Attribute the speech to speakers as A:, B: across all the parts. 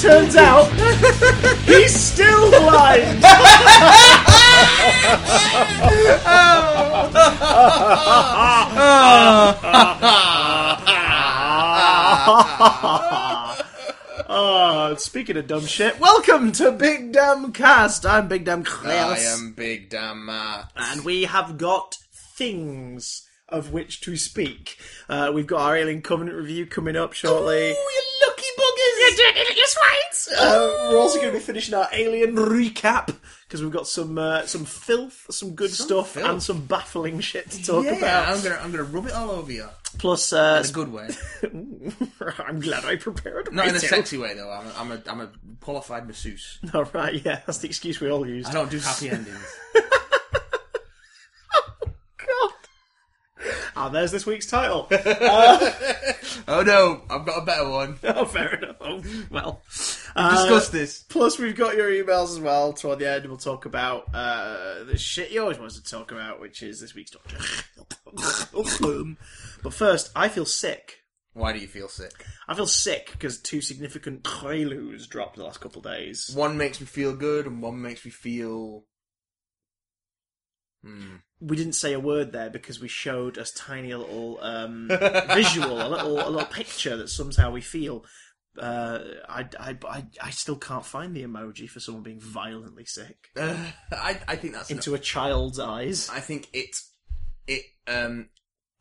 A: Turns out he's still alive.
B: Ah.
A: Uh, speaking of dumb shit, welcome to Big Dumb Cast. I'm Big Dumb
B: I
A: Klaus,
B: am Big uh, Damn Matt.
A: and we have got things of which to speak. Uh, we've got our Alien Covenant review coming up shortly.
B: you lucky buggers! You're doing it just right!
A: Uh, we're also going to be finishing our Alien recap because we've got some uh, some filth, some good stuff,
B: filth.
A: and some baffling shit to talk
B: yeah,
A: about.
B: I'm gonna I'm gonna rub it all over you.
A: Plus, uh,
B: In a good way.
A: I'm glad I prepared.
B: Not in a
A: myself.
B: sexy way though. I'm a, I'm a I'm a qualified masseuse.
A: All right, yeah, that's the excuse we all use.
B: I don't do happy endings.
A: God. Ah, there's this week's title.
B: oh no, I've got a better one.
A: oh, fair enough. Oh, well, Uh,
B: Discuss this.
A: Plus, we've got your emails as well. Toward the end, we'll talk about uh, the shit you always want us to talk about, which is this week's Doctor. but first, I feel sick.
B: Why do you feel sick?
A: I feel sick because two significant preludes dropped the last couple of days.
B: One makes me feel good, and one makes me feel. Hmm.
A: We didn't say a word there because we showed a tiny little um, visual, a little a little picture that sums how we feel. Uh, I, I, I, I still can't find the emoji for someone being violently sick
B: Uh, I I think that's.
A: into a child's eyes.
B: I think it it um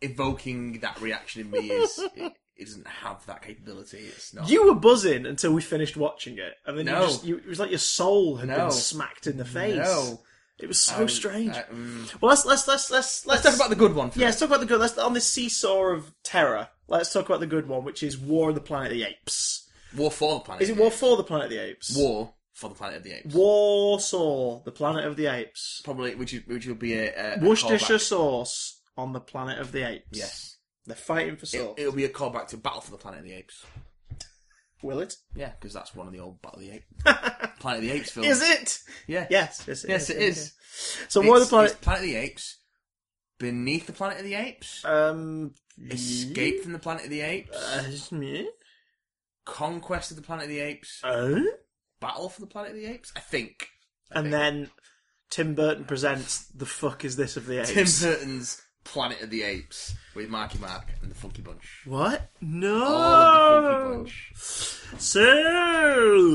B: evoking that reaction in me is it, it doesn't have that capability. It's not.
A: You were buzzing until we finished watching it, and then
B: No.
A: you just, you, it was like your soul had
B: No.
A: been smacked in the face.
B: No.
A: It was so
B: Um,
A: strange.
B: uh, mm.
A: well, let's let's let's let's
B: Let's talk about the good one. First.
A: yeah, let's talk about the good. Let's on this seesaw of terror. Let's talk about the good one, which is War of the Planet of the Apes.
B: War for the planet.
A: Is it War for the Planet of the Apes?
B: War for the planet of the apes.
A: War saw the Planet of the Apes.
B: Probably, which is which will be a, a a
A: Worcestershire
B: callback.
A: sauce on the Planet of the Apes.
B: Yes,
A: they're fighting for
B: it,
A: sauce.
B: it'll be a callback to Battle for the Planet of the Apes.
A: Will it?
B: Yeah, because that's one of the old Battle of the Apes, Planet of the Apes films.
A: Is it?
B: Yeah.
A: Yes. Yes.
B: Yes, it is.
A: So War of the
B: It's-
A: Planet.
B: it's Planet of the Apes, Beneath the Planet of the Apes,
A: Um.
B: Escape from the Planet of the Apes,
A: Uh, me?
B: Conquest of the Planet of the Apes,
A: Oh.
B: Battle for the Planet of the Apes. I think
A: And then Tim Burton presents the fuck is this of the apes?
B: Tim Burton's Planet of the Apes with Marky Mark and the Funky Bunch.
A: what?
B: All of the Funky
A: No.
B: Bunch.
A: So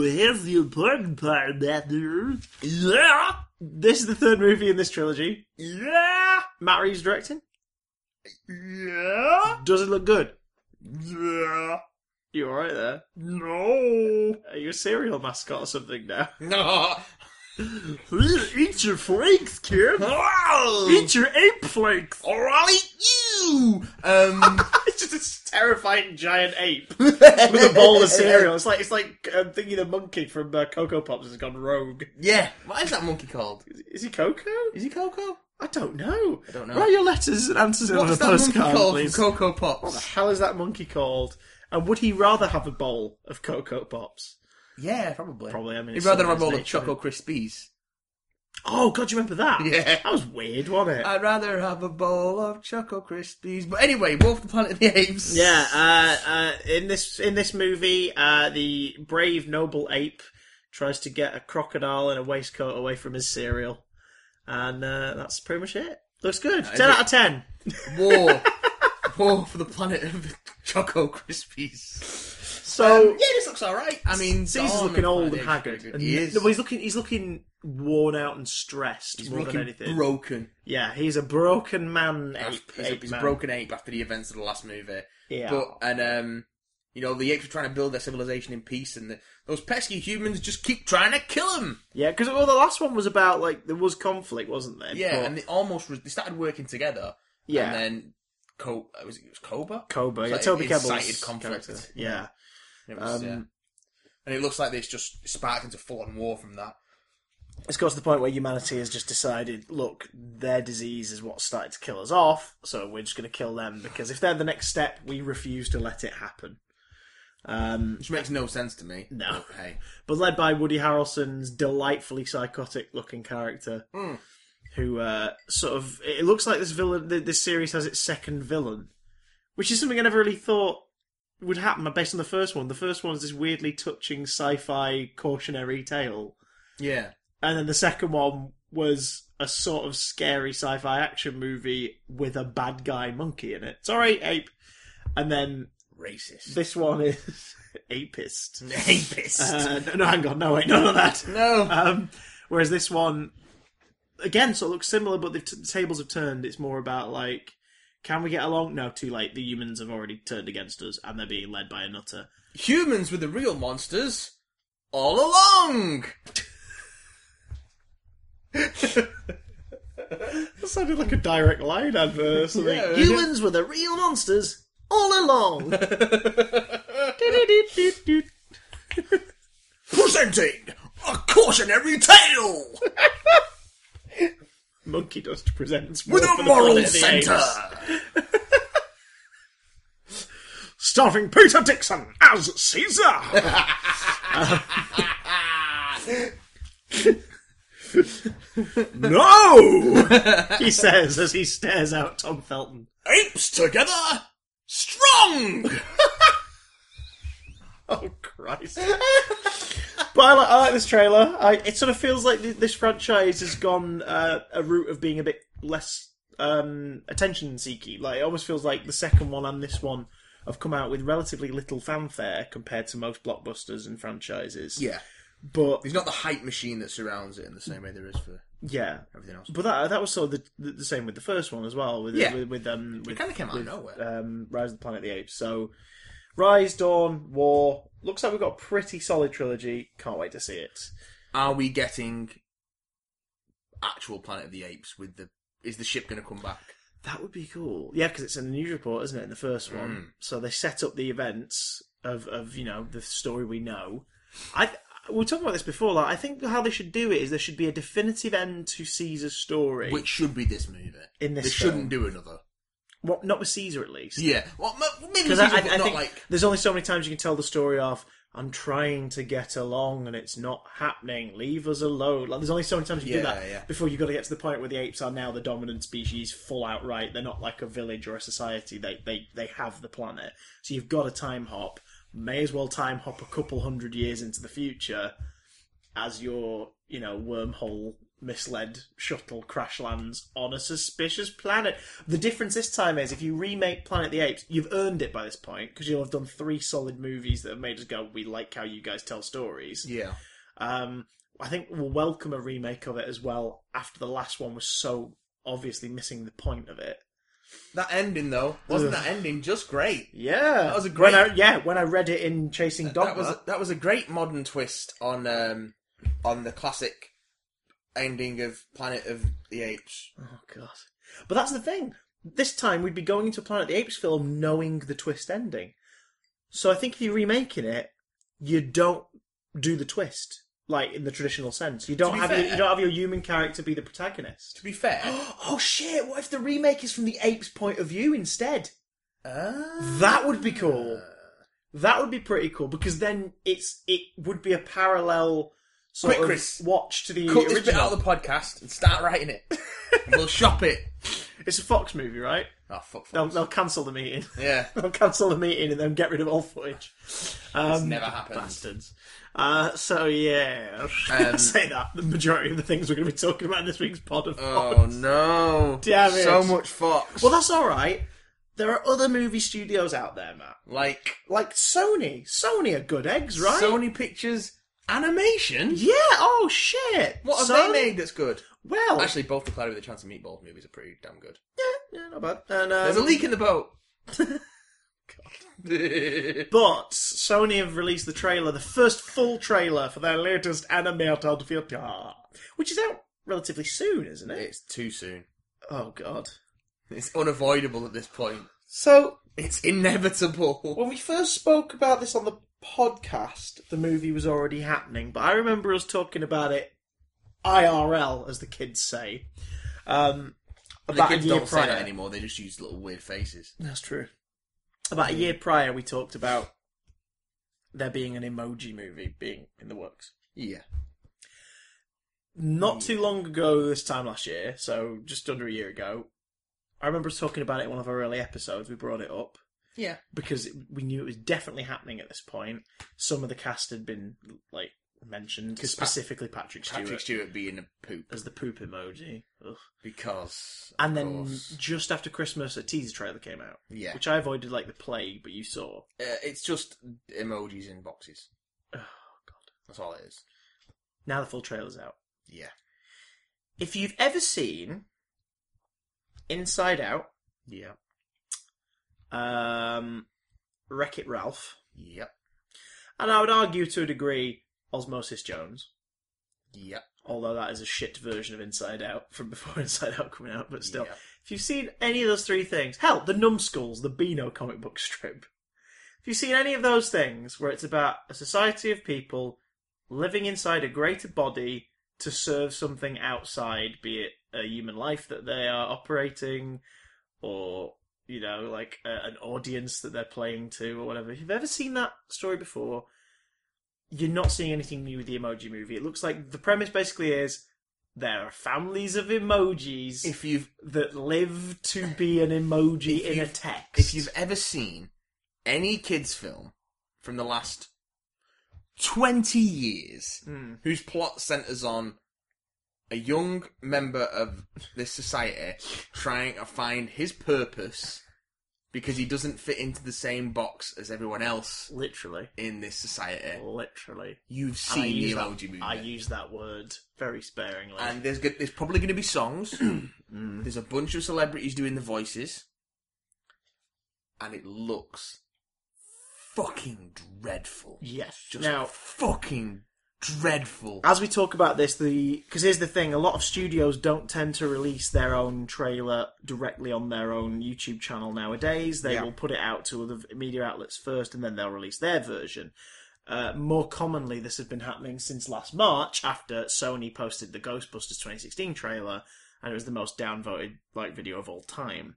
A: here's the important part, Matthew. Yeah. This is the third movie in this trilogy. Yeah. Matt Reeves directing.
B: Yeah.
A: Does it look good?
B: Yeah.
A: You all right there?
B: No.
A: Are you a cereal mascot or something now?
B: No.
A: Eat your flakes, kid. Eat your ape flakes.
B: Or I'll eat you. Um.
A: Oh. it's just a terrifying giant ape. with a bowl of cereal. It's like it's like um, thinking the monkey from uh, Coco Pops has gone rogue.
B: yeah. What is that monkey called?
A: Is, is he Coco?
B: Is he Coco?
A: I don't know. I
B: don't know.
A: Write your letters and answers in on a
B: What's that monkey
A: postcard,
B: called
A: please.
B: from Coco
A: what the
B: Pops?
A: hell is that monkey called? And would he rather have a bowl of Coco Pops?
B: Yeah, probably.
A: Probably, I mean,
B: He'd
A: it's
B: rather
A: something
B: have all
A: in
B: the
A: his nature.
B: Choco Krispies.
A: Oh God, you remember that?
B: Yeah.
A: that was weird, wasn't it?
B: I'd rather have a bowl of Choco Krispies. But anyway, Wolf the Planet of the Apes.
A: Yeah, uh, uh, in this in this movie, uh, the brave noble ape tries to get a crocodile in a waistcoat away from his cereal, and uh, that's pretty much it. Looks good. ten
B: Uh, it-
A: out of ten.
B: War. War for the planet of the Choco Krispies.
A: So Um,
B: yeah, this looks alright. I mean,
A: Caesar's
B: Dawn
A: looking
B: of
A: old and
B: Planet of the Apes
A: haggard.
B: is
A: And
B: pretty good. He is.
A: No, but he's looking he's looking worn out and stressed
B: He's
A: more
B: looking
A: than anything.
B: broken.
A: yeah, he's a broken man
B: He's,
A: ape.
B: he's, a-
A: ape
B: he's a
A: man.
B: broken ape after the events of the last movie.
A: Yeah.
B: But and um, you know, the apes are trying to build their civilization in peace, and the, those pesky humans just keep trying to kill them.
A: Yeah, because well, the last one was about like there was conflict, wasn't there?
B: Yeah,
A: But-
B: and they almost re- they started working together.
A: yeah.
B: And then Co- uh, was it, it was Cobra?
A: Cobra,
B: It's
A: yeah,
B: like
A: Toby
B: incited
A: Kebbell's
B: conflict.
A: character. Yeah.
B: It was,
A: Um,
B: yeah. And it looks like this just sparked into full on war from that.
A: It's got to the point where humanity has just decided, look, their disease is what started to kill us off, so we're just going to kill them because if they're the next step, we refuse to let it happen. Um,
B: Which makes no sense to me.
A: No.
B: But Hey.
A: but led by Woody Harrelson's delightfully psychotic looking character. who uh, sort of it looks like this villain th- this series has its second villain, which is something I never really thought would happen based on the first one. The first one's this weirdly touching sci-fi cautionary tale,
B: Yeah.
A: and then the second one was a sort of scary sci-fi action movie with a bad guy monkey in it. Sorry, ape. And then
B: Racist.
A: this one is apist.
B: Apist.
A: Uh, no, no, hang on, no wait, none of that.
B: no.
A: Um, whereas this one, again, sort of looks similar, but the t- tables have turned. It's more about like, can we get along? No, too late. The humans have already turned against us, and they're being led by a nutter.
B: Humans were the real monsters all along.
A: That sounded like a direct line advert. or something.
B: Yeah.
A: Humans were the real monsters all along.
B: Presenting a cautionary tale
A: Monkey Dust presents
B: with
A: War for
B: a
A: the
B: moral
A: Planet of the
B: centre.
A: Apes. starring Peter Dixon as Caesar.
B: No!
A: he says as he stares out Tom Felton.
B: Apes together, strong!
A: Oh Christ! but I like, I like this trailer. I, it sort of feels like th- this franchise has gone uh, a route of being a bit less um, attention seeking. Like it almost feels like the second one and this one have come out with relatively little fanfare compared to most blockbusters and franchises.
B: Yeah.
A: But
B: There's not the hype machine that surrounds it in the same way there is for
A: yeah,
B: everything else.
A: but that that was sort of the, the same with the first one as well. With
B: Yeah.
A: with, with um with
B: It kind of came out of nowhere.
A: um, Rise of the Planet of the Apes. So, Rise, Dawn, War. Looks like we've got a pretty solid trilogy. Can't wait to see it.
B: Are we getting actual Planet of the Apes with the. Is the ship going to come back?
A: That would be cool. Yeah, because it's in the news report, isn't it? In the first one, so they set up the events of of you know the story we know. I we were talking about this before. Like, I think how they should do it is there should be a definitive end to Caesar's story.
B: Which should be this movie.
A: In this
B: they
A: film.
B: shouldn't do another.
A: well, not with Caesar at least.
B: Yeah. Well, m- maybe
A: Because
B: it's
A: I,
B: easier,
A: I,
B: but
A: I
B: not
A: think
B: like.
A: there's only so many times you can tell the story of I'm trying to get along and it's not happening. Leave us alone. Like there's only so many times you do
B: Yeah,
A: that
B: yeah.
A: before you've got to get to the point where the apes are now the dominant species, full outright. They're not like a village or a society. They they they have the planet. So you've got a time hop. May as well time hop a couple hundred years into the future as your you know wormhole misled shuttle crash lands on a suspicious planet. The difference this time is if you remake Planet of the Apes, you've earned it by this point because you'll have done three solid movies that have made us go, "We like how you guys tell stories."
B: Yeah.
A: Um, I think we'll welcome a remake of it as well after the last one was so obviously missing the point of it.
B: That ending though, wasn't
A: Ugh.
B: that ending just great?
A: Yeah,
B: That was a
A: When
B: great.
A: I, yeah, when I read it in Chasing Dogma,
B: that was a, that was a great modern twist on um on the classic ending of Planet of the Apes.
A: Oh god! But that's the thing. This time we'd be going into Planet of the Apes film knowing the twist ending. So I think if you're remaking it, you don't do the twist like in the traditional sense. You don't
B: be
A: have your,
B: fair-
A: you don't have your human character be the protagonist.
B: To be fair,
A: Oh shit! What if the remake is from the apes' point of view instead?
B: Ah.
A: That would be cool. That would be pretty cool because then it's it would be a parallel sort
B: Quick,
A: of
B: Chris.
A: watch to the
B: cut
A: original.
B: this bit out of the podcast and start writing it. And we'll shop it.
A: It's a Fox movie, right?
B: Oh fuck! fuck.
A: They'll, they'll cancel the meeting.
B: Yeah,
A: They'll cancel the meeting and then get rid of all footage. Um,
B: it's never happened.
A: Bastards. Uh, so yeah,
B: Um,
A: say that the majority of the things we're going to be talking about in this week's pod of
B: Oh no!
A: Damn it.
B: So much Fox.
A: Well, that's all right. There are other movie studios out there, Matt.
B: like
A: Like Sony. Sony are good eggs, right?
B: Sony Pictures Animation.
A: Yeah. Oh shit.
B: What have
A: Sony?
B: they made that's good?
A: Well,
B: Actually, both the Cloudy with a Chance of Meatballs movies are pretty damn good.
A: yeah, yeah, not bad. And, um,
B: There's a leak in the boat.
A: But Sony have released the trailer, the first full trailer for their latest animated film, which is out relatively soon, isn't it?
B: it's too soon.
A: Oh god.
B: It's unavoidable at this point.
A: So
B: It's inevitable.
A: when we first spoke about this on the podcast, the movie was already happening, but I remember us talking about it IRL, as the kids say. Um,
B: The
A: about
B: kids
A: a year
B: don't
A: prior.
B: say that anymore. They just use little weird faces.
A: That's true. About
B: Mm.
A: a year prior, we talked about there being an emoji movie being in the works.
B: Yeah.
A: not
B: Mm.
A: too long ago, this time last year, so just under a year ago, I remember us talking about it in one of our early episodes. We brought it up
B: Yeah.
A: because it- we knew it was definitely happening at this point. Some of the cast had been like mentioned,
B: 'Cause Pat-
A: specifically Patrick Stewart
B: Patrick Stewart being a poop
A: as the poop emoji. Ugh.
B: because, of
A: And then
B: course,
A: just after Christmas, a teaser trailer came out,
B: yeah,
A: which I avoided like the plague, but you saw.
B: Uh, it's just emojis in boxes.
A: Oh,
B: That's all it is.
A: Now the full trailer's out.
B: Yeah,
A: If you've ever seen Inside Out,
B: yeah,
A: um, Wreck It Ralph,
B: yep,
A: and I would argue to a degree Osmosis Jones,
B: yep.
A: although that is a shit version of Inside Out from before Inside Out coming out, but still.
B: yep.
A: If you've seen any of those three things, hell, the numbskulls, the Beano comic book strip. If you've seen any of those things where it's about a society of people living inside a greater body to serve something outside, be it a human life that they are operating, or you know, like a, an audience that they're playing to, or whatever. If you've ever seen that story before, you're not seeing anything new with the Emoji Movie. It looks like the premise basically is there are families of emojis
B: If you've
A: that live to be an emoji
B: If
A: in a
B: you've-
A: text.
B: if you've ever seen any kids film from the last twenty years,
A: Hmm.
B: whose plot centers on a young member of this society trying to find his purpose because he doesn't fit into the same box as everyone else
A: literally,
B: in this society.
A: literally,
B: You've
A: And I
B: seen the
A: use that-
B: emoji movie.
A: I use that word very sparingly.
B: and there's go- there's probably going to be songs.
A: Mm.
B: there's a bunch of celebrities doing the voices, and it looks fucking dreadful.
A: Yes.
B: Just
A: now, um,
B: fucking dreadful.
A: as we talk about this, the because here's the thing: a lot of studios don't tend to release their own trailer directly on their own YouTube channel nowadays. They
B: Yeah.
A: will put it out to other media outlets first, and then they'll release their version. Uh, more commonly, this has been happening since last March after Sony posted the Ghostbusters 2016 trailer, and it was the most downvoted like video of all time.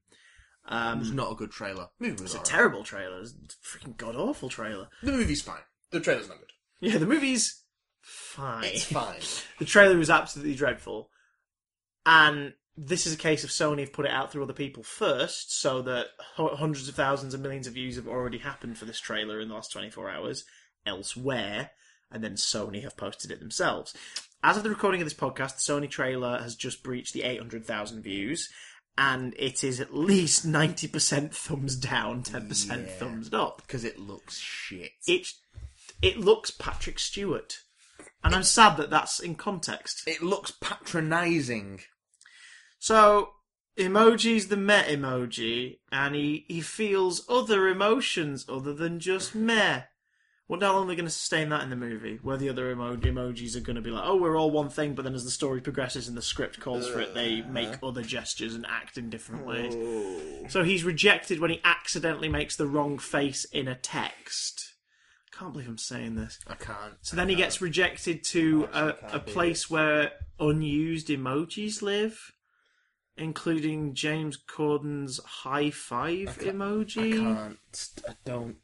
B: it was
A: Um,
B: not a good trailer. Movie was
A: it's a
B: alright.
A: terrible trailer, it's a freaking god awful trailer.
B: the movie's fine. The trailer's not good.
A: Yeah, the movie's fine.
B: It's fine.
A: The trailer was absolutely dreadful. And this is a case of Sony have put it out through other people first, so that hu- hundreds of thousands and millions of views have already happened for this trailer in the last 24 hours elsewhere, and then Sony have posted it themselves. As of the recording of this podcast, the Sony trailer has just breached the 800,000 views, and it is at least 90% thumbs down, 10%
B: Yeah.
A: thumbs up
B: Because it looks shit.
A: it it looks Patrick Stewart, and I'm sad that that's in context.
B: It looks patronising.
A: So emoji's the meh emoji, and he he feels other emotions other than just meh. Wonder how long they're going to sustain that in the movie. Where the other emo- emojis are going to be like, oh, we're all one thing, but then as the story progresses and the script calls for it, they make other gestures and act in different ways. So he's rejected when he accidentally makes the wrong face in a text. I can't believe I'm saying this.
B: I can't.
A: So then he gets rejected to a,
B: I actually
A: a
B: can't do
A: place where unused emojis live, including James Corden's high five
B: I
A: emoji.
B: can't. st- I don't.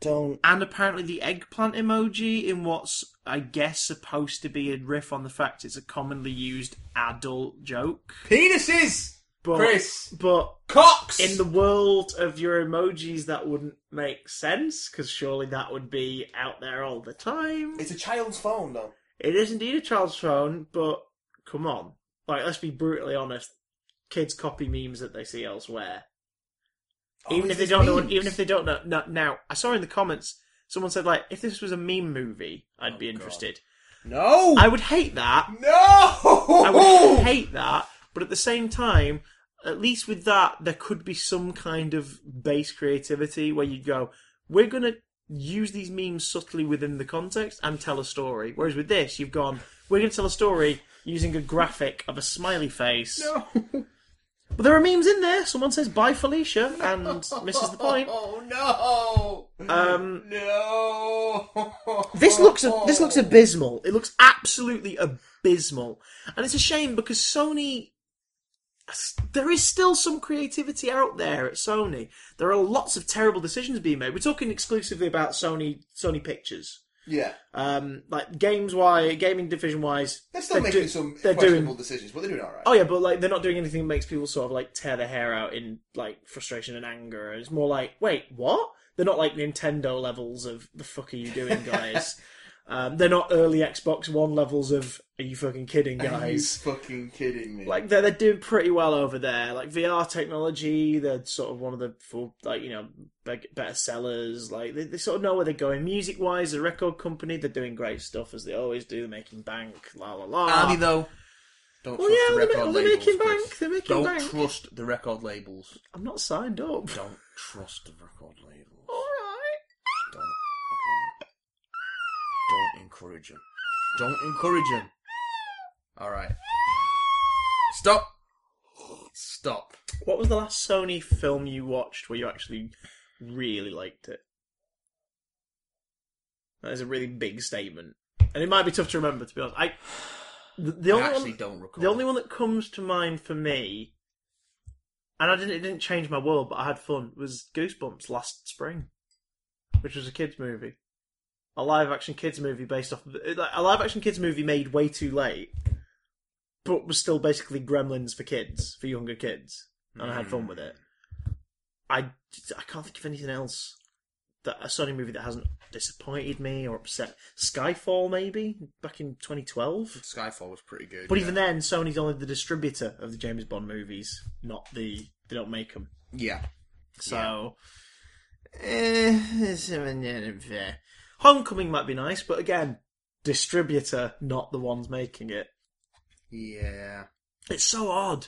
B: Don't.
A: And apparently the eggplant emoji in what's, I guess, supposed to be a riff on the fact it's a commonly used adult joke.
B: Penises!
A: But,
B: Chris!
A: But
B: Cocks!
A: in the world of your emojis, that wouldn't make sense, because surely that would be out there all the time.
B: It's a child's phone, though.
A: It is indeed a child's phone, but come on. Like, let's be brutally honest. Kids copy memes that they see elsewhere.
B: Oh,
A: even if they don't know, even if they don't know. No, now, I saw in the comments someone said like, if this was a meme movie, I'd
B: Oh,
A: be
B: God.
A: interested.
B: No!
A: I would hate that.
B: No!
A: I
B: Oh!
A: would hate that, but at the same time, at least with that, there could be some kind of base creativity where you go, we're going to use these memes subtly within the context and tell a story. Whereas with this, you've gone, we're going to tell a story using a graphic of a smiley face.
B: No.
A: But there are memes in there. Someone says, bye Felicia, and misses the point.
B: Oh no!
A: Um,
B: no!
C: Oh,
A: This looks this looks abysmal. It looks absolutely abysmal, and it's a shame because Sony. There is still some creativity out there at Sony. There are lots of terrible decisions being made. We're talking exclusively about Sony Sony Pictures.
C: Yeah.
A: Um, like games wise, gaming division wise,
C: They're still making
A: do-
C: some
A: they're
C: questionable
A: doing-
C: decisions, but they're doing alright.
A: Oh yeah, but like they're not doing anything that makes people sort of like tear their hair out in like frustration and anger. It's more like, wait, what? They're not like Nintendo levels of the fuck are you doing, guys? um, they're not early Xbox One levels of are you fucking kidding,
C: Are you
A: guys?
C: fucking kidding me?
A: Like they're they're doing pretty well over there. Like VR technology, they're sort of one of the for like you know beg- better sellers. Like they, they sort of know where they're going. Music wise, the record company, they're doing great stuff as they always do, making bank, la la la.
B: Are they though? Don't
A: ah. Well,
B: trust
A: yeah,
B: the
A: they're,
B: record
A: ma- they're
B: labels.
A: making
B: Chris.
A: bank. They're making
B: Don't
A: bank.
B: trust the record labels.
A: I'm not signed up.
B: Don't trust the record labels.
A: All right.
B: Don't. fucking- Don't encourage them. Don't encourage them. All right. Stop. Stop.
A: What was the last Sony film you watched where you actually really liked it? That is a really big statement, and it might be tough to remember. To be honest, I the, the
B: I
A: only
B: actually
A: one,
B: don't recall.
A: the only one that comes to mind for me, and I didn't it didn't change my world, but I had fun. Was Goosebumps last spring, which was a kids movie, a live action kids movie based off of, like, a live action kids movie made way too late, but was still basically Gremlins for kids for younger kids, and I had fun with it. I I can't think of anything else that a Sony movie that hasn't disappointed me or upset. Skyfall maybe back in 2012.
B: Skyfall was pretty good.
A: But
B: yeah.
A: even then, Sony's only the distributor of the James Bond movies, not the they don't make them.
B: Yeah.
A: So, eh, it's a bit unfair. Homecoming might be nice, but again, distributor, not the ones making it.
B: Yeah.
A: It's so odd.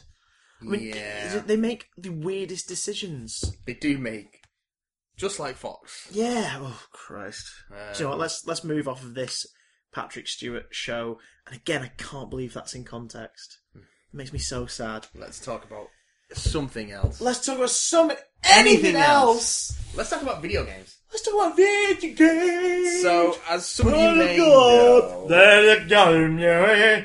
A: I mean,
B: yeah.
A: they make the weirdest decisions.
B: They do make. Just like Fox.
A: Yeah. Oh Christ.
B: Um,
A: Do you know what? Let's let's move off of this Patrick Stewart show. And again, I can't believe that's in context.
B: Hmm.
A: It makes me so sad.
B: Let's talk about something else.
A: Let's talk about some
B: Anything else. Let's talk about video games.
A: Let's talk about video games.
B: So, as some of you
A: Oh
B: may know,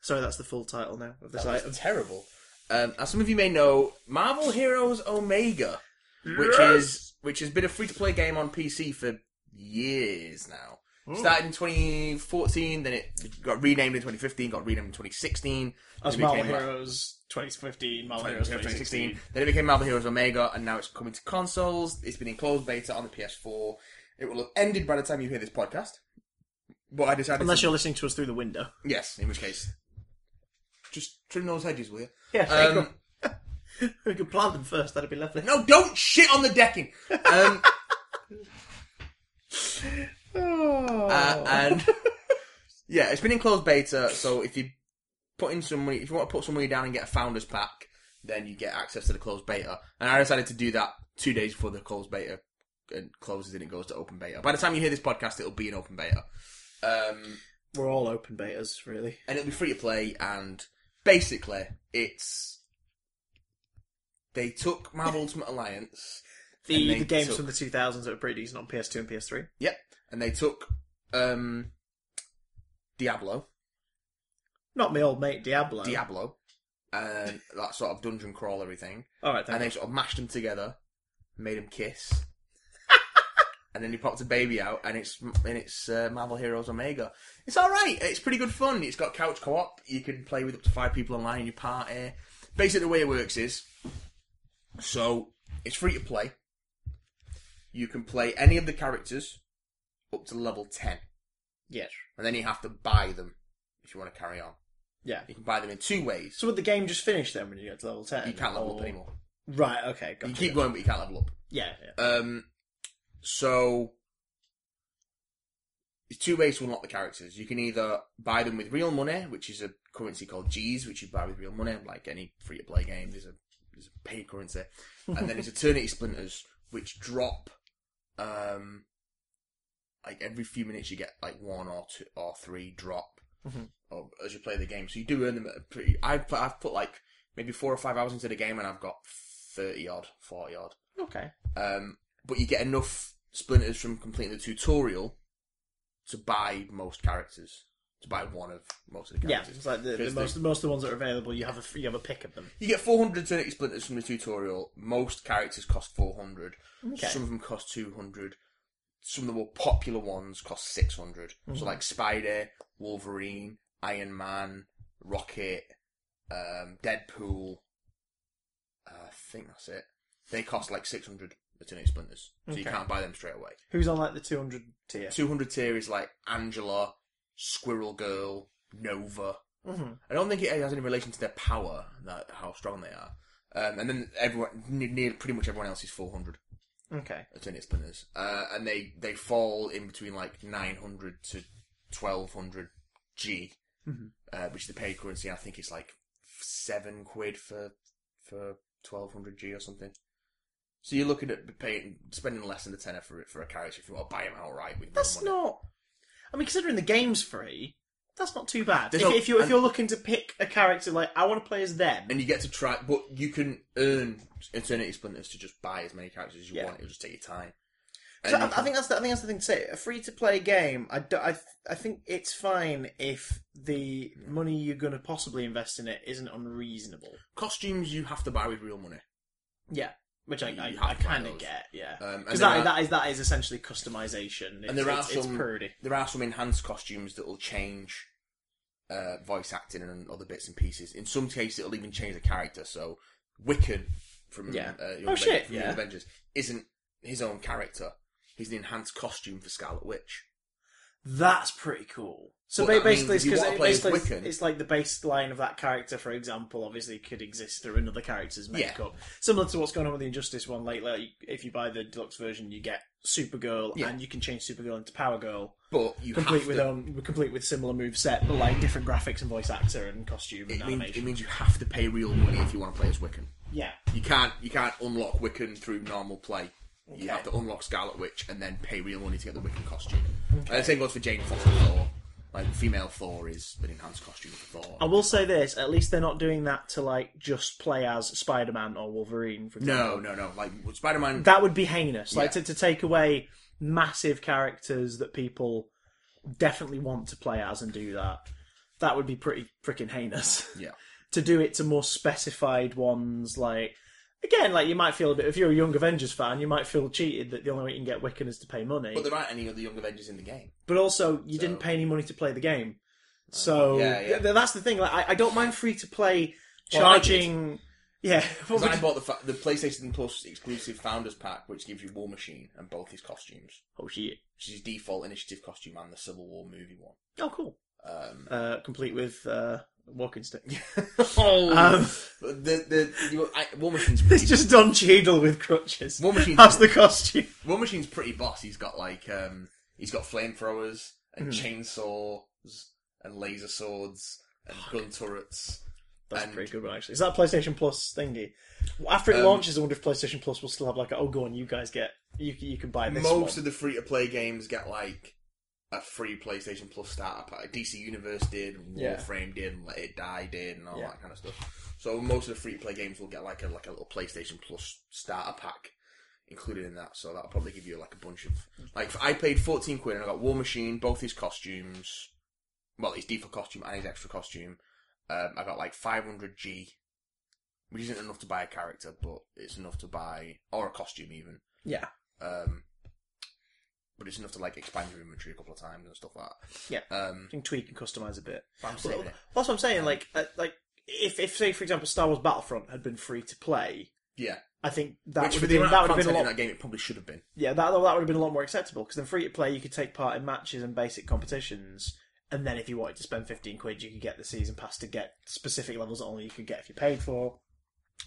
A: Sorry, that's the full title now of this
B: That
A: item.
B: was terrible. Um, as some of you may know, Marvel Heroes Omega, which
A: Yes!
B: is which has been a free to play game on PC for years now.
A: Oh.
B: Started in 2014, then it got renamed in 2015, got renamed in 2016.
A: As
B: then
A: Marvel
B: became Ma-
A: Heroes 2015, Marvel
B: Marvel
A: Heroes
B: Heroes 2016.
A: 2016.
B: Then it became Marvel Heroes Omega, and now it's coming to consoles. It's been in closed beta on the PS4. It will have ended by the time you hear this podcast. But I decided,
A: Unless
B: to-
A: you're listening to us through the window.
B: yes, in which case, just trim those hedges, will you?
A: Yeah,
B: Um,
A: we could plant them first. That'd be lovely.
B: No, don't shit on the decking. Um,
A: Ah.
B: uh, and yeah, it's been in closed beta. So if you put in some money, if you want to put some money down and get a founders pack, then you get access to the closed beta. And I decided to do that two days before the closed beta and closes and it goes to open beta. By the time you hear this podcast, it'll be in open beta. Um,
A: We're all open betas, really.
B: and it'll be free to play. And basically, it's they took Marvel Ultimate Alliance. And
A: The,
B: they
A: the games
B: took-
A: from the 2000s that were pretty decent on PS2 and PS3.
B: Yep. And they took um Diablo.
A: Not my old mate Diablo.
B: Diablo. Um, that sort of dungeon crawl everything.
A: All right,
B: And
A: thank
B: they
A: you.
B: sort of mashed them together, made them kiss. and then he popped a baby out and it's and it's uh, Marvel Heroes Omega. It's all right. It's pretty good fun. It's got couch co-op. You can play with up to 5 people online in your party. Basically the way it works is so it's free to play. You can play any of the characters up to level 10.
A: Yes.
B: and then you have to buy them if you want to carry on.
A: Yeah.
B: You can buy them in two ways.
A: So would the game just finish then when you get to level 10?
B: you can't level up
A: Or-
B: anymore.
A: Right, okay. Gotcha.
B: You keep going, but you can't level up.
A: Yeah, yeah.
B: Um, so there's two ways to unlock the characters. You can either buy them with real money, which is a currency called G's, which you buy with real money, like any free to play game. There's a there's a paid currency, and then there's Eternity Splinters, which drop um like every few minutes you get like one or two or three drop
A: Mhm.
B: or, as you play the game. So you do earn them at a pretty. I've put, I've put like maybe four or five hours into the game, and I've got thirty odd, forty odd.
A: Okay.
B: Um, but you get enough splinters from completing the tutorial to buy most characters, to buy one of most of the
A: Yeah,
B: characters.
A: it's like the, the
B: Because
A: most most of the ones that are available, you have a you have a pick of them.
B: You get 400 Eternity Splinters from the tutorial. Most characters cost 400.
A: Okay.
B: Some of them cost 200. some of the more popular ones cost 600.
A: Mm-hmm.
B: So like Spider, Wolverine, Iron Man, Rocket, um, Deadpool. Uh, I think that's it. They cost like 600 the Teenage Splinters. So you
A: Okay.
B: can't buy them straight away.
A: Who's on like the 200 tier?
B: 200 tier is like Angela, Squirrel Girl, Nova.
A: Mhm.
B: I don't think it has any relation to their power, that how strong they are. Um, and then everyone, ne- near pretty much everyone else is 400
A: Okay.
B: alternate splinters, uh, and they they fall in between like 900 to 1200 G,
A: Mhm.
B: uh, which is the paid currency. I think it's like seven quid for for 1200 G or something. So you're looking at paying spending less than a tenner for it for a character if you want to buy him outright with no
A: That's
B: money.
A: not. I mean, considering the game's free, that's not too bad.
B: There's
A: If,
B: no-
A: if you're if
B: and-
A: you're looking to pick a character, like I want to play as them.
B: And you get to try, but you can earn Eternity Splinters to just buy as many characters as you
A: Yeah.
B: want. It'll just take your time.
A: So
B: And
A: I,
B: you
A: I think that's the, I think that's the thing to say. A free to play game, I, do, I, th- I think it's fine if the money you're going to possibly invest in it isn't unreasonable.
B: costumes you have to buy with real money.
A: Yeah, which I,
B: You
A: I,
B: have
A: I
B: to buy
A: kind of
B: those.
A: get. Yeah,
B: Um, and
A: because
B: there
A: that,
B: are-
A: that is that is essentially customization. It's,
B: and there are
A: it's, it's
B: some
A: parody.
B: there are some enhanced costumes that will change uh, voice acting and other bits and pieces. In some cases, it'll even change the character. So Wiccan from
A: Yeah.
B: uh, Young
A: Oh,
B: Aven-
A: shit,
B: from Young
A: yeah.
B: Avengers isn't his own character. He's an enhanced costume for Scarlet Witch.
A: That's pretty cool. So
B: Well,
A: ba-
B: that means
A: basically,
B: if
A: it's
B: you
A: 'cause
B: wanna
A: it-
B: play as
A: basically it's,
B: Wiccan-
A: it's like the baseline of that character, for example, obviously could exist through another character's
B: Yeah.
A: makeup. Similar to what's going on with the Injustice one lately. Like, if you buy the deluxe version, you get Supergirl,
B: Yeah.
A: and you can change Supergirl into Power Girl,
B: But you
A: complete
B: have
A: with
B: to,
A: own, complete with similar moveset, but like different graphics and voice actor and costume and
B: it, means,
A: animation.
B: it means you have to pay real money if you want to play as Wiccan.
A: yeah,
B: You can't you can't unlock Wiccan through normal play. You
A: Okay.
B: have to unlock Scarlet Witch and then pay real money to get the Wiccan costume. And the same goes for Jane Foster Thor. Like female Thor is an enhanced costume for Thor.
A: I will say this: at least they're not doing that to like just play as Spider Man or Wolverine. For example.
B: No, no, no. Like Spider Man.
A: that would be heinous. Like to,
B: Yeah.
A: to take away massive characters that people definitely want to play as and do that. That would be pretty freaking heinous.
B: Yeah,
A: to do it to more specified ones, like again, like you might feel a bit. If you're a Young Avengers fan, you might feel cheated that the only way you can get Wiccan is to pay money.
B: but
A: But,
B: there aren't any other Young Avengers in the game.
A: also, you
B: So- Uh,
A: didn't pay any money to play the game, so
B: Yeah, yeah.
A: th- that's the thing. Like I, I don't mind free to play
B: Well, I did.
A: charging. yeah, what
B: Because
A: would
B: I
A: you-
B: bought the fa- the PlayStation Plus exclusive Founders Pack, which gives you War Machine and both his costumes,
A: oh shit!
B: which is his default Initiative costume and the Civil War movie one.
A: Oh cool.
B: Um,
A: Uh, complete with uh, walking stick.
B: oh,
A: Um,
B: the the you, I, War Machine's
A: It's
B: pretty
A: just Don Cheadle with crutches.
B: War Machine's
A: That's the costume.
B: War Machine's pretty boss. He's got like um, he's got flamethrowers and chainsaws and laser swords and gun turrets.
A: That's
B: And-
A: a pretty good one, actually. Is that a PlayStation Plus thingy? Well, After it
B: Um,
A: launches, I wonder if PlayStation Plus will still have like, oh, go on, you guys get, you you can buy this
B: Most of
A: one.
B: the free to play games get like a free PlayStation Plus starter pack. DC Universe did, and
A: Yeah.
B: Warframe did, and Let It Die did, and all
A: Yeah.
B: that kind of stuff. So most of the free to play games will get like a like a little PlayStation Plus starter pack included in that. So that'll probably give you like a bunch of like I paid fourteen quid and I got War Machine, both his costumes, well his default costume and his extra costume. Um, I got like five hundred G, which isn't enough to buy a character, but it's enough to buy or a costume even
A: yeah.
B: um, but it's enough to like expand your inventory a couple of times and stuff like that.
A: Yeah.
B: Um,
A: You can tweak and customize a bit.
B: but I'm
A: Well,
B: saving it.
A: that's what I'm saying. Like, uh, like if if say for example Star Wars Battlefront had been free to play,
B: Yeah.
A: I think that
B: Which
A: would have
B: for the
A: been
B: amount
A: that
B: of
A: would have
B: content
A: been a
B: in
A: lot.
B: that game, it probably should have been.
A: Yeah, that that would have been a lot more acceptable because then free to play you could take part in matches and basic competitions, and then if you wanted to spend fifteen quid, you could get the season pass to get specific levels that only you could get if you paid for.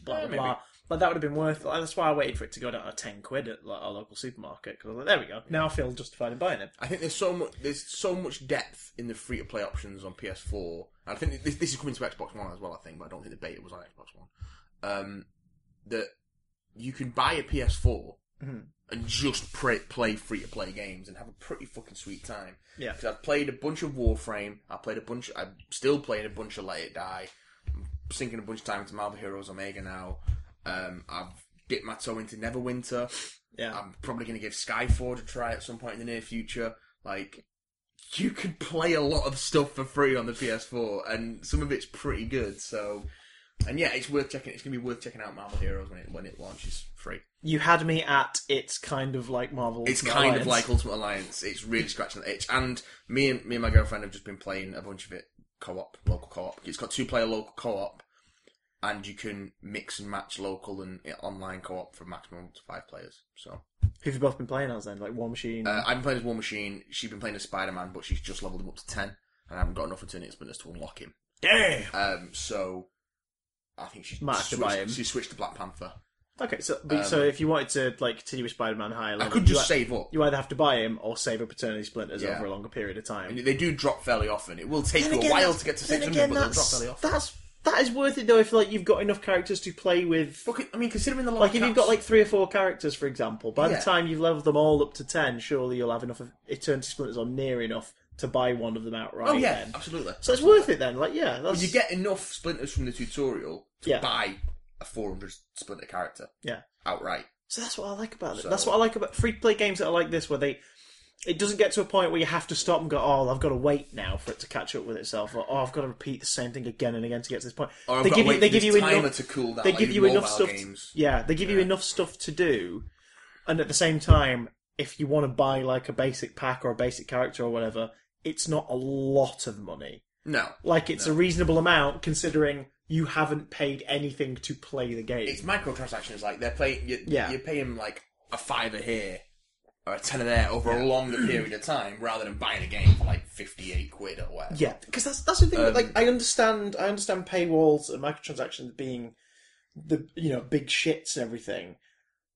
A: Blah
B: Yeah,
A: blah
B: maybe.
A: blah. But that would have been worth. Like, that's why I waited for it to go down to ten quid at like, our local supermarket. 'cause I was like, there we go. Now I feel justified in buying it.
B: I think there's so much there's so much depth in the free to play options on PS4. And I think this, this is coming to Xbox One as well. I think, but I don't think the beta was on Xbox One. Um, that you can buy a PS4
A: Mhm.
B: and just play, play free to play games and have a pretty fucking sweet time.
A: Yeah.
B: because I've played a bunch of Warframe. I played a bunch. I'm still playing a bunch of Let It Die. I'm sinking a bunch of time into Marvel Heroes Omega now. Um, I've dipped my toe into Neverwinter.
A: Yeah.
B: I'm probably going to give Skyforge a try at some point in the near future. Like, you could play a lot of stuff for free on the PS4, and some of it's pretty good. So, And yeah, it's worth checking. It's gonna be worth checking out Marvel Heroes when it when it launches free.
A: You had me at it's kind of like Marvel.
B: It's kind
A: Alliance.
B: of like Ultimate Alliance. It's really scratching the itch. And me and me and my girlfriend have just been playing a bunch of it co-op, local co-op. It's got two player local co-op, and you can mix and match local and uh, online co-op for maximum up to five players. So
A: Who've you both been playing as then? Like War Machine.
B: uh, I've been playing as War Machine. She's been playing as Spider Man, but she's just leveled him up to ten, and I haven't got enough Eternities bonus to unlock him.
A: Damn.
B: Um, so I think she's
A: Might have to buy
B: switched-
A: him.
B: She switched to Black Panther.
A: Okay, so but, so if you wanted to like continue with Spider-Man higher level,
B: um, I could
A: you,
B: just
A: ha-
B: save up.
A: you either have to buy him or save up Eternity Splinters
B: Yeah.
A: over a longer period of time.
B: And they do drop fairly often. It will take you a
A: again,
B: while
A: that's-
B: to get to
A: then
B: 600,
A: again,
B: but they'll drop
A: that's-
B: fairly often.
A: That's that is worth it though if like you've got enough characters to play with.
B: Look, I mean, considering the lot
A: Like
B: of
A: if you've
B: caps-
A: got like three or four characters, for example, by
B: Yeah.
A: the time you've leveled them all up to ten, surely you'll have enough of Eternity Splinters or near enough to buy one of them outright.
B: oh yeah,
A: then.
B: absolutely.
A: so it's worth it then. Like yeah, that's
B: you get enough splinters from the tutorial to
A: Yeah.
B: buy a 400 splinter character
A: yeah.
B: outright.
A: So that's what I like about it.
B: So-
A: That's what I like about free to play games that are like this, where they it doesn't get to a point where you have to stop and go, oh, I've got to wait now for it to catch up with itself, or oh, I've got to repeat the same thing again and again to get to this point.
B: Or I've
A: they
B: got
A: give
B: to wait
A: you they
B: for
A: give
B: this
A: you
B: timer
A: enough
B: to cool down.
A: they
B: like
A: give
B: in
A: you enough
B: mobile
A: stuff.
B: Games.
A: yeah, they give you enough stuff to do, and at the same time, if you want to buy like a basic pack or a basic character or whatever, it's not a lot of money.
B: No,
A: Like it's a reasonable amount considering you haven't paid anything to play the game.
B: it's microtransactions. Like they're playing. You,
A: Yeah.
B: you're paying like a fiver here or a tenner there over a longer period of time, rather than buying a game for like 58 quid or whatever.
A: Yeah, because that's that's the thing.
B: Um,
A: like, I understand, I understand paywalls and microtransactions being the you know big shits and everything,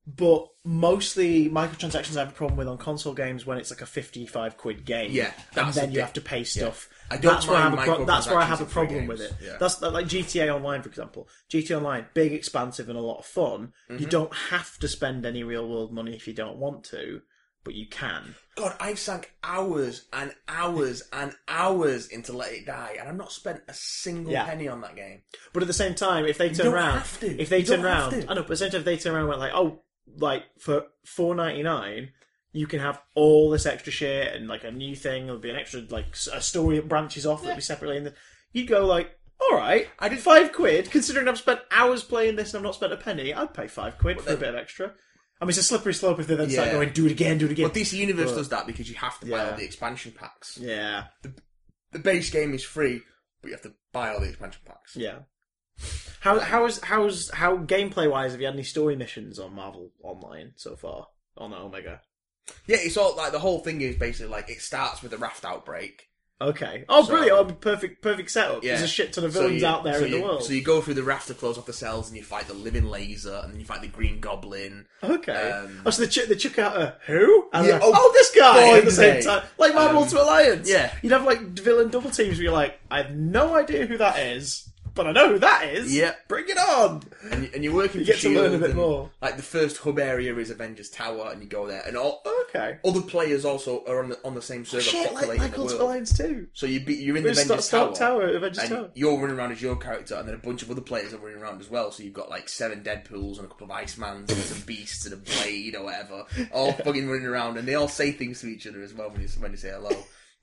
A: but mostly microtransactions I have a problem with on console games when it's like a fifty-five quid game.
B: Yeah,
A: and
B: that's
A: then
B: a
A: you
B: dick-
A: have to pay stuff.
B: I don't
A: that's where I have
B: mind
A: a pro- that's where I have a
B: microtransactions in free
A: problem with it.
B: games. Yeah.
A: That's like GTA Online, for example. GTA Online, big, expansive, and a lot of fun. You
B: Mm-hmm.
A: don't have to spend any real-world money if you don't want to, but you can.
B: God, I've sank hours and hours and hours into Let It Die, and I've not spent a single
A: Yeah.
B: penny on that game.
A: But at the same time, if they turn
B: don't
A: around,
B: have to.
A: if they
B: You
A: turn
B: don't have
A: around,
B: to.
A: I know. But at the same time, if they turn around, and went like, oh, like for four ninety nine, you can have all this extra shit and like a new thing. There'll be an extra like s- a story that branches off that'll be separately. And you'd go like, all right,
B: I did-
A: five quid. Considering I've spent hours playing this and I've not spent a penny, I'd pay five quid for a
B: then-
A: bit of extra. I mean, it's a slippery slope if they then start
B: Yeah.
A: going, do it again, do it again.
B: But DC Universe does that because you have to buy
A: Yeah.
B: all the expansion packs.
A: yeah,
B: The base game is free, but you have to buy all the expansion packs.
A: yeah. How how is how's how gameplay wise have you had any story missions on Marvel Online so far on Omega?
B: Yeah, it's all like the whole thing is basically like it starts with a raft outbreak.
A: Okay. Oh,
B: So-
A: brilliant! Oh, perfect, perfect setup.
B: Yeah.
A: There's a shit ton of
B: So
A: villains
B: you-
A: out there
B: so
A: in the
B: you-
A: world.
B: So you go through the raft to close off the cells, and you fight the living laser, and then you fight the Green Goblin.
A: okay.
B: um,
A: oh, so they, ch- they took out a who? And
B: Yeah,
A: a, oh,
B: oh,
A: this guy
B: boy,
A: at the same
B: mate.
A: time, like Marvel
B: Um,
A: Ultimate Alliance.
B: yeah.
A: You'd have like villain double teams where you're like, I have no idea who that is, but I know who that is.
B: Yeah.
A: Bring it on.
B: and, you- and you're working.
A: You
B: for
A: get to learn a
B: SHIELD,
A: bit
B: E and,
A: more.
B: Like the first hub area is Avengers Tower, and you go there, and all
A: Okay.
B: other players also are on the on the same server,
A: Shit, like,
B: populating
A: like
B: the
A: Ultimate
B: world.
A: Alliance too.
B: So you be, you're in the
A: It's Stark
B: Avengers
A: Stark
B: Tower,
A: Tower, Avengers
B: and
A: Tower.
B: you're running around as your character, and then a bunch of other players are running around as well. So you've got like seven Deadpool's and a couple of Icemans and some Beasts and a Blade or whatever, all fucking running around, and they all say things to each other as well when you when you say hello.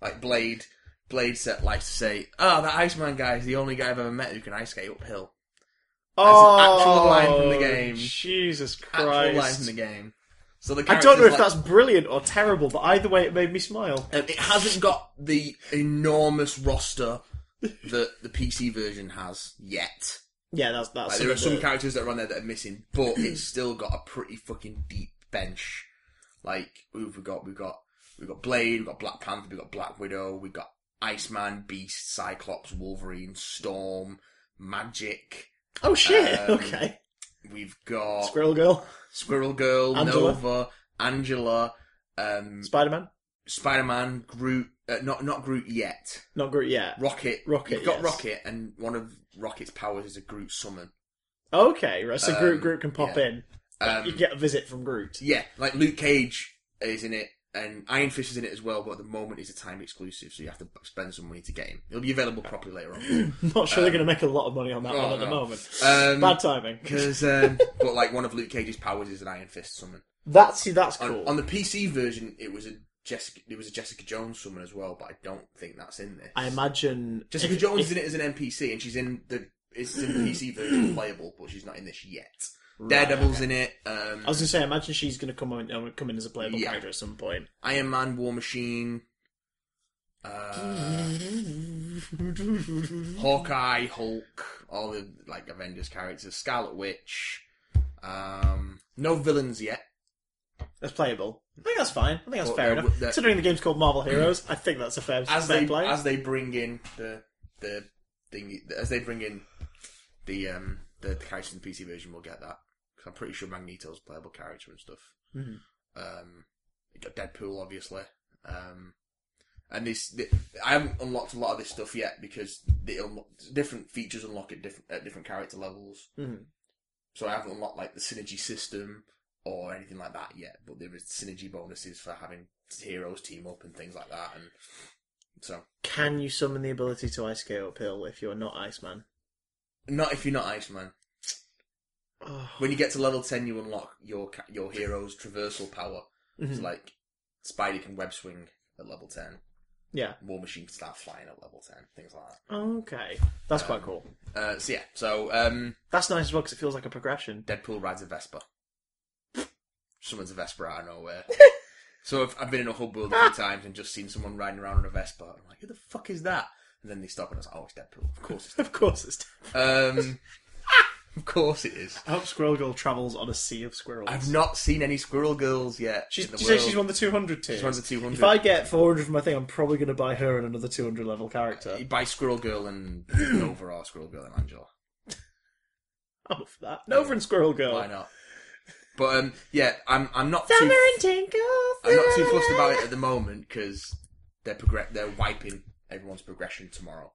B: Like Blade, Blade set likes to say, "Ah, that Iceman guy is the only guy I've ever met who can ice skate uphill."
A: Oh,
B: actual line from the game.
A: Jesus
B: Actual line
A: Christ!
B: from the game. So the
A: I don't know if
B: characters, like-
A: that's brilliant or terrible, but either way, it made me smile.
B: Um, it hasn't got the enormous roster that the PC version has yet.
A: Yeah, that's that's.
B: Like, there are
A: something
B: some
A: that-
B: characters that are on there that are missing, but it's still got a pretty fucking deep bench. Like who've we got? We've got we've got Blade, we've got Black Panther, we've got Black Widow, we've got Iceman, Beast, Cyclops, Wolverine, Storm, Magic.
A: oh shit!
B: um, oh.
A: okay.
B: We've got
A: Squirrel Girl,
B: Squirrel Girl,
A: Angela.
B: Nova, Angela, um,
A: Spider Man,
B: Spider Man, Groot. Uh, not not Groot yet.
A: not Groot yet.
B: Rocket.
A: Rocket,
B: You've got
A: yes.
B: Rocket, and one of Rocket's powers is a Groot summon.
A: Okay, right. So Groot,
B: Um,
A: Groot can pop
B: yeah.
A: in.
B: Um,
A: you get a visit from Groot.
B: Yeah, like Luke Cage is in it, and Iron Fist is in it as well, but at the moment it's a time exclusive, so you have to spend some money to get him. He'll be available properly later on.
A: Not sure they're going to make a lot of money on that
B: oh,
A: one at the
B: no.
A: moment.
B: Um,
A: Bad timing.
B: Because, um, but like one of Luke Cage's powers is an Iron Fist summon.
A: That's see, that's
B: On,
A: cool.
B: on the PC version, it was a Jessica, it was a Jessica Jones summon as well, but I don't think that's in this.
A: I imagine
B: Jessica
A: if-
B: Jones
A: if-
B: is in it as an NPC, and she's in the is in the PC version playable, but she's not in this yet. Daredevil's in it. Um,
A: I was gonna say, I imagine she's gonna come on, uh, come in as a playable
B: Yeah.
A: character at some point.
B: Iron Man, War Machine, uh, Hawkeye, Hulk, all the like Avengers characters, Scarlet Witch. Um, no villains yet.
A: That's playable. I think that's fine. I think that's
B: Well,
A: fair
B: yeah,
A: enough.
B: with that-
A: Considering the game's called Marvel Heroes, I think that's a fair,
B: As
A: fair
B: they
A: play.
B: as they bring in the the thing, as they bring in the um the, the characters in the PC version, we'll get that because I'm pretty sure Magneto's a playable character and stuff.
A: Mhm.
B: Um, you got Deadpool, obviously. Um, and this, th I haven't unlocked a lot of this stuff yet because the unlock, different features unlock at different at different character levels.
A: Mhm.
B: So I haven't unlocked like the synergy system or anything like that yet. But there is synergy bonuses for having heroes team up and things like that. And so,
A: Can you summon the ability to ice skate uphill if you're not Iceman?
B: not if you're not Iceman.
A: Oh,
B: When you get to level ten, you unlock your ca- your hero's traversal power. It's
A: Mhm.
B: like Spidey can web swing at level ten.
A: yeah.
B: War Machine can start flying at level ten. Things like that.
A: Okay, that's quite cool.
B: Uh, so yeah, so um,
A: That's nice as well because it feels like a progression.
B: Deadpool rides a Vespa. Someone's a Vespa out of nowhere. so I've, I've been in a hub world a few times and just seen someone riding around on a Vespa. I'm like, who the fuck is that? And then they stop and it's oh, it's Deadpool. Of course,
A: Of course, it's.
B: it's um, of course it is.
A: I hope Squirrel Girl travels on a sea of squirrels.
B: I've not seen any Squirrel Girls yet.
A: She's,
B: in the
A: you say
B: world.
A: she's one of the 200 tiers.
B: She's one of the 200.
A: If I get 400 from my thing, I'm probably going to buy her and another 200 level character.
B: You buy Squirrel Girl and Nova or Squirrel Girl and Angela.
A: I'm up for that. Nova and Squirrel Girl.
B: Why not? But um, yeah, I'm I'm not
A: Summer
B: too
A: and Tinkles.
B: I'm not too fussed about it at the moment because they're progre- they're wiping everyone's progression tomorrow.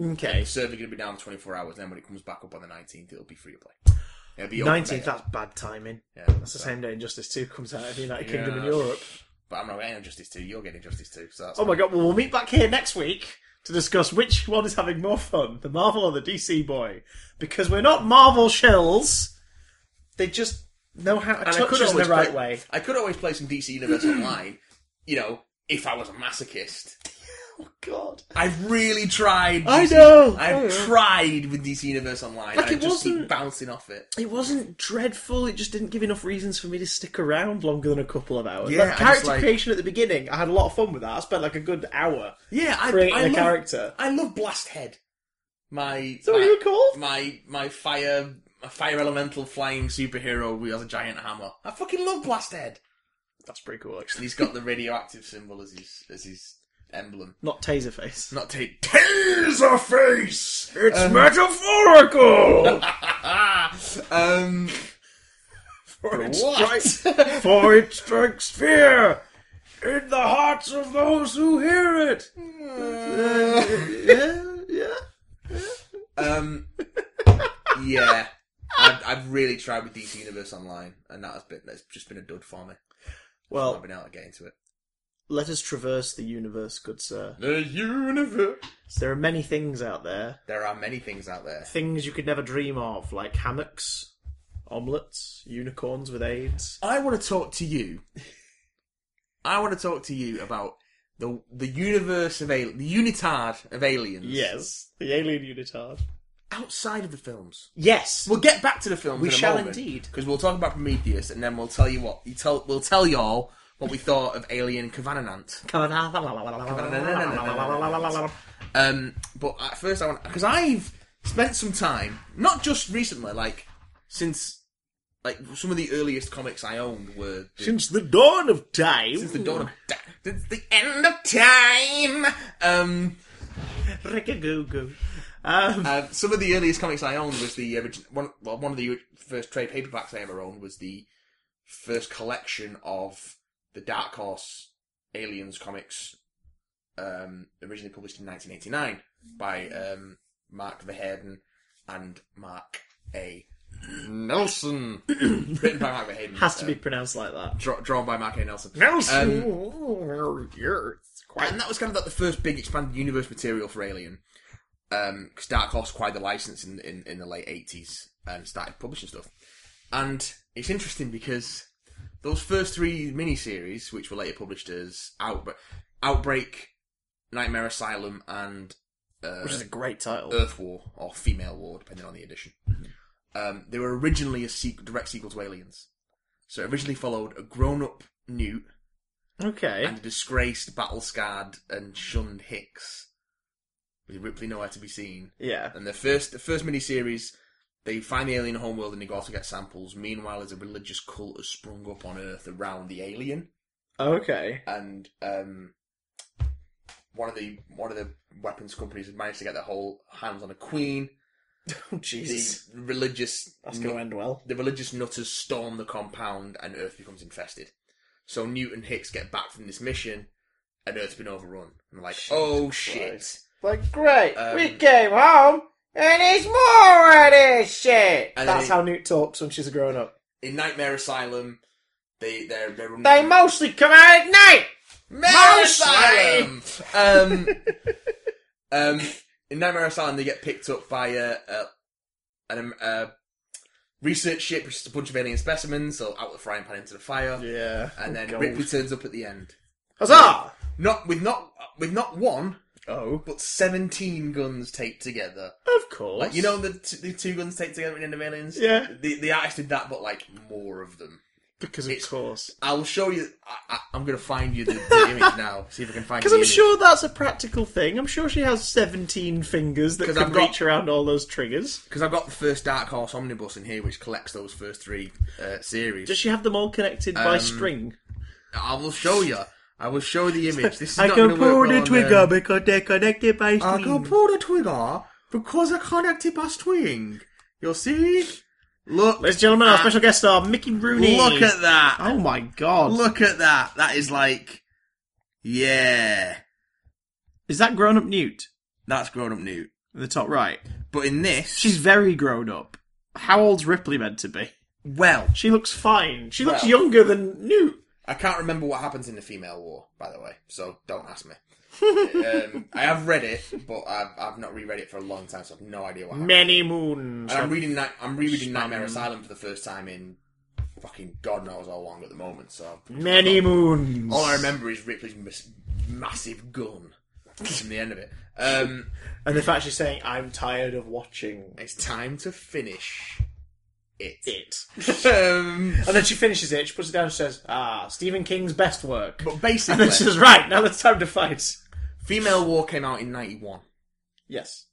A: Okay.
B: The server going to be down for 24 hours. Then when it comes back up on the 19th, it'll be free to play. It'll be open
A: 19th,
B: beta.
A: that's bad timing.
B: Yeah,
A: That's the same day Injustice 2 comes out in the United
B: Yeah.
A: Kingdom and Europe.
B: But I'm not getting Justice 2. You're getting Justice 2. So that's
A: Oh my god, well, we'll meet back here next week to discuss which one is having more fun, the Marvel or the DC boy. Because we're not Marvel shells. They just know how to
B: And
A: touch us in the
B: always
A: right
B: play,
A: way.
B: I could always play some DC Universe Online. You know, if I was a masochist,
A: Oh god.
B: I've really tried.
A: I
B: DC
A: know, I
B: I've
A: know.
B: tried with DC Universe Online.
A: Like,
B: and I
A: it
B: just keep
A: wasn't-
B: bouncing off it.
A: It wasn't dreadful, it just didn't give enough reasons for me to stick around longer than a couple of hours.
B: Yeah,
A: Like,
B: I just,
A: character
B: like-
A: creation at the beginning, I had a lot of fun with that. I spent like a good hour
B: Yeah, I,
A: creating
B: I
A: a
B: love,
A: character.
B: I love Blast Head. My
A: So what
B: my-
A: you were called?
B: my my fire my fire elemental flying superhero who has a giant hammer. I fucking love Blasthead.
A: That's pretty cool,
B: And
A: actually.
B: he's got the radioactive symbol as his as his emblem.
A: Not Taserface.
B: It's not take taser face. Um,
A: metaphorical!
B: um
A: for it
B: What?
A: strikes for it strikes fear in the hearts of those who hear it. yeah, yeah.
B: um yeah. I've, I've really tried with DC Universe Online, and that has been that's just been a dud for me. I've
A: Well,
B: been able to get into it.
A: let us traverse the universe, good sir.
B: The universe.
A: There are many things out there,
B: There are many things out there.
A: things you could never dream of, like hammocks, omelets, unicorns with AIDS.
B: I want to talk to you. I want to talk to you about the the universe of al- the unitard of aliens.
A: Yes, the alien unitard.
B: Outside of the films.
A: Yes.
B: We'll get back to the films.
A: We
B: in a
A: shall
B: moment,
A: indeed.
B: because we'll talk about Prometheus, and then we'll tell you what you tell. We'll tell y'all what we thought of Alien Covenant. Um, but at first, I want because I've spent some time, not just recently, like since like some of the earliest comics I owned were the
A: Since the dawn of time,
B: Since the dawn of time. Since the end of time. Um,
A: Ricka-goo-goo. Um,
B: uh, some of the earliest comics I owned was the origin. One, well, one of the first trade paperbacks I ever owned was the first collection of the Dark Horse Aliens comics, um, originally published in 1989 by um, Mark Verheyen and Mark A. Nelson, written by Mark Verheyen,
A: has to
B: uh,
A: be pronounced like that.
B: dra- drawn by Mark A. Nelson. Um,
A: Um,
B: and that was kind of like the first big expanded universe material for Alien. Because Dark Horse acquired the license in, in, in the late 80s and started publishing stuff. And it's interesting because those first three miniseries, which were later published as Outbreak, Outbreak Nightmare Asylum, and uh,
A: which is a great title.
B: Earth War or Female War, depending on the edition.
A: Mm-hmm.
B: Um, they were originally a sequ- direct sequel to Aliens. So it originally followed a grown up Newt
A: okay.
B: and a disgraced, battle scarred, and shunned Hicks, with Ripley nowhere to be seen.
A: Yeah.
B: And the first the first miniseries, they find the alien homeworld and they go off to get samples. Meanwhile, there's a religious cult has sprung up on Earth around the alien,
A: Okay.
B: and um, one of the one of the weapons companies has managed to get their whole hands on a queen.
A: Oh,
B: The
A: Jesus.
B: religious
A: That's going to
B: nut-
A: end well.
B: the religious nutters storm the compound, and Earth becomes infested. So Newt and Hicks get back from this mission, and Earth's been overrun. And they're like,
A: Jesus
B: oh shit.
A: Christ. Like, great.
B: Um,
A: we came home and it's more of this shit.
B: And
A: That's
B: then-
A: how Newt talks when she's a grown up.
B: in Nightmare Asylum, they they're they're
A: They mostly come out at night.
B: Nightmare
A: Asylum!
B: Asylum. um, um, in Nightmare Asylum, they get picked up by a, a an um, uh, research ship, which is a bunch of alien specimens. So out of the frying pan into the fire,
A: Yeah. Oh,
B: and then
A: God.
B: Ripley turns up at the end.
A: Huzzah!
B: Not with not with not one,
A: Oh.
B: but seventeen guns taped together.
A: Of course.
B: Like you know the t- the two guns taped together in End of Aliens.
A: Yeah.
B: the the artist did that, but like more of them.
A: Because of
B: it's-
A: course.
B: I will show you. I, I, I'm going to find you the, the image now. See if I can find.
A: Because
B: the
A: I'm
B: image.
A: sure that's a practical thing. I'm sure she has 17 fingers that
B: 'Cause
A: can
B: I've got-
A: reach around all those triggers.
B: because I've got the first Dark Horse omnibus in here, which collects those first three uh, series.
A: Does she have them all connected by
B: Um,
A: string?
B: I will show you. I will show the image. This is
A: I
B: not
A: can
B: gonna work
A: pull
B: well
A: the
B: on,
A: trigger
B: um,
A: because they're connected by
B: I
A: string.
B: can pull the trigger because I connected by string. You see? Look,
A: Ladies and gentlemen, our
B: at-
A: special guest star, Mickey Rooney.
B: Look at that.
A: Oh my god.
B: Look at that. That is like, yeah,
A: Is that grown up Newt?
B: that's grown up Newt.
A: In the top right.
B: But in this,
A: She's very grown up. How old's Ripley meant to be?
B: well.
A: She looks fine. She looks
B: Well.
A: younger than Newt.
B: I can't remember what happens in the female war, by the way, so don't ask me. um, I have read it, but I've, I've not reread it for a long time, so I've no idea what happens.
A: Many moons.
B: And I'm reading Night- I'm rereading
A: Spam.
B: Nightmare Asylum for the first time in fucking God knows how long at the moment. So
A: Many moons.
B: all I remember is Ripley's mas- massive gun from the end of it. Um,
A: And the fact she's saying, I'm tired of watching
B: it's time to finish it.
A: it.
B: um,
A: And then she finishes it, she puts it down and says, Ah, Stephen King's best work.
B: but
A: And then
B: basically,
A: she says, Right, now it's time to fight.
B: Female War came out in '91.
A: Yes.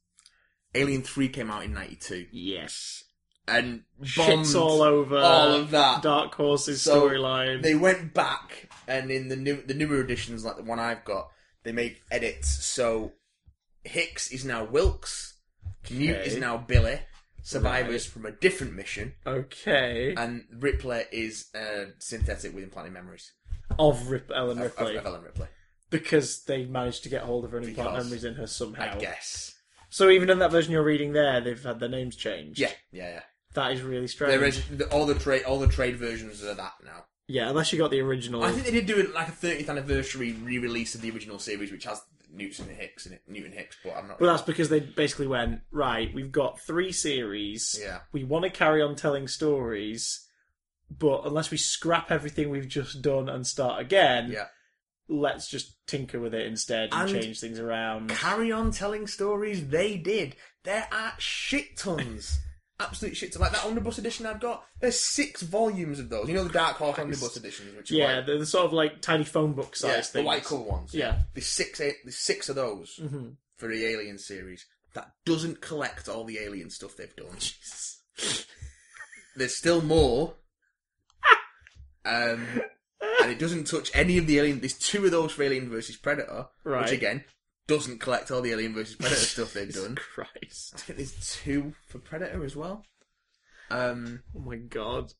B: Alien Three came out in '92,
A: Yes.
B: and bombed
A: Shit's all over
B: all of that.
A: Dark Horse's
B: So,
A: storyline.
B: they went back and in the new the newer editions like the one I've got, they make edits. So Hicks is now Wilkes, Newt
A: Okay.
B: is now Billy, survivors from a different mission,
A: Okay.
B: and Ripley is uh, synthetic with implanted memories
A: of Rip- Ellen
B: of,
A: Ripley.
B: of Ellen Ripley.
A: because they managed to get hold of her and implant
B: Because-
A: memories in her somehow.
B: I guess.
A: So even in that version you're reading there, they've had their names changed.
B: Yeah, yeah, yeah.
A: That is really strange.
B: There is the, all the trade all the trade versions of that now.
A: Yeah, unless you got the original.
B: I think they did do it like a 30th anniversary re-release of the original series, which has Newton and Hicks in it. Newton Hicks, but I'm not.
A: Well, that's because they basically went right. We've got three series.
B: Yeah.
A: We want to carry on telling stories, but unless we scrap everything we've just done and start again,
B: Yeah.
A: let's just tinker with it instead and,
B: And-
A: change things around.
B: carry on telling stories they did. There are shit tons. Absolute shit tons. Like that omnibus edition I've got, there's six volumes of those. You know the Dark Horse omnibus editions, which are
A: Yeah,
B: white,
A: they're the sort of like tiny phone book
B: yeah,
A: size
B: the
A: things.
B: white cover ones.
A: Yeah.
B: There's six, eh, there's six of those
A: hmm
B: for the Alien series. That doesn't collect all the Alien stuff they've done. There's still more. um, and it doesn't touch any of the Alien. There's two of those for Alien versus Predator,
A: Right.
B: which again doesn't collect all the Alien versus Predator stuff they've
A: Jesus
B: done. I
A: Christ!
B: think there's two for Predator as well. Um,
A: Oh my god!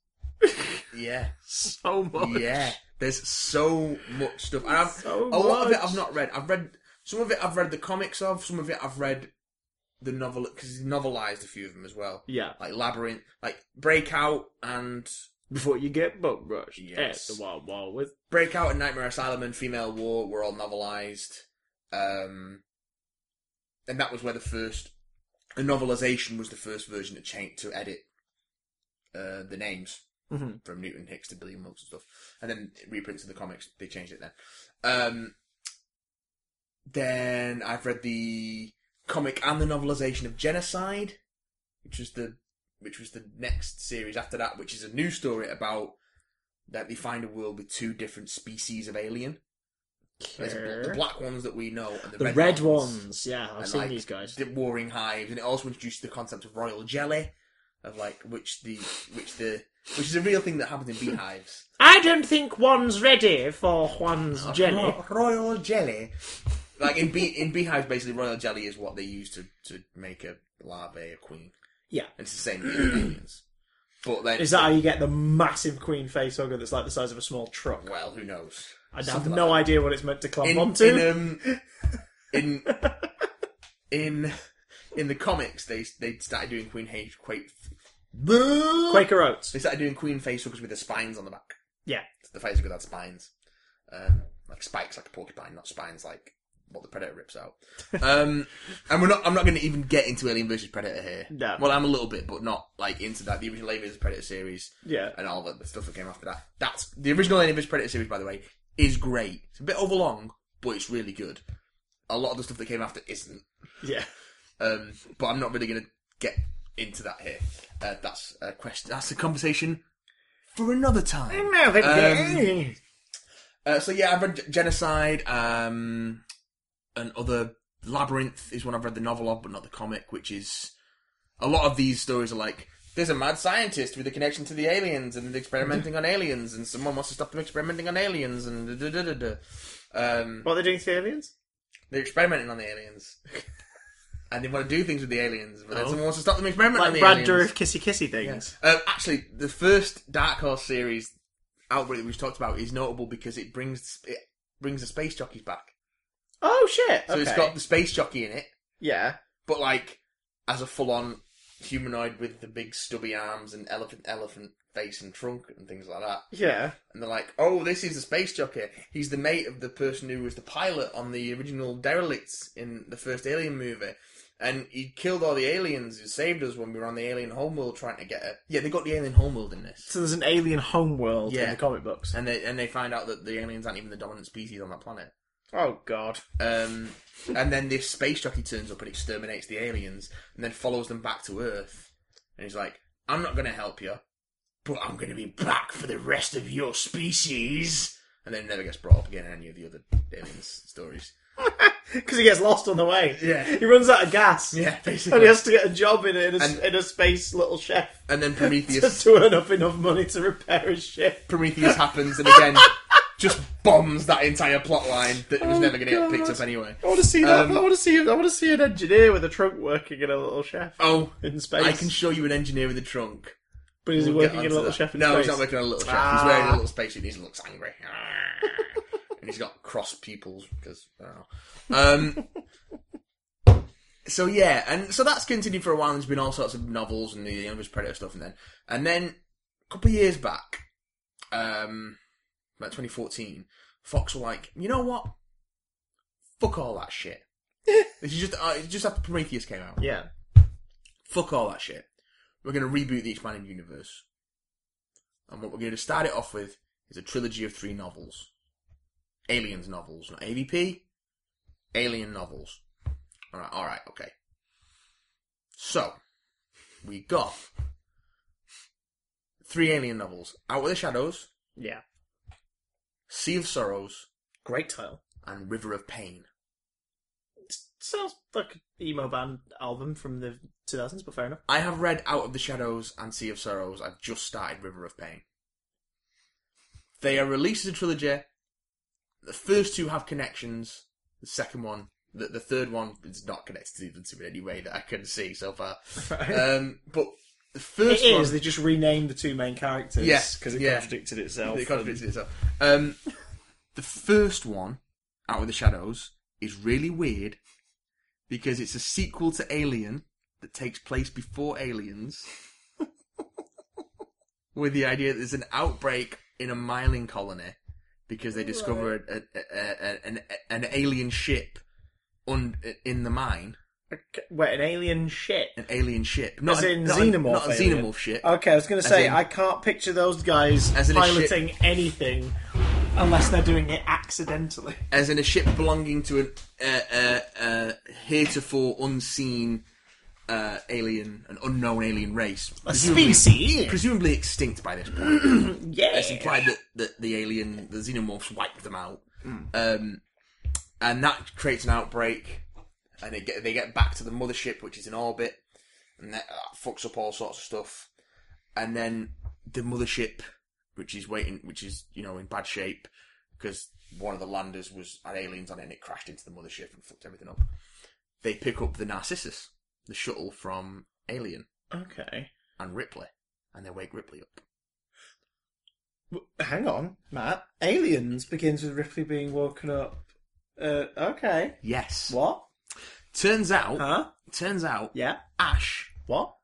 B: yeah,
A: So much.
B: yeah. There's so much stuff. And I've,
A: So
B: a lot of it
A: much.
B: I've not read. I've read some of it. I've read the comics of some of it. I've read the novel because he's novelized a few of them as well.
A: Yeah.
B: Like Labyrinth, like Breakout and
A: Before you get butt rushed
B: Yes.
A: at the wild wall with
B: Breakout and Nightmare Asylum and Female War were all novelized. Um, and that was where the first the novelization was the first version to change to edit uh, the names.
A: Mhm.
B: from Newton Hicks to Billy Wilkes and stuff, and then reprints of the comics. They changed it then. Um, then I've read the comic and the novelization of Genocide, which was the which was the next series after that, which is a new story about that they find a world with two different species of alien. There's bl- the black ones that we know and the,
A: The
B: red,
A: red,
B: ones.
A: ones. Yeah, I've
B: and,
A: seen
B: like,
A: these guys.
B: The warring hives, and it also introduced the concept of royal jelly, of like which the which the which is a real thing that happens in beehives.
A: I don't think one's ready for one's jelly.
B: Ro- royal jelly. Like in bee in beehives, basically royal jelly is what they use to to make a larvae a queen.
A: Yeah.
B: it's the same thing with aliens. But then
A: Is that how you get the massive queen face hugger that's like the size of a small truck?
B: well, who knows?
A: I have
B: Something like
A: no
B: that.
A: idea what it's meant to climb
B: in,
A: onto.
B: in um in in in the comics they they started doing Queen H Quake
A: Quaker Oats.
B: They started doing Queen facehuggers with the spines on the back.
A: Yeah.
B: So the facehugger had spines, um, like spikes, like a porcupine, not spines like what the predator rips out. Um, and we're not. I'm not going to even get into Alien versus Predator here.
A: No.
B: Well, I'm a little bit, but not like into that. The original Alien versus Predator series
A: Yeah.
B: and all the, the stuff that came after that. That's the original Alien vs Predator series, by the way, is great. It's a bit overlong, but it's really good. A lot of the stuff that came after isn't,
A: Yeah.
B: um, but I'm not really going to get into that here. Uh, that's a question. That's a conversation for another time. Um, Uh, so yeah, I've read G- Genocide, um, and other Labyrinth is one I've read the novel of, but not the comic. Which is a lot of these stories are like there's a mad scientist with a connection to the aliens and experimenting on aliens, and someone wants to stop them experimenting on aliens, and da da da da. da. Um,
A: what are they doing to the aliens?
B: they're experimenting on the aliens, and they want to do things with the aliens, but then
A: Oh.
B: someone wants to stop them experimenting on
A: Like
B: the
A: Brad
B: aliens.
A: Dourif kissy kissy things.
B: Um, actually, the first Dark Horse series outbreak that we've talked about is notable because it brings it brings the space jockeys back.
A: Oh shit!
B: So it's
A: okay.
B: got the space jockey in it,
A: yeah.
B: but like as a full on humanoid with the big stubby arms and elephant elephant face and trunk and things like that.
A: Yeah.
B: And they're like, "Oh, this is the space jockey. He's the mate of the person who was the pilot on the original derelicts in the first Alien movie." And he killed all the aliens who saved us when we were on the alien homeworld trying to get it. Yeah, they got the alien homeworld in this.
A: So there's an alien homeworld in
B: Yeah.
A: the comic books.
B: and they and they find out that the aliens aren't even the dominant species on that planet.
A: Oh god.
B: Um, and then this space jockey turns up and exterminates the aliens, and then follows them back to Earth. And he's like, "I'm not going to help you, but I'm going to be back for the rest of your species." And then it never gets brought up again in any of the other aliens stories.
A: Because he gets lost on the way.
B: Yeah.
A: He runs out of gas.
B: Yeah,
A: And he
B: basically.
A: has to get a job in a, in a,
B: And-
A: in a space little chef
B: And then
A: just
B: Prometheus
A: to earn up enough money to repair his ship.
B: Prometheus happens, and again just bombs that entire plot line that was
A: Oh,
B: never going to get picked
A: God.
B: up anyway.
A: I want to see that.
B: Um,
A: I want to see. I want to see an engineer with a trunk working in a little chef
B: Oh,
A: in space.
B: I can show you an engineer with a trunk.
A: but is he
B: We'll get
A: working in a
B: onto
A: little
B: that.
A: chef in
B: no,
A: space?
B: he's not working on a little chef. He's
A: Ah.
B: wearing a little spacesuit and he looks angry. Ah. and he's got cross pupils because I don't know. Um, so yeah, and so that's continued for a while. There's been all sorts of novels and the Youngest Predator stuff, and then and then a couple of years back, um, about 2014, Fox were like, you know what? Fuck all that shit. this is just uh, it's just after Prometheus came out.
A: Yeah.
B: Fuck all that shit. We're going to reboot the expanded universe. And what we're going to start it off with is a trilogy of three novels. Aliens novels, not AVP. Alien novels. Alright, alright, okay. So, we got three alien novels Out of the Shadows,
A: Yeah.
B: Sea of Sorrows,
A: Great title.
B: and River of Pain.
A: Sounds like an emo band album from the 2000s, but fair enough.
B: I have read Out of the Shadows and Sea of Sorrows. I've just started River of Pain. They are released as a trilogy. The first two have connections. The second one, the, the third one is not connected to the other two in any way that I can see so far. Um, but the
A: It
B: first one
A: is. They just renamed the two main characters.
B: Yeah,
A: because it
B: yeah.
A: contradicted itself.
B: It contradicts itself. Um, the first one, Out of the Shadows, is really weird because it's a sequel to Alien that takes place before Aliens, with the idea that there's an outbreak in a myelin colony because they discover a, a, a, a, an, an alien ship un, in the mine.
A: Okay, Wait, an alien shit.
B: An alien ship, not
A: As
B: a-
A: in
B: not a-
A: xenomorph
B: not a
A: alien. Oh,
B: xenomorph ship.
A: Okay, I was going to say
B: in-
A: I can't picture those guys
B: As in a ship.
A: piloting anything unless they're doing it accidentally.
B: as in a ship belonging to an uh, uh, uh, heretofore unseen uh, alien, an unknown alien race, presumably,
A: Species.
B: presumably extinct by this point. It's
A: Yeah.
B: implied that, that the alien, the xenomorphs, wiped them out, um, and that creates an outbreak, and they get they get back to the mothership, which is in orbit, and that, that fucks up all sorts of stuff, and then the mothership, which is waiting, which is you know in bad shape because one of the landers was had aliens on it and it crashed into the mothership and fucked everything up. They pick up the Narcissus, the shuttle from Alien,
A: Okay.
B: and Ripley, and they wake Ripley up.
A: W- Hang on, Matt. Aliens begins with Ripley being woken up. Uh, okay.
B: Yes.
A: What?
B: Turns out,
A: Huh?
B: turns out,
A: Yeah.
B: Ash,
A: What?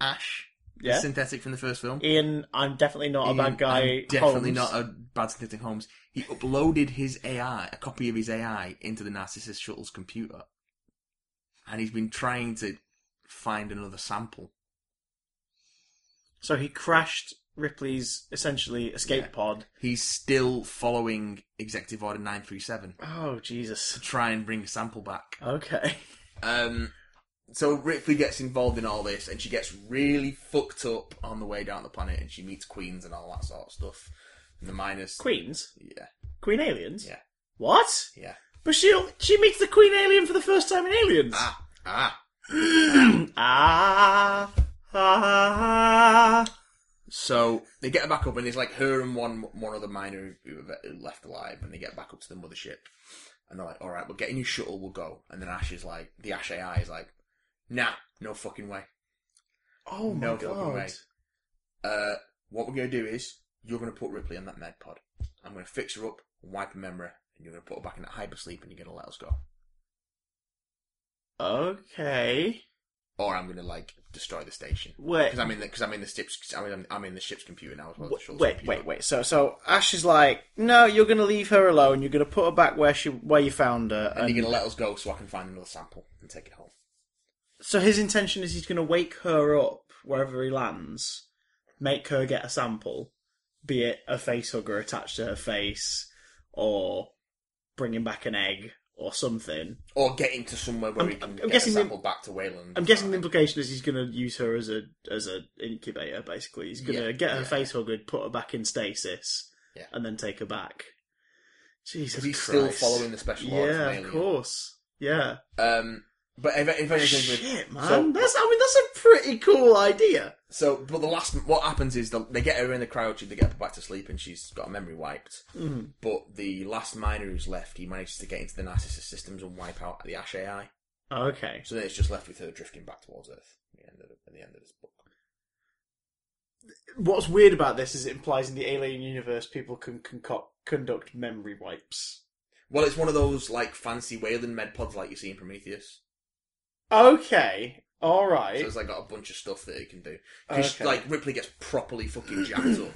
B: Ash, the
A: Yeah.
B: synthetic from the first film.
A: Ian, I'm definitely not a
B: Ian-
A: bad guy.
B: I'm definitely
A: Holmes.
B: not a bad synthetic Holmes. He uploaded his AI, a copy of his AI, into the Narcissus shuttle's computer, and he's been trying to find another sample.
A: So he crashed Ripley's essentially escape
B: Yeah.
A: pod.
B: He's still following Executive Order 937
A: Oh
B: to
A: Jesus.
B: try and bring a sample back.
A: Okay.
B: Um, so Ripley gets involved in all this, and she gets really fucked up on the way down the planet, and she meets Queens and all that sort of stuff. And the Miners,
A: Queens,
B: yeah,
A: Queen aliens.
B: Yeah.
A: What?
B: yeah,
A: But she she meets the Queen alien for the first time in Aliens.
B: ah, ah.
A: ah. ah.
B: So they get her back up, and it's like her and one one other miner who, who left alive, and they get back up to the mothership, and they're like, "All right, we'll get in your shuttle, we'll go." And then Ash is like, the Ash AI is like, "Nah, no fucking way."
A: Oh my
B: No fucking
A: god.
B: way. Uh, what we're going to do is you're going to put Ripley on that med pod. I'm going to fix her up, wipe her memory, and you're going to put her back in that hypersleep, and you're going to let us go.
A: Okay.
B: Or I'm going to like destroy the station
A: Wait.
B: because I'm in the because I'm in the ship's I'm in, I'm in the ship's computer now as well. as the
A: Wait,
B: shuttle's
A: wait,
B: computer.
A: wait, wait. So, so Ash is like, no, you're gonna leave her alone. You're gonna put her back where she, where you found her.
B: And you're going to let us go so I can find another sample and take it home.
A: So his intention is he's going to wake her up wherever he lands, make her get a sample, be it a face hugger attached to her face, or bringing back an egg or something.
B: Or get into somewhere where
A: I'm-
B: we can
A: I'm
B: get
A: guessing
B: a
A: the-
B: sample back to Wayland.
A: I'm guessing the implication is he's going to use her as a as an incubator. Basically, he's going to
B: Yeah,
A: get her
B: yeah.
A: face huggered, put her back in stasis,
B: Yeah.
A: and then take her back. Jesus,
B: Because he's still
A: Christ.
B: following the special order from
A: Yeah,
B: Alien.
A: of course. Yeah.
B: Um, but if, if anything, with-
A: Shit, man.
B: So,
A: that's I mean that's a pretty cool idea.
B: So, but the last, what happens is the, they get her in the crowd, she- they get her back to sleep, and she's got her memory wiped.
A: Mhm.
B: But the last miner who's left, he manages to get into the Narcissus systems and wipe out the Ash AI.
A: Okay.
B: So then it's just left with her drifting back towards Earth at the end of, at the end of this book.
A: What's weird about this is it implies in the alien universe people can concoct, conduct memory wipes.
B: Well, it's one of those like fancy Wayland med pods like you see in Prometheus.
A: Okay, all
B: So
A: right.
B: it's like got a bunch of stuff that it can do. 'Cause,
A: Oh, Okay.
B: like Ripley gets properly fucking jacked up.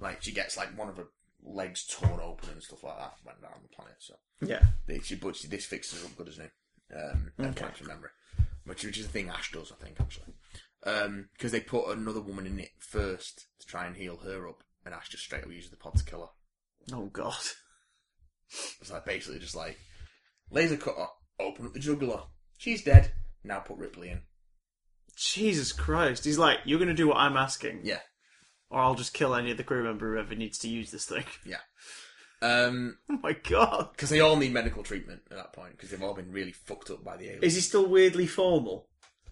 B: Like she gets like one of her legs torn open and stuff like that when down on the planet. So
A: yeah.
B: They- she, but she, this fixes her up good, doesn't it? Um, and
A: Okay.
B: wipes her memory, which which is a thing Ash does, I think, actually. Because they put another woman in it first to try and heal her up, and Ash just straight up uses the pod to kill her.
A: Oh god.
B: It's like basically just like laser cutter, open up the juggler, she's dead. Now put Ripley in.
A: Jesus Christ. He's like, you're gonna do what I'm asking,
B: Yeah,
A: or I'll just kill any of the crew member who ever needs to use this thing.
B: yeah. Um,
A: Oh my god.
B: because they all need medical treatment at that point because they've all been really fucked up by the aliens.
A: Is he still weirdly formal?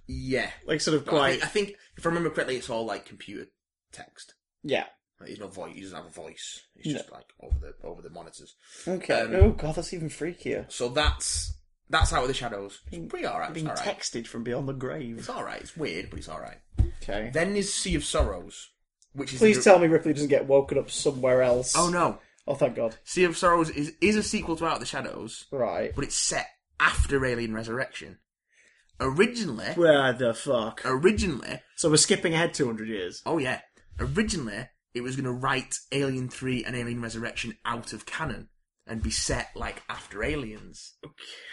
B: Yeah,
A: Like sort of
B: But I
A: quite.
B: think, I think if I remember correctly, it's all like computer text.
A: Yeah.
B: Like, he's not voice. He doesn't have a voice. He's just like over the over the monitors.
A: Okay.
B: Um,
A: oh god, that's even freakier.
B: So that's that's out of the shadows. It's pretty all right. It's
A: Being
B: all right.
A: texted from beyond the grave.
B: It's all right. It's weird, but it's all right.
A: Okay.
B: Then is Sea of Sorrows, which is the-
A: Please tell me Ripley doesn't get woken up somewhere else.
B: Oh no,
A: Oh thank God.
B: Sea of Sorrows is is a sequel to Out of the Shadows,
A: Right.
B: but it's set after Alien Resurrection. Originally,
A: Where the fuck?
B: originally,
A: So we're skipping ahead 200 years.
B: oh yeah, originally it was going to write Alien Three and Alien Resurrection out of canon and be set like after Aliens.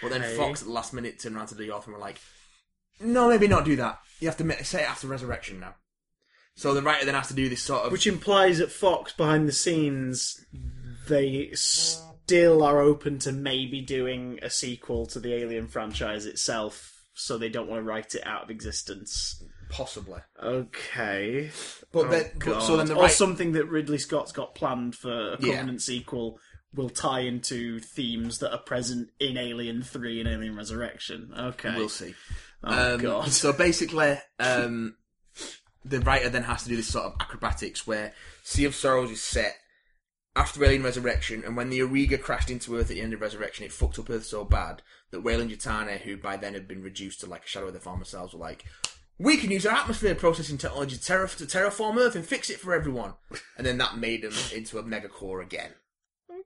B: But then
A: Okay.
B: Fox at the last minute turned around to the author and were like, no, maybe not do that. You have to ma- say it after Resurrection now. So the writer then has to do this sort of.
A: Which implies that Fox, behind the scenes, they still are open to maybe doing a sequel to the Alien franchise itself, so they don't want to write it out of existence.
B: possibly.
A: Okay.
B: But
A: Oh,
B: then, but, so
A: God.
B: then the
A: or
B: right.
A: something that Ridley Scott's got planned for a
B: Yeah.
A: Covenant sequel will tie into themes that are present in Alien Three and Alien Resurrection. Okay.
B: We'll see.
A: oh
B: Um,
A: God.
B: So basically, um, the writer then has to do this sort of acrobatics where Sea of Sorrows is set after Alien Resurrection, and when the Auriga crashed into Earth at the end of Resurrection, it fucked up Earth so bad that Weyland Yutani, who by then had been reduced to like a shadow of their former selves, were like, "We can use our atmosphere processing technology to, terra- to terraform Earth and fix it for everyone." And then that made them into a megacore again.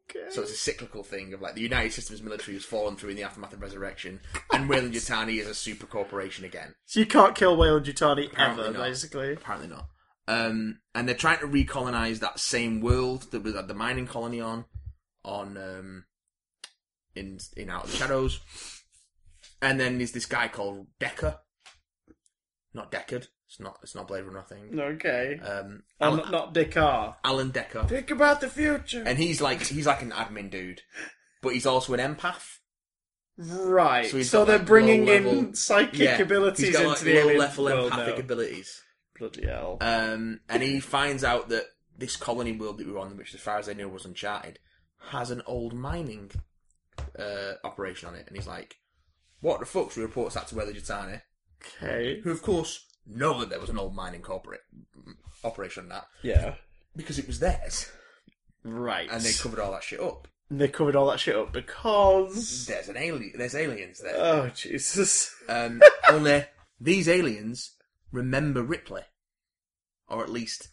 A: Okay.
B: So it's a cyclical thing of like the United Systems military has fallen through in the aftermath of Resurrection, and Weyland Yutani is a super corporation again.
A: So you can't kill Wayland Yutani
B: Apparently
A: ever,
B: not.
A: basically.
B: Apparently not. Um, and they're trying to recolonize that same world that was at the mining colony on, on um, in in Out of the Shadows. And then there's this guy called Decker. Not Deckard. It's not. It's not Blade Runner. I think.
A: Okay.
B: Um,
A: And
B: Alan,
A: not Dick R.
B: Alan Decker.
A: Think about the future.
B: And he's like he's like an admin dude, but he's also an empath.
A: Right.
B: So
A: So,
B: he's got,
A: they're
B: like,
A: bringing
B: low-level-
A: in psychic abilities
B: he's got,
A: into
B: like,
A: the alien
B: low-level
A: world
B: empathic
A: now.
B: abilities.
A: Bloody hell.
B: Um, and he finds out that this colony world that we were on, which as far as I knew was uncharted, has an old mining uh, operation on it. And he's like, what the fuck? So he reports that to Weather Jatani,
A: Okay.
B: who of course know that there was an old mining corporate mm, operation on that
A: Yeah.
B: because it was theirs.
A: Right.
B: And they covered all that shit up.
A: And they covered all that shit up because.
B: There's an alien. There's aliens there.
A: Oh, Jesus.
B: Um, only these aliens remember Ripley, or at least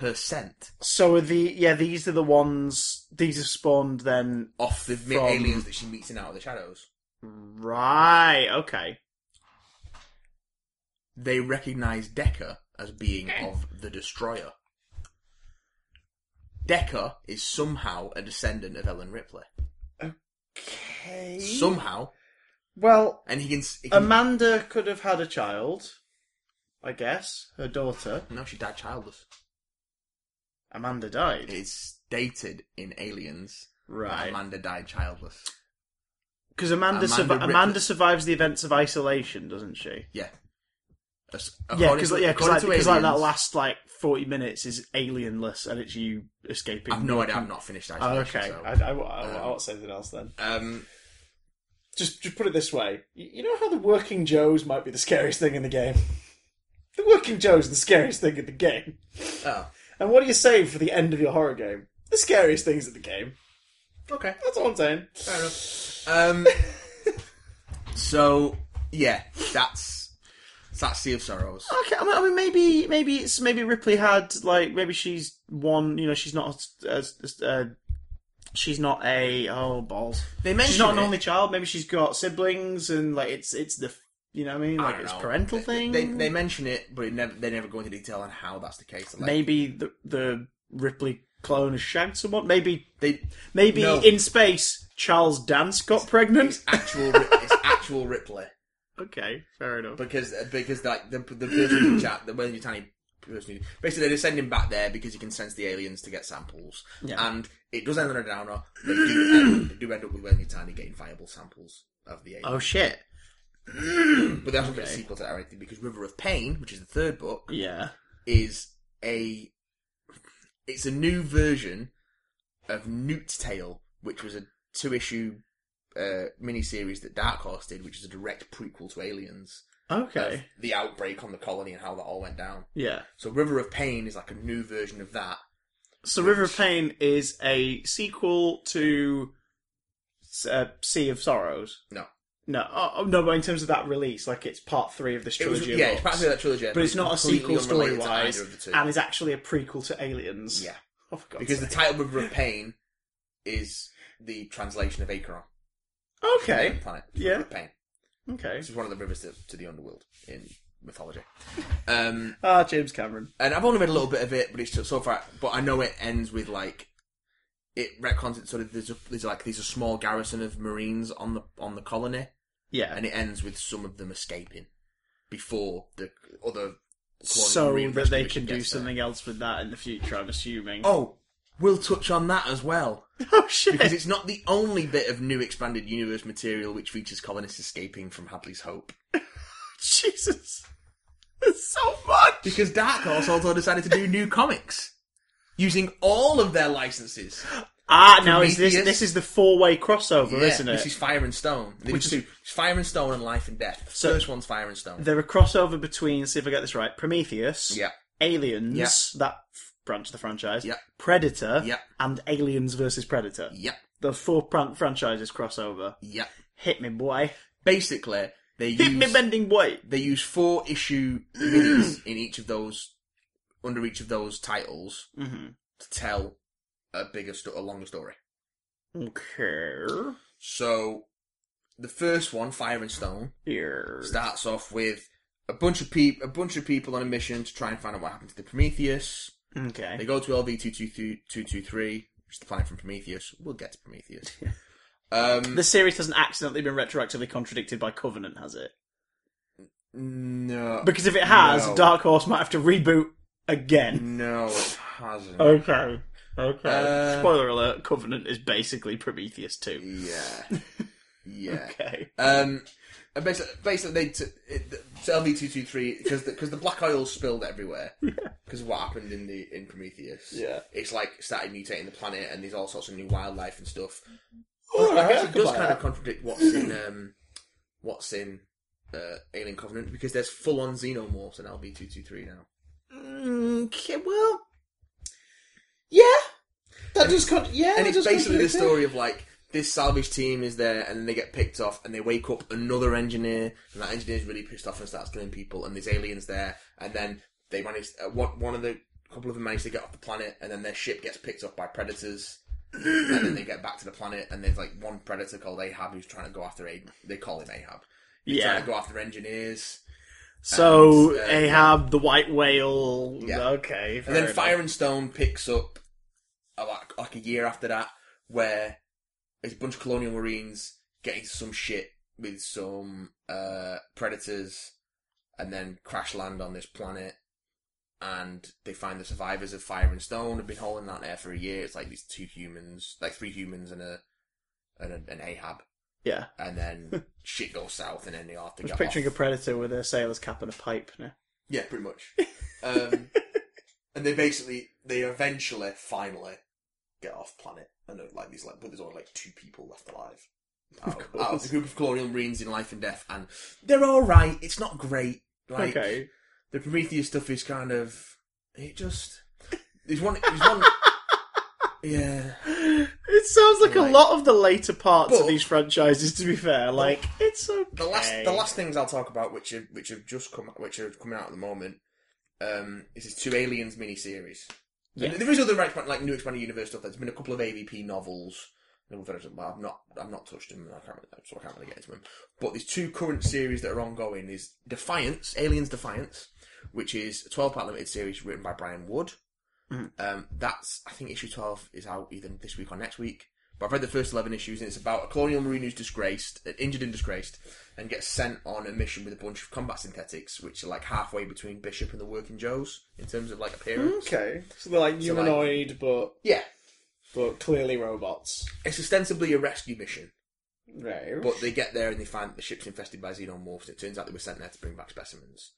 B: her scent
A: So are the. Yeah, these are the ones. These have spawned then.
B: off the
A: From-
B: aliens that she meets in Out of the Shadows.
A: Right. Okay.
B: they recognize Decker as being of the Destroyer. Decker is somehow a descendant of Ellen Ripley.
A: Okay.
B: Somehow,
A: Well,
B: and he can. He can
A: Amanda could have had a child. I guess. Her daughter.
B: no, she died childless.
A: Amanda died.
B: It's stated in Aliens that
A: Right.
B: Amanda died childless.
A: Because Amanda,
B: Amanda
A: survi-
B: Ripley-
A: Amanda survives the events of isolation, doesn't she?
B: Yeah. As-
A: yeah,
B: according
A: because
B: to-
A: yeah, 'cause,
B: according
A: like,
B: to
A: because, like, that
B: Aliens-
A: last like forty minutes is alienless, and it's you escaping.
B: I've no idea. I've not finished
A: Oh,
B: Isolation.
A: okay,
B: so-
A: I, I, I, I
B: um,
A: won't say anything else then.
B: um,
A: Just just put it this way: you, you know how the working Joes might be the scariest thing in the game. the working Joes are the scariest thing in the game.
B: oh,
A: And what do you say for the end of your horror game? The scariest things in the game.
B: okay.
A: That's all I'm saying.
B: Fair enough. Um, so yeah, that's that's Sea of Sorrows.
A: Okay, I mean, I mean, maybe, maybe it's maybe Ripley had like maybe she's one. You know, she's not a, a, a- uh, she's not a oh balls.
B: They
A: She's
B: mention
A: not an
B: it.
A: only child. Maybe she's got siblings and like it's it's the you know what I mean
B: I
A: like
B: don't
A: it's
B: know.
A: parental
B: They-
A: thing.
B: They, they mention it, but it never, they never go into detail on how that's the case. Like,
A: maybe the the Ripley clone has shagged someone. Maybe
B: they
A: maybe
B: No.
A: in space Charles Dance got pregnant.
B: it's actual Ri- it's actual Ripley
A: okay, fair enough.
B: because because like the the person who chat the Wayland Yutani person who- basically they send him back there because he can sense the aliens to get samples,
A: Yeah.
B: and it does end on a downer. They do end, they do end up with Wayland Yutani getting viable samples of the aliens.
A: oh shit.
B: But they also get a
A: Okay.
B: sequel to that already because River of Pain, which is the third book,
A: Yeah.
B: is a it's a new version of Newt's Tale, which was a two issue uh, miniseries that Dark Horse did, which is a direct prequel to Aliens.
A: Okay.
B: of The outbreak on the colony and how that all went down.
A: yeah.
B: So River of Pain is like a new version of that.
A: So River of Pain is a sequel to uh, Sea of Sorrows.
B: No.
A: No, oh, oh, no, but in terms of that release, like it's part three of this
B: It was,
A: trilogy. of
B: yeah, it's
A: books.
B: practically that trilogy.
A: but it's not a
B: completely
A: sequel story
B: unrelated to
A: wise,
B: either of the two.
A: and is actually a prequel to Aliens.
B: Yeah.
A: oh, for God's
B: Because the
A: sake.
B: title River of Pain is the translation of Acheron.
A: okay,
B: Planet.
A: Yeah.
B: River of Pain.
A: okay.
B: This is one of the rivers to, to the underworld in mythology. Um,
A: Ah, James Cameron.
B: and I've only read a little bit of it, but it's just so far. But I know it ends with like it retcons it sort of there's a, there's like there's a small garrison of marines on the on the colony,
A: Yeah,
B: and it ends with some of them escaping before the other colony
A: so
B: marine
A: that they
B: rescue
A: can
B: mission
A: do
B: gets there.
A: something else with that in the future. I'm assuming.
B: Oh, we'll touch on that as well.
A: Oh shit!
B: Because it's not the only bit of new expanded universe material which features colonists escaping from Hadley's Hope.
A: Jesus, it's so much.
B: Because Dark Horse also decided to do new comics using all of their licenses.
A: Ah, now is this
B: Prometheus.
A: this is the four way crossover,
B: Yeah,
A: isn't it?
B: This is Fire and Stone. They
A: uh, Which
B: Which two.
A: is-
B: Fire and Stone and Life and Death.
A: So-
B: First one's Fire and Stone.
A: They're a crossover between. See if I get this right. Prometheus.
B: Yeah.
A: Aliens.
B: Yeah.
A: That f- branch of the franchise.
B: Yeah.
A: Predator.
B: Yeah.
A: And Aliens versus Predator.
B: Yep.
A: The four pran- franchises crossover.
B: Yep.
A: Hit me, boy.
B: Basically, they
A: Hit
B: use
A: me, bending boy.
B: they use four issue minis in each of those under each of those titles
A: hmm
B: to tell a bigger sto- a longer story.
A: Okay.
B: So the first one, Fire and Stone,
A: Here.
B: starts off with a bunch of peop a bunch of people on a mission to try and find out what happened to the Prometheus. They
A: Okay.
B: go to LV 223, which is the planet from Prometheus. We'll get to Prometheus. Um,
A: The series hasn't accidentally been retroactively contradicted by Covenant, has it?
B: no.
A: Because if it has,
B: No.
A: Dark Horse might have to reboot again.
B: No, it
A: Oh.
B: hasn't.
A: Okay. Okay.
B: Mm. Uh,
A: Spoiler alert: Covenant is basically Prometheus too.
B: Yeah. Yeah.
A: Okay.
B: Um, and basically, basically they t- it, so LV223 because the, 'cause the black oil spilled everywhere because of what happened in the in Prometheus.
A: Yeah.
B: it's like started mutating the planet, and there's all sorts of new wildlife and stuff.
A: Oh,
B: I guess it does kind of contradict what's in um, what's in uh, Alien Covenant because there's full on xenomorphs in LV223 now.
A: Okay, well, yeah, that just con- yeah,
B: and
A: that
B: it's
A: does
B: basically the
A: contradict it.
B: story of like this salvage team is there and they get picked off and they wake up another engineer and that engineer's really pissed off and starts killing people and there's aliens there and then they manage uh, one one of the couple of them manage to get off the planet and then their ship gets picked up by predators and then they get back to the planet and there's like one predator called Ahab who's trying to go after Ahab they call him Ahab he's trying
A: Yeah,
B: to go after engineers
A: so
B: and, uh,
A: Ahab, the White Whale.
B: Yeah.
A: Okay, fair
B: and then
A: enough.
B: Fire and Stone picks up uh, like, like a year after that, where there's a bunch of colonial marines getting some shit with some uh, predators, and then crash land on this planet, and they find the survivors of Fire and Stone have been holding out there for a year. It's like these two humans, like three humans and a and a, an Ahab,
A: Yeah,
B: and then shit goes south, and then they have to
A: I was
B: get
A: picturing
B: off.
A: a predator with a sailor's cap and a pipe. Now,
B: Yeah, pretty much. Um, and they basically, they eventually, finally, get off planet. And they're like these, like, but there's only like two people left alive. Out of,
A: course.
B: out of the group of colonial marines in life and death, and they're all right. It's not great. Like
A: okay,
B: the Prometheus stuff is kind of it just. There's one. There's one. yeah.
A: it sounds like
B: Right.
A: a lot of the later parts of
B: But-
A: these franchises. To be fair, like it's okay.
B: The last the last things I'll talk about, which have which have just come which are coming out at the moment, um, is this two aliens miniseries.
A: Yeah.
B: And there is other expan- like new expanded universe stuff. There's been a couple of AVP novels. Novel versions, but I've not I've not touched them. I can't really, so I can't really get into them. But there's two current series that are ongoing. Is Defiance, Aliens Defiance, which is a 12 part limited series written by Brian Wood.
A: Mhm.
B: Um, that's I think issue 12 is out either this week or next week. But I've read the first 11 issues, and it's about a colonial marine who's disgraced, uh, injured and disgraced, and gets sent on a mission with a bunch of combat synthetics, which are like halfway between Bishop and the Working Joes in terms of like appearance.
A: Okay, so they're like
B: So, like-
A: humanoid, but
B: Yeah,
A: but clearly robots.
B: it's ostensibly a rescue mission,
A: Right.
B: but they get there and they find the ship's infested by xenomorphs. And it turns out they were sent there to bring back specimens.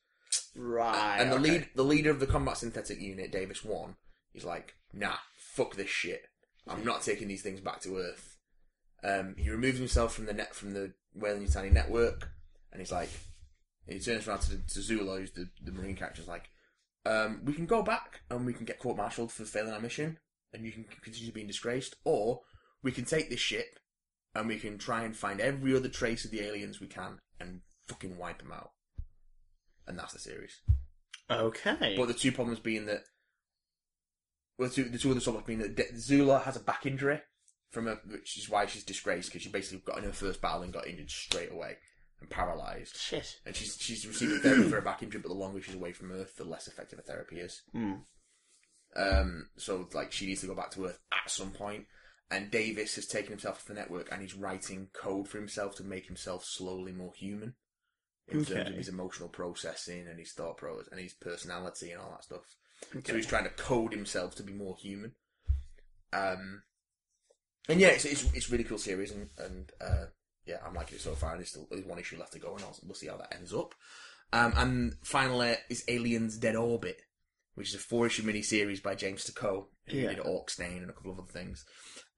A: right.
B: and the
A: okay.
B: lead, the leader of the combat synthetic unit, Davis One, is like, "Nah, fuck this shit. I'm not taking these things back to Earth." Um, he removes himself from the net from the Whaling Tiny network, and he's like, he turns around to, to Zula, who's the, the Marine character's like, um, "We can go back and we can get court-martialed for failing our mission, and you can continue being disgraced, or we can take this ship and we can try and find every other trace of the aliens we can and fucking wipe them out." And that's the series.
A: Okay.
B: But the two problems being that, well, the two, the two other problems being that De- Zula has a back injury from a, which is why she's disgraced because she basically got in her first battle and got injured straight away and paralyzed.
A: Shit.
B: And she's she's receiving therapy for her back injury, but the longer she's away from Earth, the less effective her therapy is.
A: Mm.
B: Um, so like she needs to go back to Earth at some point. And Davis has taken himself off the network and he's writing code for himself to make himself slowly more human in terms
A: Okay.
B: of his emotional processing and his thought process and his personality and all that stuff. So
A: Okay.
B: he's trying to code himself to be more human. Um, and yeah, it's, it's it's a really cool series, and and uh, yeah, I'm liking it so far. And there's still there's one issue left to go, and I'll, we'll see how that ends up. Um, and finally is Aliens Dead Orbit, which is a four issue miniseries by James Taco, who
A: Yeah.
B: did Orcstain and a couple of other things.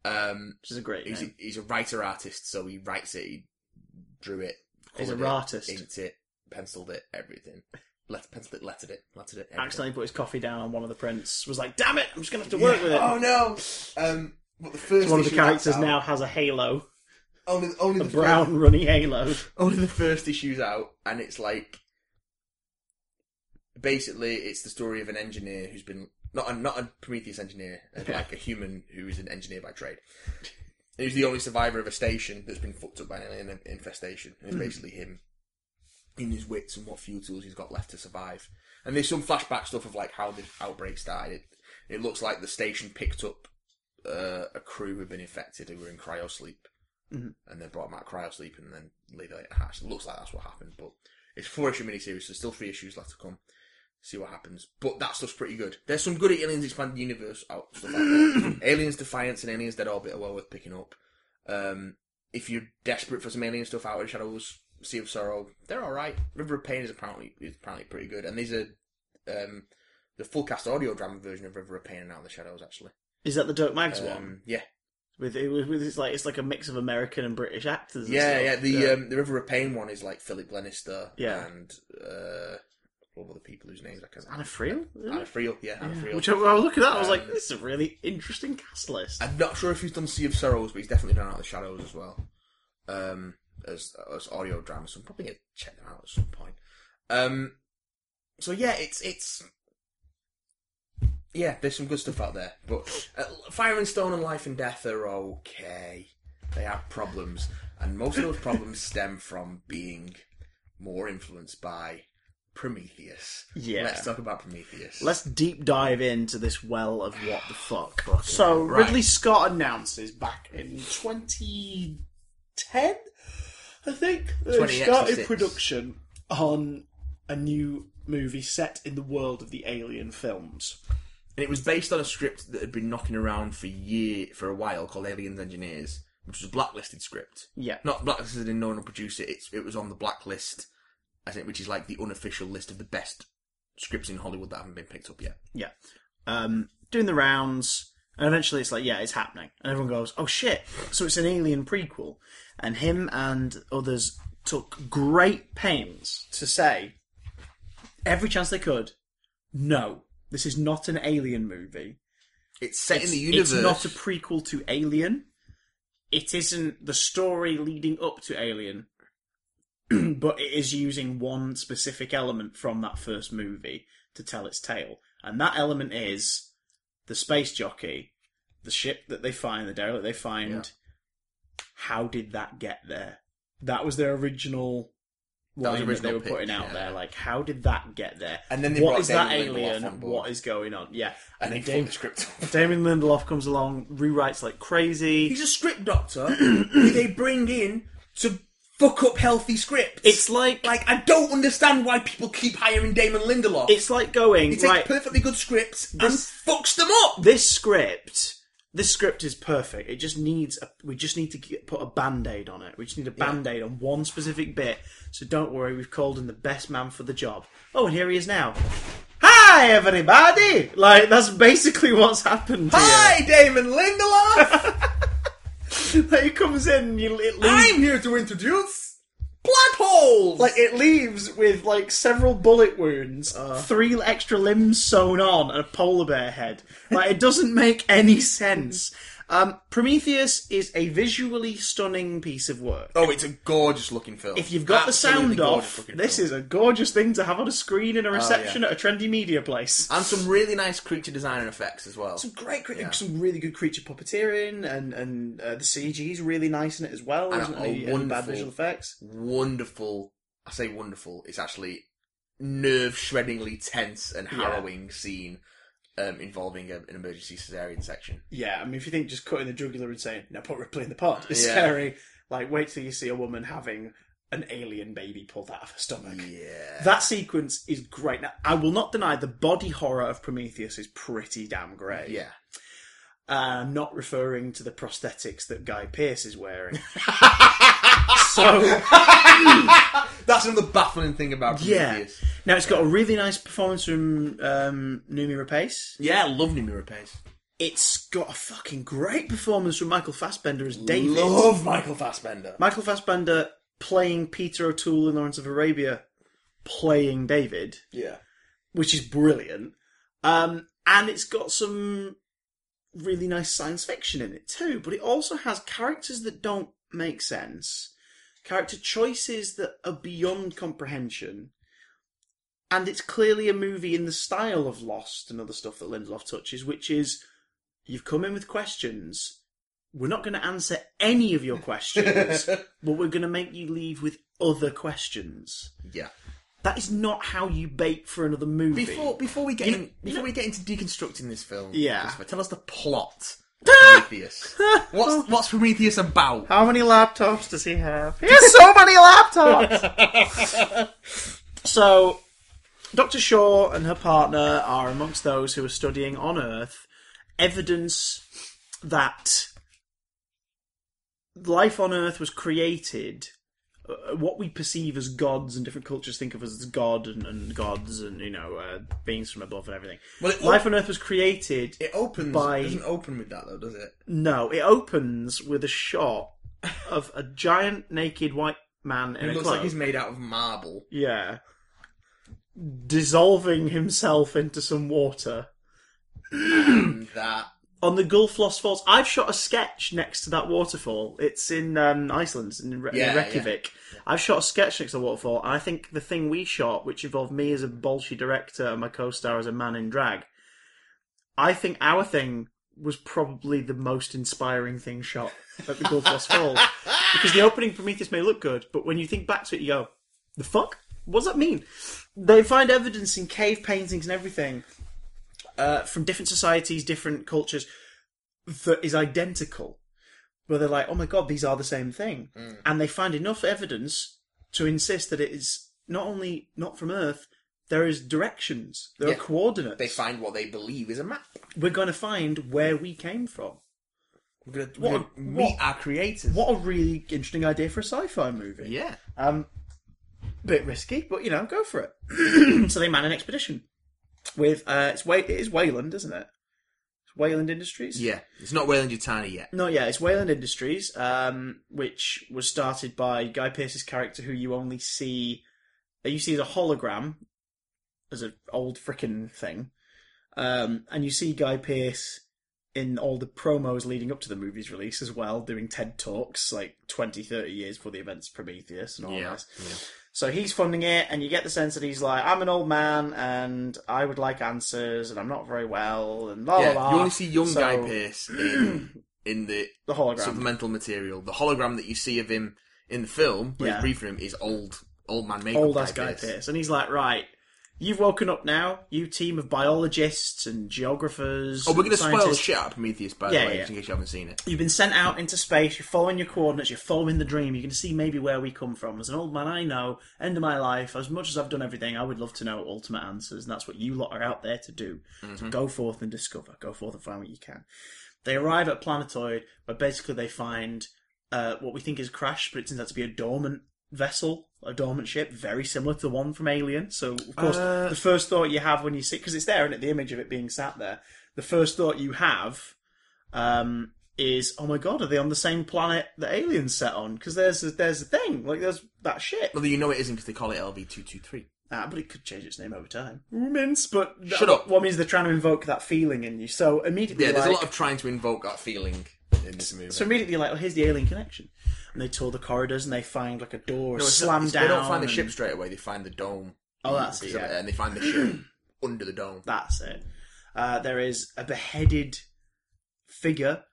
B: Um,
A: Which is a great
B: he's, a,
A: name.
B: he's a writer artist, so he writes it, he drew it,
A: He's a
B: coloured it,
A: artist.
B: inked it, penciled it, everything. Let, penciled it, lettered it, lettered it. everything.
A: Accidentally put his coffee down on one of the prints. Was like, damn it, I'm just gonna have to work with it.
B: Oh no! Um, but the first
A: one of the
B: issue that's
A: characters
B: out-
A: now has a halo,
B: only only
A: a
B: the First,
A: brown runny halo.
B: only the first issue's out, and it's like basically it's the story of an engineer who's been not a, not a Prometheus engineer, and
A: Yeah.
B: like a human who is an engineer by trade. He's the only survivor of a station that's been fucked up by an alien infestation. And it's basically him in his wits and what few tools he's got left to survive. And there's some flashback stuff of like how the outbreak started. It looks like the station picked up uh, a crew who'd been infected who were in cryosleep,
A: Mhm.
B: and they brought them out of cryosleep and then laid it hatched. It looks like that's what happened, but it's a four issue miniseries, so still three issues left to come. See what happens, but that stuff's pretty good. There's some good Aliens Expanded Universe out stuff. Like that. Aliens Defiance and Aliens Dead Orbit are well worth picking up. Um, if you're desperate for some alien stuff, Outer Shadows, Sea of Sorrow, they're all right. River of Pain is apparently is apparently pretty good, and these are um, the full cast audio drama version of River of Pain and Out of the Shadows actually.
A: Is that the Dirk Mags one?
B: Um, yeah,
A: With, it with it's like it's like a mix of American and British actors. and
B: yeah,
A: stuff.
B: yeah. The Um, the River of Pain one is like Philip Glenister
A: Yeah.
B: and uh, all the people whose names I can't.
A: Anna Friel. isn't
B: Anna
A: it?
B: Friel, yeah, Anna
A: Yeah.
B: Friel.
A: Which I, when I look at that, I was like,
B: Um,
A: this is a really interesting cast list.
B: I'm not sure if he's done Sea of Sorrows, but he's definitely done Out of the Shadows as well. Um, as as audio drama, so I'm probably gonna check them out at some point. Um, so yeah, it's it's yeah, there's some good stuff out there, but uh, Fire and Stone and Life and Death are okay. They have problems, and most of those problems stem from being more influenced by Prometheus.
A: Yeah.
B: let's talk about Prometheus.
A: Let's deep dive into this well of what the fuck.
C: So
B: Right.
C: Ridley Scott announces back in 2010, I think, that
B: 20
C: he
B: Exorcists.
C: started production on a new movie set in the world of the Alien films.
B: And it was based on a script that had been knocking around for year for a while called Aliens Engineers, which was a blacklisted script.
A: Yeah.
B: Not blacklisted in no one will produce it. It's, it was on the blacklist, as it, which is like the unofficial list of the best scripts in Hollywood that haven't been picked up yet.
A: Yeah. Um, doing the rounds, and eventually it's like, yeah, it's happening. And everyone goes, oh shit. So it's an alien prequel. And him and others took great pains to say, every chance they could, no, this is not an alien movie.
B: It's set in the
A: It's
B: universe.
A: not a prequel to Alien. It isn't the story leading up to Alien, but it is using one specific element from that first movie to tell its tale. And that element is the space jockey, the ship that they find, the derelict they find. How did that get there? That was their original
B: That
A: line
B: was
A: that,
B: original
A: they were
B: pitch,
A: putting out
B: yeah.
A: there. Like, how did that get there?
B: And then they
A: what
B: brought
A: is that
B: David Lindelof
A: alien?
B: on board.
A: What is going on? Yeah,
B: and they
A: then
B: fucked the script up.
A: Damon Lindelof comes along, rewrites like crazy.
B: He's a script doctor who they bring in to fuck up healthy scripts.
A: It's like
B: like I don't understand why people keep hiring Damon Lindelof.
A: it's like going
B: he takes
A: right.
B: perfectly good scripts and
A: This-
B: fucks them up.
A: This script, this script is perfect. It just needs a. We just need to get, put a band aid on it. We just need a band aid on one specific bit. So don't worry, we've called in the best man for the job. Oh, and here he is now. Hi, everybody! Like that's basically what's happened. Here.
B: Hi, Damon Lindelof.
A: Like, he comes in, and you it leaves
B: I'm here to introduce plot holes.
A: Like it leaves with like several bullet wounds, three extra limbs sewn on, and a polar bear head. Like it doesn't make any sense. Um, Prometheus is a visually stunning piece of work.
B: oh, it's a gorgeous looking film.
A: If you've got the
B: Absolutely
A: sound
B: gorgeous
A: off,
B: looking
A: this
B: film.
A: is a gorgeous thing to have on a screen in a reception at a trendy media place.
B: and some really nice creature design and effects as well.
A: Some great, cre- some really good creature puppeteering, and and uh, the CG is really nice in it as well.
B: And
A: isn't
B: a
A: it? And bad
B: wonderful-
A: visual effects.
B: Wonderful. I say wonderful. It's actually nerve-shreddingly tense and harrowing scene um, involving a, an emergency cesarean section.
A: Yeah, I mean, if you think just cutting the jugular and saying, now put Ripley in the pod, is
B: Yeah.
A: scary. Like, wait till you see a woman having an alien baby pulled out of her stomach.
B: Yeah.
A: That sequence is great. Now, I will not deny the body horror of Prometheus is pretty damn great.
B: Yeah.
A: Uh, I'm not referring to the prosthetics that Guy Pearce is wearing. so
B: That's another baffling thing about
A: Yeah.
B: Prometheus.
A: now it's got a really nice performance from um, Numi Rapace.
B: Yeah, love Nimura Pace.
A: It's got a fucking great performance from Michael Fassbender as David.
B: Love Michael Fassbender.
A: Michael Fassbender playing Peter O'Toole in Lawrence of Arabia, playing David,
B: Yeah.
A: which is brilliant. Um, and it's got some really nice science fiction in it too, but it also has characters that don't make sense, character choices that are beyond comprehension. And it's clearly a movie in the style of Lost and other stuff that Lindelof touches, which is you've come in with questions. We're not going to answer any of your questions, but we're going to make you leave with other questions.
B: Yeah.
A: That is not how you bait for another movie.
B: Before before we get
A: You know-
B: in, before we get into deconstructing this film,
A: Yeah.
B: Christopher, tell us the plot. of Prometheus. What's what's Prometheus about?
A: How many laptops does he have? He has so many laptops! so, Dr. Shaw and her partner are amongst those who are studying on Earth evidence that life on Earth was created. uh, What we perceive as gods and different cultures think of us as God and, and gods and you know uh, beings from above and everything.
B: Well, it-
A: life on Earth was created
B: It opens.
A: By-
B: It doesn't open with that though, does it?
A: no, it opens with a shot of a giant naked white man in a
B: It looks
A: cloak.
B: like he's made out of marble.
A: Yeah. Dissolving himself into some water.
B: and that
A: On the Gulf Lost Falls, I've shot a sketch next to that waterfall. It's in um, Iceland, it's in Re-
B: Yeah, yeah.
A: Reykjavik. I've shot a sketch next to the waterfall, and I think the thing we shot, which involved me as a bolshy director and my co star as a man in drag, I think our thing was probably the most inspiring thing shot at the Gulf Lost Falls. Because the opening Prometheus may look good, but when you think back to it, you go, the fuck? What does that mean? They find evidence in cave paintings and everything uh, from different societies, different cultures that is identical. Where they're like, oh my god, these are the same thing.
B: Mm.
A: And they find enough evidence to insist that it is not only not from Earth, there is directions, there
B: Yeah.
A: are coordinates.
B: they find what they believe is a map.
A: We're going to find where we came from.
B: We're gonna,
A: What
B: we're
A: a-
B: gonna meet
A: what-
B: our creators.
A: What a really interesting idea for a sci fi movie.
B: Yeah.
A: Um, bit risky, but you know, go for it. so they man an expedition with uh, it's Way- it is Wayland, isn't it? It's Wayland Industries.
B: Yeah. It's not Wayland Yutani yet.
A: No, yeah, it's Wayland Industries, um, which was started by Guy Pearce's character, who you only see, that you see as a hologram, as an old frickin' thing, um, and you see Guy Pearce in all the promos leading up to the movie's release as well, doing TED talks like 20, 30 years before the events of Prometheus and all
B: Yeah,
A: that. So he's funding it, and you get the sense that he's like, "I'm an old man, and I would like answers, and I'm not very well, and la la
B: yeah.
A: la."
B: You only see young
A: So,
B: Guy Pearce in, in the
A: the hologram.
B: supplemental material. The hologram that you see of him in the film, with
A: Yeah.
B: his brief room, is old old man makeup.
A: old ass guy
B: Pearce.
A: Pierce, and he's like, right, you've woken up now. You team of biologists and geographers.
B: Oh, we're
A: and
B: going to spoil the
A: scientists.
B: shit out of Prometheus, by
A: Yeah,
B: the way,
A: yeah.
B: just in case you haven't seen it.
A: You've been sent out into space. You're following your coordinates. You're following the dream. You're going to see maybe where we come from. As an old man, I know. End of my life. As much as I've done everything, I would love to know ultimate answers, and that's what you lot are out there to do.
B: Mm-hmm.
A: So go forth and discover. Go forth and find what you can. They arrive at planetoid, where basically they find uh, what we think is crashed, but it turns out to be a dormant vessel, a dormant ship, very similar to the one from Alien. So, of course,
B: Uh,
A: the first thought you have when you see, because it's there, and the image of it being sat there, the first thought you have um, is, oh my god, are they on the same planet that Aliens set on? Because there's a, there's a thing, like there's that shit.
B: Although you know it isn't because they call it LV223.
A: Ah, but it could change its name over time. Romans, but
B: Shut up.
A: What means they're trying to invoke that feeling in you? So immediately,
B: Yeah, there's a
A: like-
B: lot of trying to invoke that feeling in this movie.
A: So immediately, you're like, oh, here's the alien connection. And they tour the corridors and they find like a door
B: No, it's not-
A: slammed
B: it's-
A: down.
B: They don't find the
A: and-
B: ship straight away. They find the dome.
A: Oh, that's it,
B: Because of
A: yeah.
B: And they find the ship under the dome.
A: That's it. Uh, there is a beheaded figure.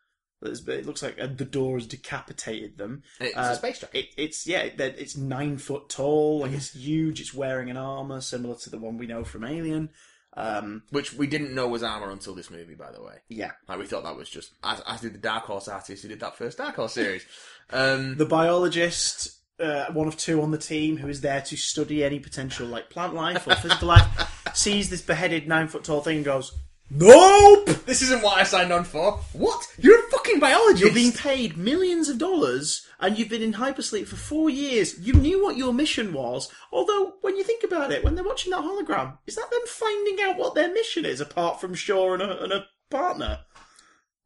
A: that's- It looks like uh, the door has decapitated them.
B: And it's
A: Uh,
B: a space track.
A: It, it's yeah, it, that- it's nine foot tall. Like it's huge. It's wearing an armor similar to the one we know from Alien. Um,
B: which we didn't know was armor until this movie, by the way.
A: yeah,
B: Like we thought that was just as, as did the Dark Horse artist who did that first Dark Horse series. Um,
A: the biologist, uh, one of two on the team, who is there to study any potential like plant life or physical life, sees this beheaded nine foot tall thing and goes,
C: Nope!
B: This isn't what I signed on for. What? You're a fucking biologist.
A: You're being paid millions of dollars and you've been in hypersleep for four years. You knew what your mission was. Although, when you think about it, when they're watching that hologram, is that them finding out what their mission is apart from Shaw and a, and a partner?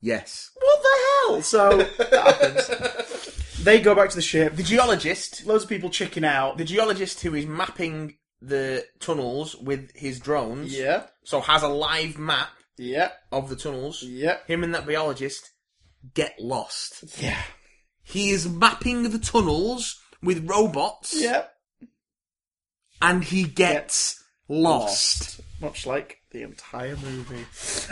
B: yes.
A: What the hell? So, that happens. They go back to the ship.
B: The geologist,
A: Loads of people chicken out.
B: the geologist who is mapping the tunnels with his drones,
C: Yeah,
B: so has a live map
C: yeah,
B: of the tunnels.
C: yeah,
B: Him and that biologist get lost.
C: yeah,
B: He is mapping the tunnels with robots,
C: yeah.
B: and he gets lost.
A: Much like the entire movie.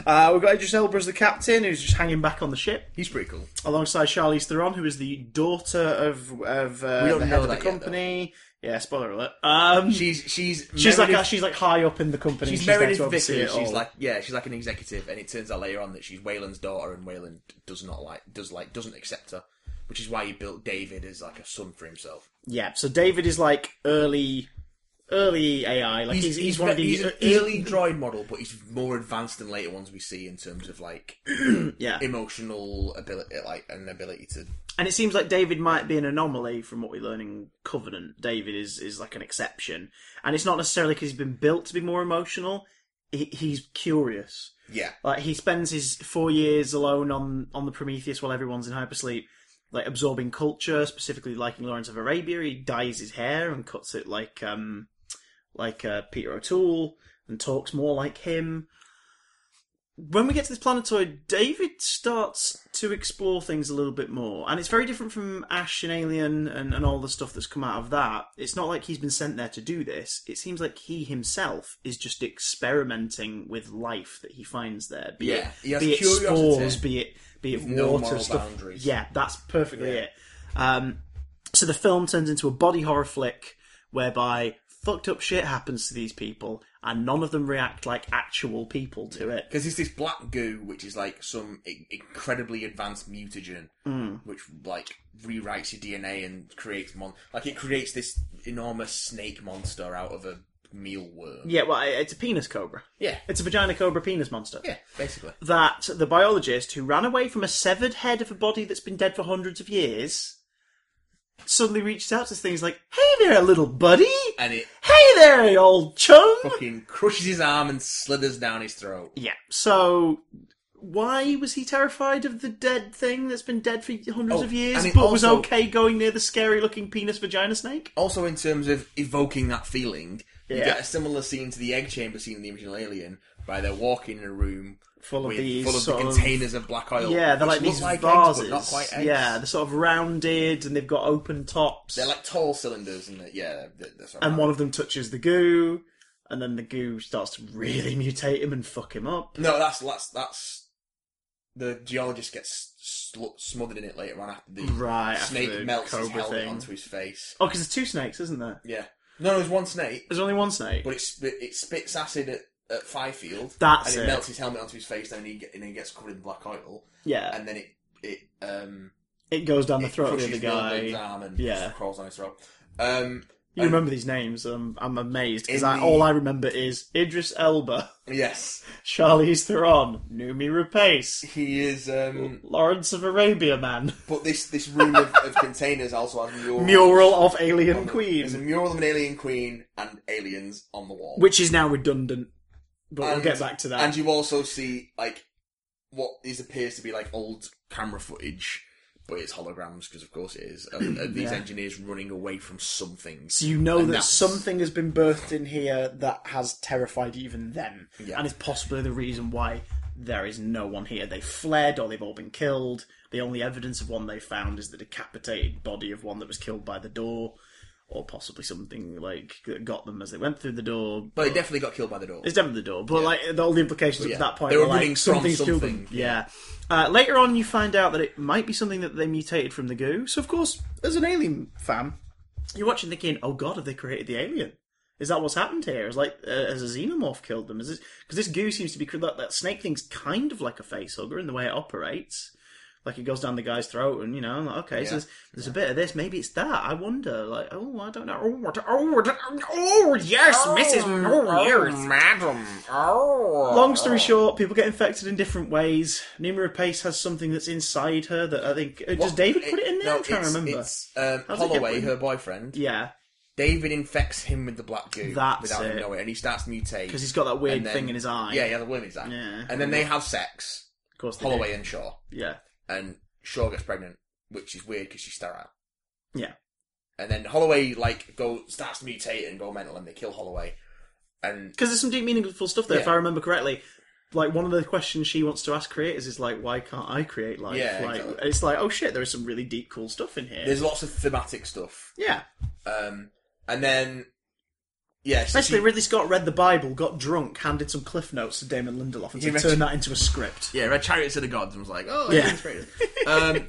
A: Uh, we've got Idris Elba as the captain, who's just hanging back on the ship,
B: He's pretty cool.
A: alongside Charlize Theron, who is the daughter of of uh,
B: We don't
A: the
B: know
A: head of the
B: that yet,
A: company. yeah, spoiler alert. Um,
B: She's she's
A: she's like
B: Meredith-
A: uh, she's like high up in the company.
B: She's
A: there
B: Meredith
A: to oversee
B: Vickers.
A: it
B: She's
A: all.
B: like yeah, she's like an executive, and it turns out later on that she's Waylon's daughter, and Waylon does not like does like doesn't accept her, which is why he built David as like a son for himself.
A: yeah. So David is like early, early AI. Like he's he's, one of
B: ve-
A: these
B: he's an early droid model, but he's more advanced than later ones we see in terms of like
A: yeah.
B: emotional ability, like an ability to
A: And it seems like David might be an anomaly from what we learn in Covenant. David is, is like an exception. And it's not necessarily because he's been built to be more emotional. He, he's curious.
B: yeah.
A: Like, he spends his four years alone on, on the Prometheus while everyone's in hypersleep, like, absorbing culture, specifically liking Lawrence of Arabia. He dyes his hair and cuts it like, um, like, uh, Peter O'Toole and talks more like him. When we get to this planetoid, David starts to explore things a little bit more, and it's very different from Ash and Alien and, and all the stuff that's come out of that. It's not like he's been sent there to do this. It seems like he himself is just experimenting with life that he finds there. Be
B: Yeah,
A: it,
B: he has
A: be it
B: curiosity.
A: spores, be it be it
B: With no
A: water
B: moral
A: stuff.
B: boundaries.
A: Yeah, that's perfectly it. Um, so the film turns into a body horror flick whereby fucked up shit happens to these people, and none of them react like actual people to it.
B: Because it's this black goo, which is like some i- incredibly advanced mutagen,
A: Mm.
B: which like rewrites your DNA and creates mon like it creates this enormous snake monster out of a mealworm.
A: Yeah, well, it's a penis cobra.
B: Yeah,
A: It's a vagina cobra penis monster.
B: yeah, basically.
A: That the biologist who ran away from a severed head of a body that's been dead for hundreds of years suddenly reaches out to things like, "Hey there, little buddy.
B: And it
A: Hey there, old chum."
B: fucking crushes his arm and slithers down his throat.
A: Yeah. So why was he terrified of the dead thing that's been dead for hundreds
B: Oh,
A: of years,
B: and it
A: but was
B: also-
A: okay going near the scary-looking penis vagina snake?
B: Also, in terms of evoking that feeling, you
A: Yeah.
B: get a similar scene to the egg chamber scene in the original Alien, by they're walking in a room
A: Full of
B: with,
A: these
B: full of the
A: sort of-
B: containers of black oil.
A: Yeah, they're like
B: which look
A: these
B: eggs,
A: vases.
B: but not quite eggs.
A: Yeah, they're sort of rounded and they've got open tops.
B: They're like tall cylinders, and they're- yeah, they're- that's what I'm
A: and one of them touches the goo, and then the goo starts to really mutate him and fuck him up.
B: No, that's that's that's the geologist gets sl- smothered in it later on after the
A: Right, after
B: snake
A: the
B: melts his
A: cobra
B: helmet
A: thing.
B: onto his face.
A: Oh, because there's two snakes, isn't there?
B: Yeah, no, there's one snake,
A: There's only one snake.
B: but it spit, it spits acid at, at Fifield.
A: That's
B: and it,
A: it.
B: melts his helmet onto his face, and he get, and he gets covered in black oil,
A: yeah,
B: and then it it um
A: it goes down the
B: it
A: throat of the
B: crushes
A: other
B: Wilbur's
A: guy.
B: arm and
A: Yeah.
B: crawls on his throat. Um,
A: You remember these names? Um, I'm amazed because
B: In the-
A: all I remember is Idris Elba,
B: yes,
A: Charlize Theron, Numi Rapace,
B: he is. um
A: Lawrence of Arabia Man,
B: But this this room of, of containers also has mural.
A: mural of Alien
B: There's a
A: Queen,
B: mural of an alien queen and aliens on the wall.
A: which is now redundant. But we'll
B: And-
A: get back to that.
B: And you also see like what is appears to be like old camera footage, but it's holograms because of course it is. Of, of these
A: Yeah.
B: engineers running away from something.
A: So you know
B: And
A: that
B: that's-
A: something has been birthed in here that has terrified even them,
B: Yeah.
A: and is possibly the reason why there is no one here. They fled, or they've all been killed. The only evidence of one they found is the decapitated body of one that was killed by the door, or possibly something like that got them as they went through the door.
B: But they definitely got killed by the door.
A: It's definitely the door, but like the, all the implications
B: yeah,
A: at that point,
B: they were
A: like,
B: running from
A: something's killed them.
B: something,
A: Yeah. Uh, later on, you find out that it might be something that they mutated from the goo. So, of course, as an alien fan, you're watching thinking, "Oh God, have they created the alien? Is that what's happened here? Is like uh, has a xenomorph killed them? Is this because this goo seems to be that, that snake thing's kind of like a face hugger in the way it operates." like it goes down the guy's throat, and you know, I'm like, okay, so
B: Yeah.
A: there's, there's a bit of this. Maybe it's that. I wonder. Like, oh, I don't know. Oh, what- oh, what- oh yes, Mrs. Oh, yes.
B: madam. Oh.
A: Long story short, people get infected in different ways. Numera Pace has something that's inside her that I think. uh, Does
B: What-
A: David put it in there?
B: No,
A: I'm trying to
B: it's-
A: remember.
B: It's um,
A: How's it get
B: Holloway,
A: put in?
B: her boyfriend.
A: Yeah,
B: David infects him with the black goo
A: That's
B: without
A: it.
B: him knowing, and he starts mutating.
A: because he's got that weird
B: And then-
A: thing in his eye.
B: Yeah, yeah, the women's that.
A: Yeah.
B: And then they have sex,
A: of course. They
B: Holloway and Shaw,
A: do. Yeah,
B: and Shaw gets pregnant, which is weird because she's sterile.
A: Yeah.
B: And then Holloway like go starts mutating and go mental, and they kill Holloway. And
A: because there's some deep, meaningful stuff there, if
B: Yeah.
A: I remember correctly. Like one of the questions she wants to ask creators is like, "Why can't I create life?"
B: Yeah,
A: like
B: exactly.
A: it's like, "Oh shit, there is some really deep, cool stuff in here."
B: there's lots of thematic stuff.
A: yeah,
B: Um, and then yeah, so
A: Basically,
B: she-
A: Ridley Scott read the Bible, got drunk, handed some cliff notes to Damon Lindelof, and
B: He
A: said,
B: read-
A: turn that into a script.
B: yeah, Red Chariots of the Gods, and was like, oh,
A: Yeah.
B: yeah, that's great. Um,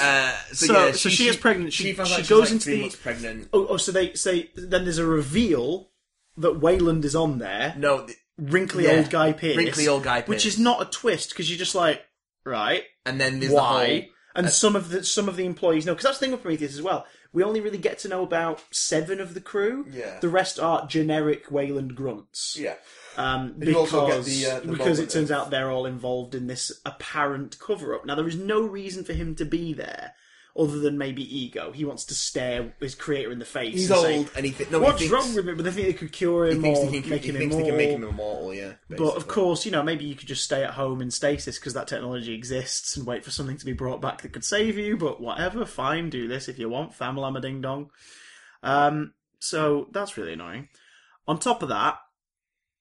B: uh, so,
A: So-
B: yeah,
A: so she is pregnant. She-
B: finds
A: she
B: out she's,
A: goes
B: like,
A: into
B: three
A: the-
B: months pregnant.
A: Oh, oh, so they say then there's a reveal that Wayland is on there,
B: No, th-
A: wrinkly
B: Yeah.
A: old guy Pierce,
B: Wrinkly old guy
A: which
B: Pierce.
A: is not a twist because you're just like, right,
B: and then there's
A: why?
B: the whole uh,
A: and some of the some of the employees know because that's the thing with Prometheus as well. We only really get to know about seven of the crew.
B: Yeah.
A: the rest are generic Wayland grunts.
B: yeah.
A: Um, because
B: you also get the, uh, the
A: because it
B: moment
A: turns
B: of-
A: out they're all involved in this apparent cover up. Now there is no reason for him to be there other than maybe ego. He wants to stare his creator in the face.
B: He's
A: and
B: old,
A: say,
B: and he thi- no,
A: What's
B: he thinks,
A: wrong with him? But they think they could cure
B: He
A: him
B: thinks,
A: or
B: he can,
A: make
B: he
A: him
B: thinks they
A: immortal.
B: can make him immortal, yeah.
A: but of
B: basically.
A: course, you know, maybe you could just stay at home in stasis because that technology exists and wait for something to be brought back that could save you. But whatever, fine, do this if you want. Famalama ding dong. Um, so that's really annoying. On top of that,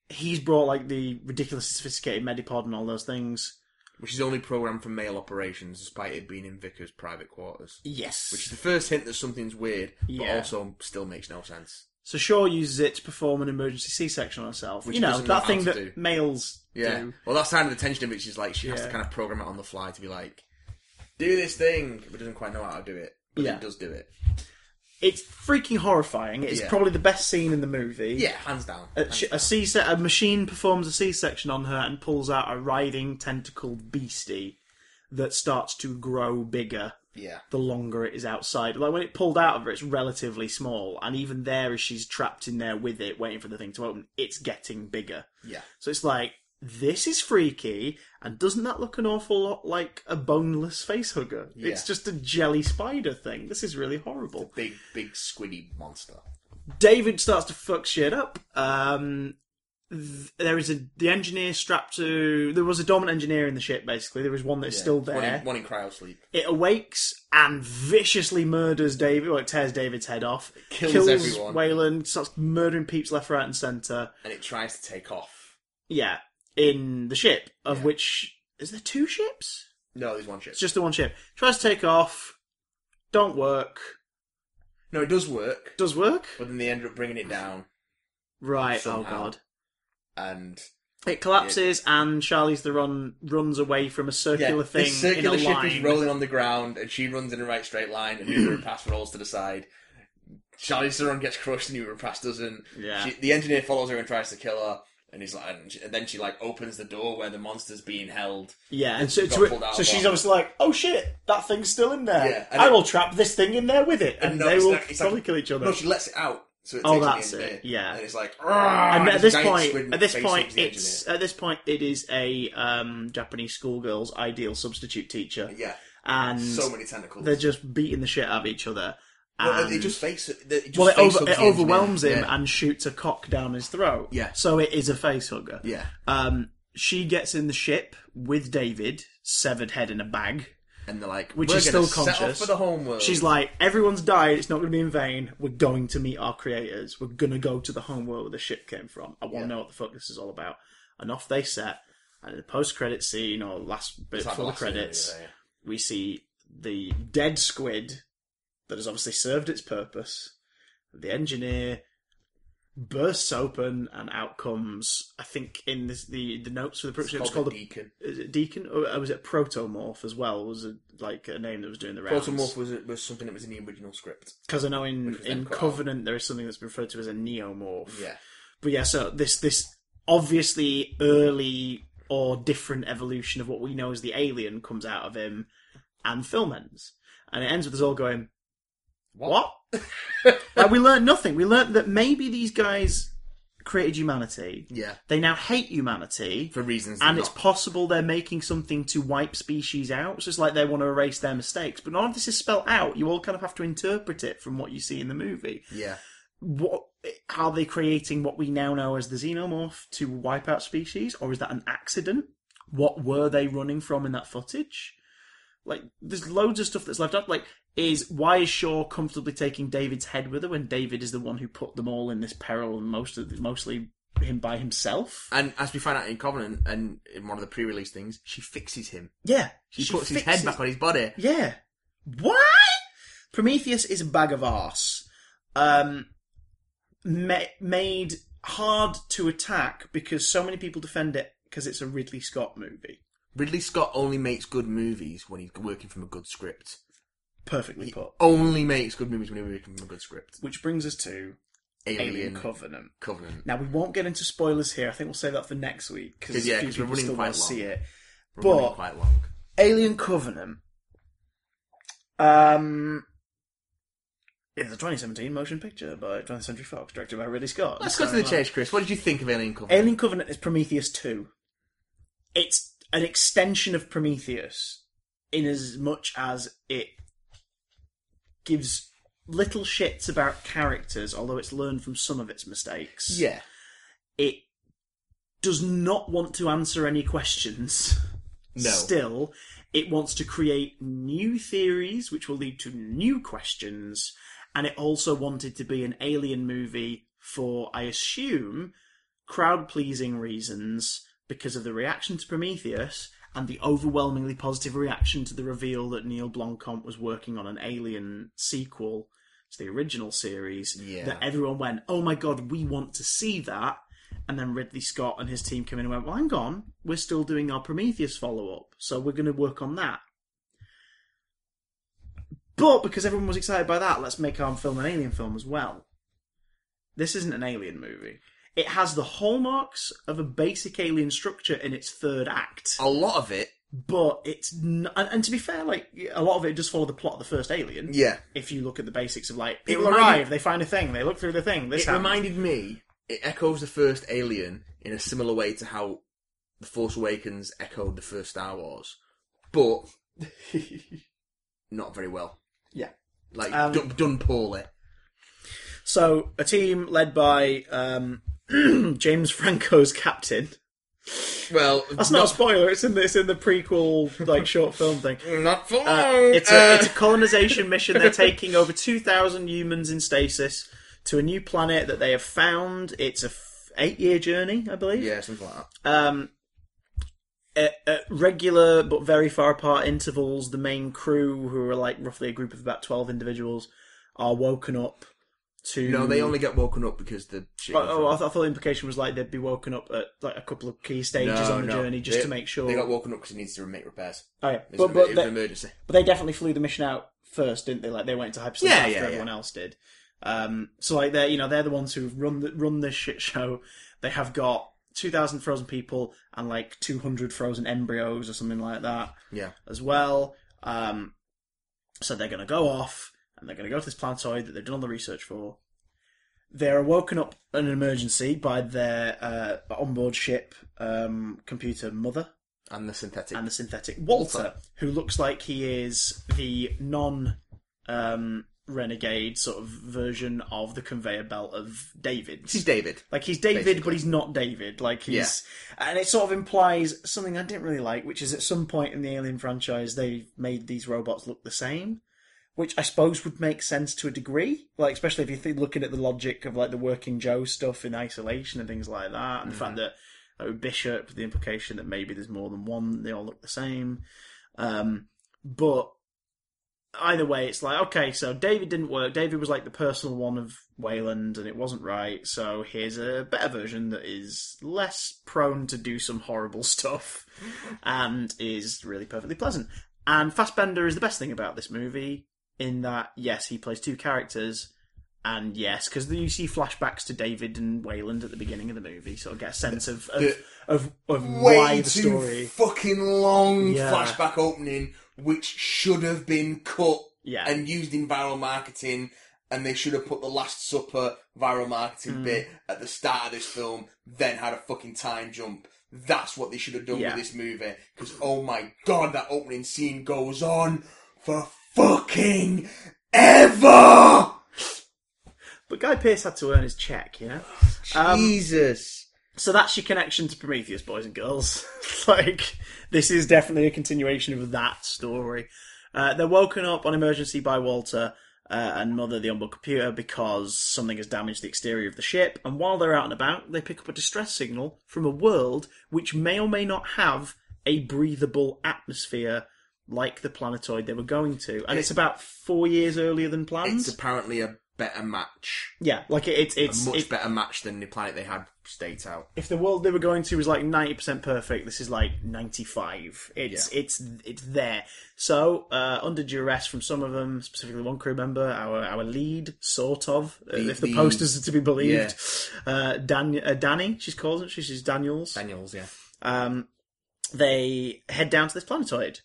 A: he's brought like the ridiculously sophisticated Medipod and all those things.
B: which is only programmed for male operations, despite it being in Vickers' private quarters.
A: Yes.
B: Which is the first hint that something's weird, but
A: Yeah.
B: also still makes no sense.
A: so Shaw uses it to perform an emergency C-section on herself.
B: Which
A: you know
B: doesn't know
A: that
B: how
A: thing
B: to
A: that
B: do.
A: males
B: Yeah.
A: do.
B: Well, that's kind of the tension of it. She's like, she has to
A: Yeah.
B: kind of program it on the fly to be like, do this thing, but doesn't quite know how to do it. But
A: Yeah.
B: it does do it.
A: It's freaking horrifying. It's
B: Yeah.
A: probably the best scene in the movie.
B: Yeah, hands down.
A: A, sh- a C se- a machine performs a C section on her and pulls out a writhing tentacled beastie that starts to grow bigger
B: yeah.
A: the longer it is outside. Like when it pulled out of her, it's relatively small, and even there, as she's trapped in there with it, waiting for the thing to open, it's getting bigger.
B: Yeah.
A: So it's like this is freaky, and doesn't that look an awful lot like a boneless face hugger?
B: Yeah.
A: It's just a jelly spider thing. This is really horrible.
B: Big, big squiddy monster.
A: David starts to fuck shit up. Um, th- there is a the engineer strapped to. There was a dominant engineer in the ship. Basically, there is one that's
B: Yeah.
A: still
B: One
A: there.
B: in, one in cryo sleep.
A: It awakes and viciously murders David. Well, it tears David's head off.
B: kills everyone.
A: Wayland. Starts murdering peeps left, right, and center.
B: And it tries to take off.
A: Yeah, in the ship of
B: Yeah.
A: which is there two ships?
B: No, there's one ship.
A: It's just the one ship. Tries to take off. Don't work.
B: No, it does work,
A: Does work?
B: but then they end up bringing it down,
A: Right. Oh
B: Somehow.
A: god.
B: and
A: It collapses, and Charlie's the run runs away from a
B: yeah,
A: circular thing
B: this circular
A: in a
B: ship
A: line.
B: is rolling on the ground, and she runs in a right straight line, and Nuber Pass rolls to the side. Charlie Theron gets crushed, and Nuber Pass doesn't.
A: Yeah.
B: She, the engineer follows her and tries to kill her, and he's like, and, she- and then she like opens the door where the monster's being held.
A: yeah, and so,
B: got
A: to it-
B: pulled out
A: so
B: of
A: she's
B: one.
A: obviously like, "Oh shit, that thing's still in there.
B: Yeah, and
A: I
B: it-
A: will trap this thing in there with it, and,
B: no,
A: they
B: it's
A: will
B: not- it's like-
A: probably kill each other."
B: No, she lets it out. So it
A: Oh,
B: takes
A: that's
B: the
A: it,
B: engineer,
A: yeah.
B: And it's like,
A: and
B: "Argh,"
A: at
B: this
A: this
B: giant
A: point,
B: squid
A: at this
B: face
A: point,
B: hugs the
A: it's at this point it is a um, Japanese schoolgirl's ideal substitute teacher,
B: engineer.
A: and
B: yeah, so many tentacles.
A: they're just beating the shit out of each other.
B: Well,
A: and-
B: it just face it. It just
A: well, it,
B: face
A: over,
B: hugs
A: it
B: the engineer.
A: overwhelms him
B: Yeah.
A: and shoots a cock down his throat.
B: Yeah.
A: So it is a face hugger.
B: yeah.
A: Um, she gets in the ship with David, severed head in a bag.
B: and they're like,
A: Which
B: "We're
A: is
B: gonna
A: still
B: set off
A: conscious.
B: for the homeworld.
A: She's like, everyone's died. It's not going to be in vain. We're going to meet our creators. We're going to go to the home world where the ship came from. I want to know what the fuck this is all about. And off they set. And in the post-credit scene or last bit
B: It's like
A: before the
B: last thing
A: credits,
B: they do,
A: we see the dead squid that has obviously served its purpose. The engineer bursts open, and out comes. I think in this, the the notes for the
B: It's
A: production, it's called
B: called, the
A: a
B: Deacon.
A: is it Deacon or or was it Protomorph as well? Was it like a name that was doing the rounds?
B: Protomorph was, was something that was in the original script.
A: Because I know in
B: was then
A: in
B: cut out.
A: Covenant there is something that's referred to as a neomorph.
B: Yeah,
A: But yeah, so this this obviously early or different evolution of what we know as the alien comes out of him, and film ends. And it ends with us all going, What? like, we learned nothing. We learned that maybe these guys created humanity.
B: Yeah,
A: They now hate humanity.
B: for reasons.
A: and
B: that
A: it's
B: not-
A: possible they're making something to wipe species out. So it's like they want to erase their mistakes. But none of this is spelled out. You all kind of have to interpret it from what you see in the movie.
B: yeah,
A: What are they creating? What we now know as the xenomorph to wipe out species, or is that an accident? What were they running from in that footage? Like, there's loads of stuff that's left up. Like, is why is Shaw comfortably taking David's head with her when David is the one who put them all in this peril and most of mostly him by himself?
B: and as we find out in Covenant and in one of the pre-release things, she fixes him.
A: Yeah,
B: She, puts his head
A: fixes-
B: back on his body.
A: Yeah. What? Prometheus is a bag of arse. Um, ma- made hard to attack because so many people defend it because it's a Ridley Scott movie.
B: Ridley Scott only makes good movies when he's working from a good script.
A: Perfectly put.
B: Only makes good movies when he's working from a good script.
A: Which brings us to
B: Alien,
A: Alien, Covenant.
B: Covenant.
A: Now, we won't get into spoilers here. I think we'll save that for next week because
B: 'Cause, yeah,
A: a few
B: 'cause we're
A: people
B: running
A: still
B: quite
A: want to
B: long.
A: see it.
B: We're
A: But-
B: running quite long.
A: Alien Covenant. Um, it's a 2017 motion picture by 20th Century Fox, directed by Ridley Scott.
B: Let's go to
A: So,
B: the
A: uh,
B: chase, Chris. What did you think of Alien Covenant?
A: Alien Covenant is Prometheus 2. It's an extension of Prometheus in as much as it gives little shits about characters, although it's learned from some of its mistakes.
B: Yeah.
A: It does not want to answer any questions.
B: No.
A: Still, it wants to create new theories which will lead to new questions, and it also wanted to be an alien movie for, I assume, crowd pleasing reasons because of the reaction to Prometheus and the overwhelmingly positive reaction to the reveal that Neil Blomkamp was working on an alien sequel to the original series
B: Yeah.
A: that everyone went, "Oh my god, we want to see that." And then Ridley Scott and his team came in and went, "Well, hang on, we're still doing our Prometheus follow-up, so we're going to work on that." But because everyone was excited by that, let's make our film an alien film as well. This isn't an alien movie. It has the hallmarks of a basic alien structure in its third act,
B: A lot of it.
A: but it's n- and, and to be fair, like a lot of it does follow the plot of the first Alien.
B: Yeah.
A: If you look at the basics of like people
B: reminded-
A: arrive, they find a thing, they look through the thing. This
B: It
A: happens.
B: reminded me. It echoes the first Alien in a similar way to how the Force Awakens echoed the first Star Wars, but not very well.
A: Yeah.
B: Like
A: Um,
B: done, done poorly.
A: So a team led by um, James Franco's captain.
B: Well,
A: That's not, a spoiler. It's in the, it's in the prequel like short film thing.
B: not for long.
A: Uh, it's, a, it's a colonization mission. They're taking over 2,000 humans in stasis to a new planet that they have found. It's a f- eight year journey, I believe.
B: yeah, something like that.
A: Um, at, at regular but very far apart intervals, the main crew, who are like roughly a group of about 12 individuals, are woken up to.
B: No, they only get woken up because the shit.
A: Oh,
B: goes
A: oh,
B: wrong.
A: I, th- I thought the implication was like they'd be woken up at like a couple of key stages
B: No,
A: on the
B: no.
A: journey just
B: They-
A: to make sure.
B: they got woken up because it needs to make repairs.
A: Oh, yeah.
B: It's
A: But,
B: an,
A: but
B: it was
A: they-
B: an emergency.
A: But they definitely flew the mission out first, didn't they? Like they went to hypersleep
B: Yeah,
A: after
B: yeah,
A: everyone else did. Um, so like they're you know they're the ones who've run the, run this shit show. They have got two thousand frozen people and like two hundred frozen embryos or something like that
B: Yeah,
A: as well. Um, so they're going to go off and they're going to go to this planetoid that they've done all the research for. They're woken up in an emergency by their uh, onboard ship um, computer mother,
B: and the synthetic.
A: and the synthetic Walter, who looks like he is the non um, renegade sort of version of the conveyor belt of David.
B: this is David.
A: Like he's David, but
B: Basically.
A: he's not David. Like he's, and it sort of implies something I didn't really like, which is at some point in the Alien franchise they made these robots look the same, which I suppose would make sense to a degree. Like especially if you're th- looking at the logic of like the Working Joe stuff in isolation and things like that, and the fact that like, with Bishop, the implication that maybe there's more than one, they all look the same. Um, but either way, it's like, okay, so David didn't work. David was like the personal one of Wayland, and it wasn't right. So here's a better version that is less prone to do some horrible stuff and is really perfectly pleasant. And Fassbender is the best thing about this movie in that, yes, he plays two characters And yes, because you see flashbacks to David and Wayland at the beginning of the movie, sort of get a sense of of,
B: The-
A: of, of
B: way
A: why the
B: too
A: story.
B: fucking long
A: Yeah.
B: flashback opening, which should have been cut
A: Yeah.
B: and used in viral marketing. And they should have put the Last Supper viral marketing bit at the start of this film, then had a fucking time jump. That's what they should have done
A: Yeah.
B: with this movie. Because oh my god, that opening scene goes on for fucking ever.
A: But Guy Pearce had to earn his check, you know. Um,
B: Jesus.
A: so that's your connection to Prometheus, boys and girls. like, this is definitely a continuation of that story. Uh, they're woken up on emergency by Walter uh, and Mother, the onboard computer, because something has damaged the exterior of the ship. And while they're out and about, they pick up a distress signal from a world which may or may not have a breathable atmosphere like the planetoid they were going to. And it's about four years earlier than planned.
B: It's apparently a better match.
A: yeah, like it, it, it's.
B: a much
A: it-
B: better match than the planet they had staked out.
A: if the world they were going to was like 90% perfect this is like 95 it's it's it's there so uh, under duress from some of them specifically one crew member our our lead sort of uh,
B: The-
A: if the,
B: the-
A: posters are to be believed uh, Dan, uh, danny she's called isn't she she's daniels
B: Daniels, yeah.
A: um, they head down to this planetoid.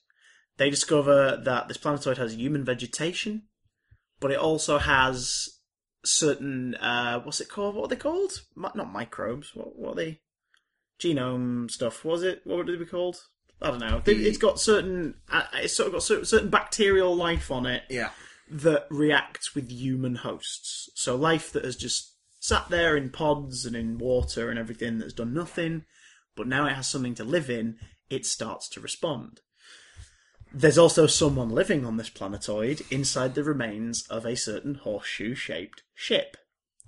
A: They discover that this planetoid has human vegetation, but it also has certain uh, what's it called? What are they called? Mi- not microbes. What, what are they? Genome stuff. What was it? What would it be called? I don't know. They-
B: The-
A: It's got certain. uh, It's sort of got cer- certain bacterial life on it
B: Yeah.
A: that react with human hosts. So life that has just sat there in pods and in water and everything that's done nothing, but now it has something to live in, it starts to respond. There's also someone living on this planetoid inside the remains of a certain horseshoe shaped ship.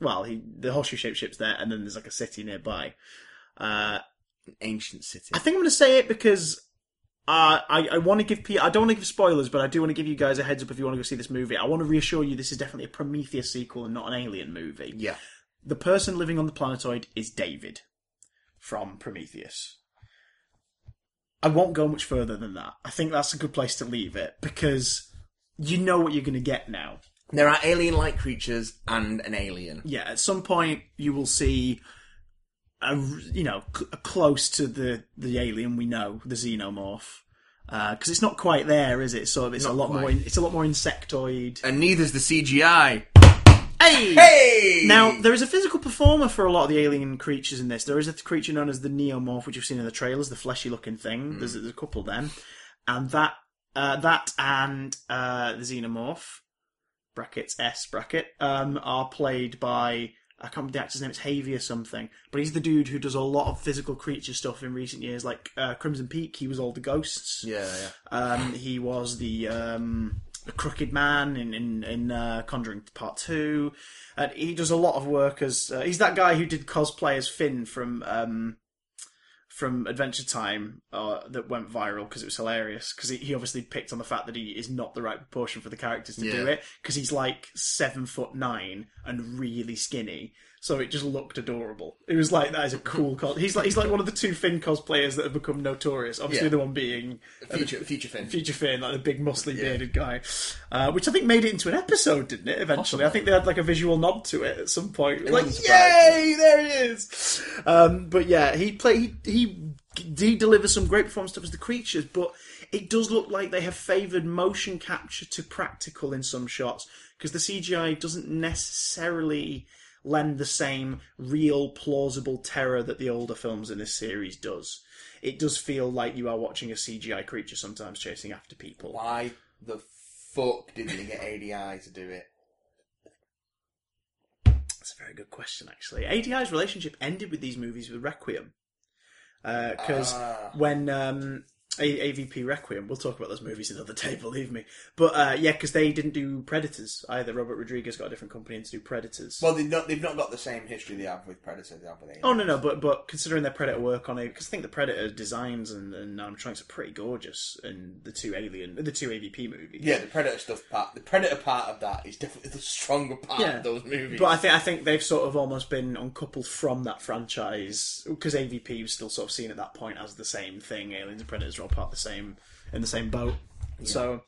A: Well, he, the horseshoe shaped ship's there, and then there's like a city nearby. Uh,
B: An ancient city.
A: I think I'm going to say it because uh, I I want to give Pete. I don't want to give spoilers, but I do want to give you guys a heads up if you want to go see this movie. I want to reassure you this is definitely a Prometheus sequel and not an Alien movie.
B: yeah.
A: The person living on the planetoid is David from Prometheus. I won't go much further than that. I think that's a good place to leave it because you know what you're going to get now.
B: There are alien like creatures and an alien.
A: yeah, at some point you will see a you know cl- close to the the alien we know, the xenomorph, because it's not quite there, is it? So it's a
B: Not
A: lot more.
B: quite.
A: In, it's a lot more insectoid.
B: And neither's the CGI.
A: Hey!
B: Hey!
A: Now there is a physical performer for a lot of the alien creatures in this. There is a creature known as the neomorph, which you've seen in the trailers, the fleshy-looking thing. There's, there's a couple then, and that uh, that and uh, the xenomorph brackets S bracket um, are played by I can't remember the actor's name. It's Havey or something, but he's the dude who does a lot of physical creature stuff in recent years, like uh, Crimson Peak. He was all the ghosts.
B: Yeah, yeah.
A: Um, he was the um, the crooked man in in, in uh, Conjuring Part Two, and he does a lot of work as uh, he's that guy who did cosplay as Finn from um, from Adventure Time uh, that went viral because it was hilarious because he, he obviously picked on the fact that he is not the right proportion for the characters to do
B: Yeah.
A: it because he's like seven foot nine and really skinny. So it just looked adorable. It was like that is a cool cos. He's like he's like one of the two Finn cosplayers that have become notorious. Obviously,
B: Yeah.
A: the one being
B: Future, future Finn.
A: Future Finn, like the big muscly bearded guy, uh, which I think made it into an episode, didn't it? Eventually, I think they had like a visual nod to it at some point. Like,
B: wasn't surprising.
A: yay, there he is! Um, but yeah, he play he, he he delivers some great performance stuff as the creatures, but it does look like they have favoured motion capture to practical in some shots because the CGI doesn't necessarily lend the same real plausible terror that the older films in this series does it does feel like you are watching a CGI creature sometimes chasing after people.
B: Why the fuck didn't they get ADI to do it?
A: That's a very good question, actually. ADI's relationship ended with these movies with Requiem. Because
B: Ah.
A: when um, a- AVP Requiem, we'll talk about those movies another day, believe me. But uh, yeah, because they didn't do Predators either. Robert Rodriguez got a different company in to do Predators.
B: Well, they've not, they've not got the same history they have with Predator they have with aliens.
A: Oh no, no, but but considering their Predator work on it, because I think the Predator designs and, and animatronics are pretty gorgeous, and the two Alien, the two AVP movies.
B: Yeah, the Predator stuff part, the Predator part of that is definitely the stronger part
A: Yeah.
B: of those movies.
A: But I think I think they've sort of almost been uncoupled from that franchise because AVP was still sort of seen at that point as the same thing. Aliens and Predators are all part of the same in the same boat. So,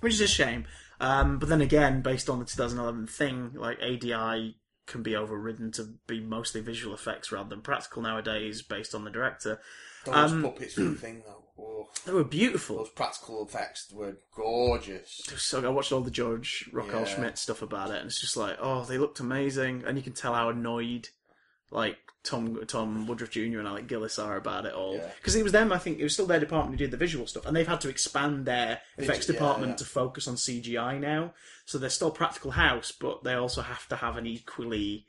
A: which is a shame. Um, but then again, based on the 2011 thing, like ADI can be overridden to be mostly visual effects rather than practical nowadays, based on the director.
C: Those
A: Um,
C: puppets were the thing though. Oh,
A: They were beautiful.
C: those practical effects were gorgeous.
A: So I watched all the George Rockall
C: Yeah.
A: Schmidt stuff about it, and it's just like, oh, they looked amazing, and you can tell how annoyed, like Tom Tom Woodruff Jr. and Alec Gillis are about it all,
C: Yeah.
A: because it was them. I think it was still their department who did the visual stuff, and they've had to expand their effects
C: yeah,
A: department
C: yeah.
A: to focus on CGI now. So they're still practical house, but they also have to have an equally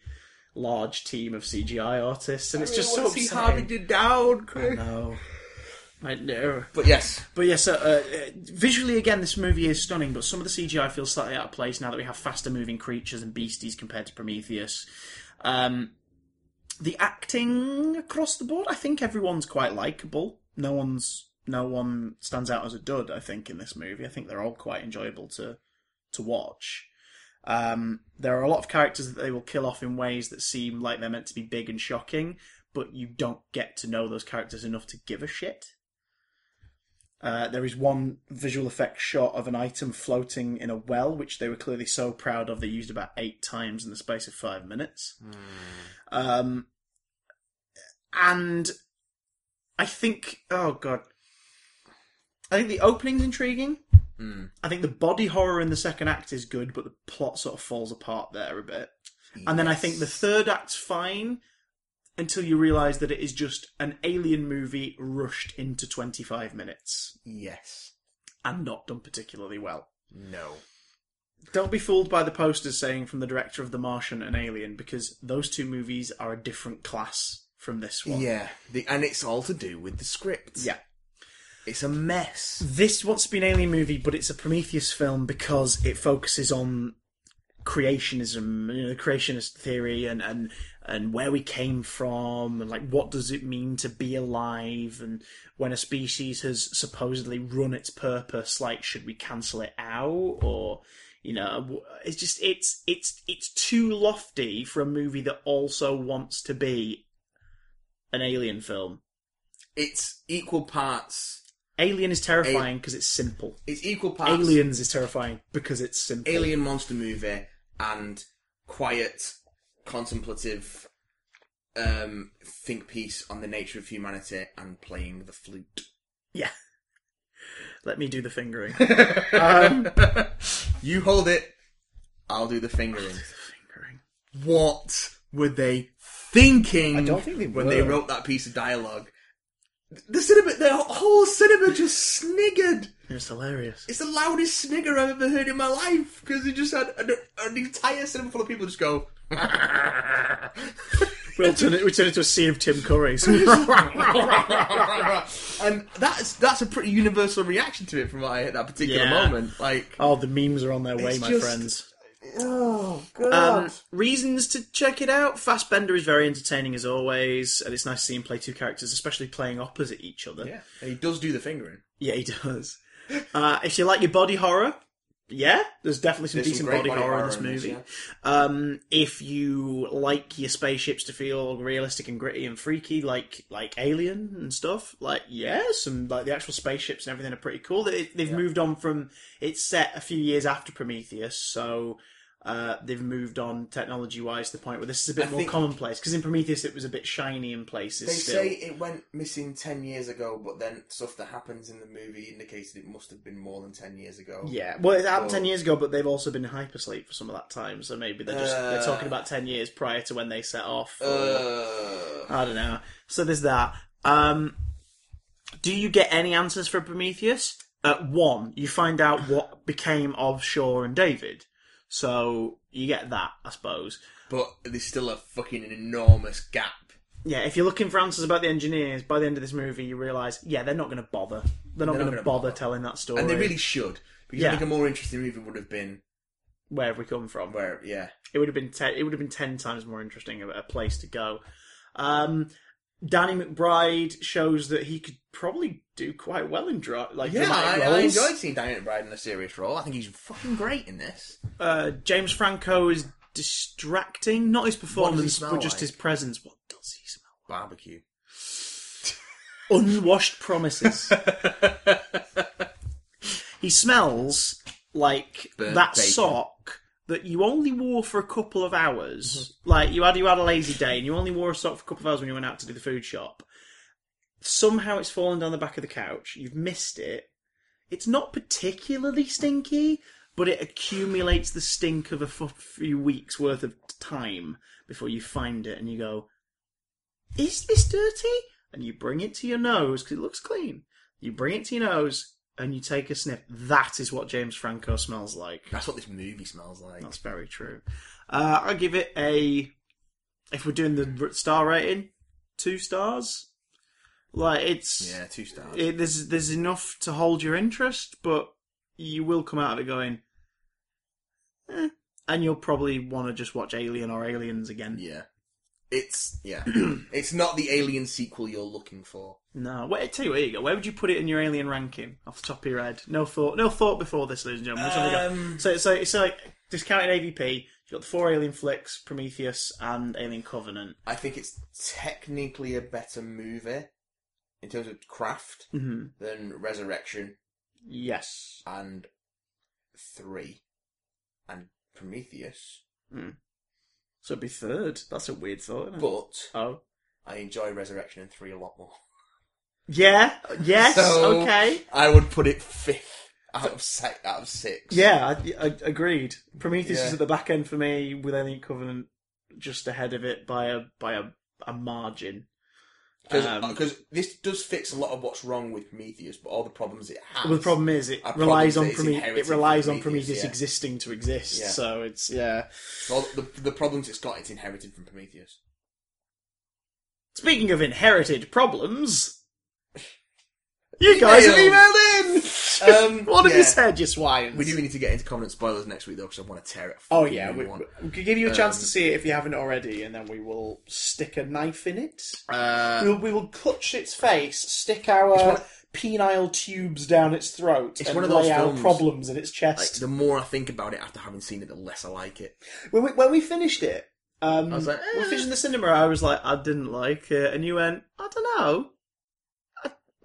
A: large team of CGI artists, and it's just so
B: see
A: upsetting.
B: Harvey did down, Chris.
A: no. I know.
B: But yes,
A: But yeah, so uh, uh, visually, again, this movie is stunning, but some of the CGI feels slightly out of place now that we have faster moving creatures and beasties compared to Prometheus. Um, the acting across the board, I think everyone's quite likable. No one's no one stands out as a dud. I think in this movie, I think they're all quite enjoyable to to watch. Um, there are a lot of characters that they will kill off in ways that seem like they're meant to be big and shocking, but you don't get to know those characters enough to give a shit. Uh, there is one visual effect shot of an item floating in a well, which they were clearly so proud of they used about eight times in the space of five minutes. Um, and I think, oh god, I think the opening's intriguing. I think the body horror in the second act is good, but the plot sort of falls apart there a bit. And then I think the third act's fine until you realise that it is just an alien movie rushed into 25 minutes
B: yes,
A: and not done particularly well.
B: no.
A: Don't be fooled by the posters saying from the director of The Martian and Alien, because those two movies are a different class from this one.
B: Yeah, the, and it's all to do with the script.
A: Yeah.
B: It's a mess.
A: This wants to be an alien movie, but it's a Prometheus film because it focuses on creationism, you know, the creationist theory and, and and where we came from and like what does it mean to be alive and when a species has supposedly run its purpose, like should we cancel it out or you know w- it's just it's it's it's too lofty for a movie that also wants to be an alien film.
B: It's equal parts.
A: Alien is terrifying because it's simple.
B: It's equal parts.
A: Aliens is terrifying because it's simple.
B: alien monster movie and quiet, contemplative, um, think piece on the nature of humanity and playing the flute.
A: Yeah. Let me do the fingering. um,
B: you hold it. I'll do the fingering.
A: fingering.
B: What were they thinking?
A: I don't think they
B: when
A: were.
B: they wrote that piece of dialogue. The cinema, the whole cinema just sniggered.
A: It was hilarious.
B: It's the loudest snigger I've ever heard in my life because it just had an, an entire cinema full of people just go.
A: We'll turn it, we turn it to a sea of Tim Currys.
B: and that's that's a pretty universal reaction to it from what I at that particular
A: Yeah.
B: moment. Like,
A: oh, the memes are on their way,
B: It's
A: my
B: just-
A: friends.
B: oh god,
A: Um, reasons to check it out. Fastbender is very entertaining as always, and it's nice to see him play two characters, especially playing opposite each other.
B: yeah, and he does do the fingering.
A: Yeah, he does. Uh, if you like your body horror, yeah, there's definitely some
B: There's some
A: decent
B: great
A: body,
B: body
A: horror,
B: horror
A: in
B: in
A: this
B: this,
A: movie. Um, if you like your spaceships to feel realistic and gritty and freaky, like like Alien and stuff, like yeah, some like the actual spaceships and everything are pretty cool. They, they've moved on from it's set a few years after Prometheus, so. Uh, they've moved on technology-wise to the point where this is a bit
B: I
A: more
B: think-
A: commonplace because in Prometheus it was a bit shiny in places.
B: They
A: still.
B: say it went missing ten years ago, but then stuff that happens in the movie indicated it must have been more than ten years ago.
A: Yeah, well, it happened
B: Well-
A: ten years ago, but they've also been in hypersleep for some of that time, so maybe they're just they're
B: Uh.
A: talking about ten years prior to when they set off. or-
B: Uh,
A: I don't know. So there's that. Um, do you get any answers for Prometheus? Uh, one, you find out what became of Shaw and David, so you get that, I suppose.
B: but there's still a fucking enormous gap.
A: Yeah, if you're looking for answers about the engineers, by the end of this movie, you realise, yeah, they're not going to bother. They're not
B: They're not
A: going to
B: gonna
A: bother
B: bother.
A: telling that story.
B: And they really should. Because
A: Yeah.
B: I think a more interesting movie would have been
A: where have we come from?
B: where, yeah.
A: It would have been ten, it would have been ten times more interesting of a place to go. Um, Danny McBride shows that he could probably do quite well in dra- like
B: Yeah, I,
A: dramatic
B: I
A: roles.
B: enjoyed seeing Daniel McBride in a serious role. I think he's fucking great in this.
A: Uh, James Franco is distracting, not his performance,
B: smell
A: but just
B: like?
A: his presence. What does he smell?
B: Barbecue.
A: Unwashed promises. he smells like
B: Burnt
A: that
B: bacon.
A: sock that you only wore for a couple of hours. Like you had you had a lazy day and you only wore a sock for a couple of hours when you went out to do the food shop. Somehow it's fallen down the back of the couch. You've missed it. It's not particularly stinky, but it accumulates the stink of a f- few weeks worth of time before you find it and you go, "Is this dirty?" And you bring it to your nose because it looks clean. You bring it to your nose and you take a sniff. That is what James Franco smells like.
B: That's what this movie smells like.
A: That's very true. Uh, I give it a. If we're doing the r- star rating, two stars. Like it's
B: Yeah, two stars.
A: it, eh, there's there's enough to hold your interest, but you will come out of it going, eh, and you'll probably want to just watch Alien or Aliens again.
B: Yeah. It's yeah. it's not the alien sequel you're looking for.
A: No, wait, I tell you where you go. Where would you put it in your Alien ranking off the top of your head? No thought, no thought before this, ladies and gentlemen. Just have a go.
B: Um,
A: So, so it's like discounting AVP. You've got the four Alien flicks, Prometheus, and Alien Covenant.
B: I think it's technically a better movie in terms of craft
A: Mm-hmm.
B: than Resurrection
A: Yes.
B: and Three and Prometheus.
A: So it'd be third. That's a weird thought. Isn't it?
B: But
A: oh,
B: I enjoy Resurrection and Three a lot more.
A: yeah. Yes.
B: So-
A: okay.
B: I would put it fifth out of six. Out of six.
A: Yeah, I, I- agreed. Prometheus
B: Yeah.
A: is at the back end for me, with Alien Covenant just ahead of it by a by a, a margin. Um,
B: because this does fix a lot of what's wrong with Prometheus, but all the problems it has.
A: Well, the problem is it
B: A
A: relies on
B: problem that is
A: Prometheus.
B: inherited
A: It
B: from
A: relies on
B: Prometheus,
A: Prometheus
B: yeah.
A: existing to exist.
B: Yeah.
A: So it's yeah.
B: Well, the, the problems it's got, it's inherited from Prometheus.
A: Speaking of inherited problems, you guys have emailed in.
B: Um,
A: what have
B: yeah.
A: you said, you swines?
B: We do need to get into Covenant spoilers next week, though, because I want to tear it.
A: Oh yeah, we,
B: we,
A: we we could give you a chance
B: Um,
A: to see it if you haven't already, and then we will stick a knife in it.
B: uh,
A: We'll, we will clutch its face, stick our
B: It's one
A: penile tubes down its throat,
B: It's
A: and
B: one of
A: lay
B: those
A: our
B: films-
A: problems in its
B: like,
A: chest.
B: the more I think about it after having seen it, the less I like it.
A: When we when we finished it, um,
B: I was like,
A: when we
B: eh.
A: finished in the cinema, I was like, I didn't like it, and you went, I don't know. I-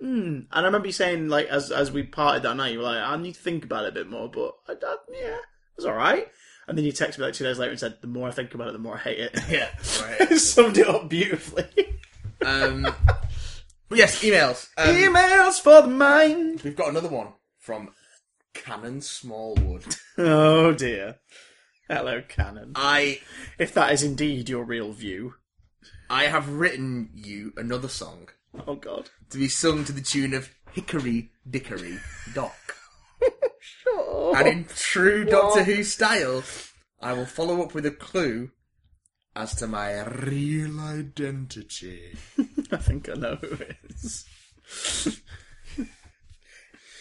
A: Mm. And I remember you saying, like, as as we parted that night, you were like, I need to think about it a bit more, but I, I, yeah, it was all right. And then you texted me like two days later and said, the more I think about it, the more I hate it.
B: Yeah, right.
A: Summed it up beautifully.
B: um, but yes, emails. Um,
A: Emails for the mind.
B: we've got another one from Canon Smallwood.
A: Oh dear. Hello, Canon.
B: I
A: If that is indeed your real view.
B: I have written you another song
A: Oh God.
B: to be sung to the tune of Hickory Dickory Dock.
A: Sure.
B: And in true Doctor Who style, I will follow up with a clue as to my real identity.
A: I think I know who it is.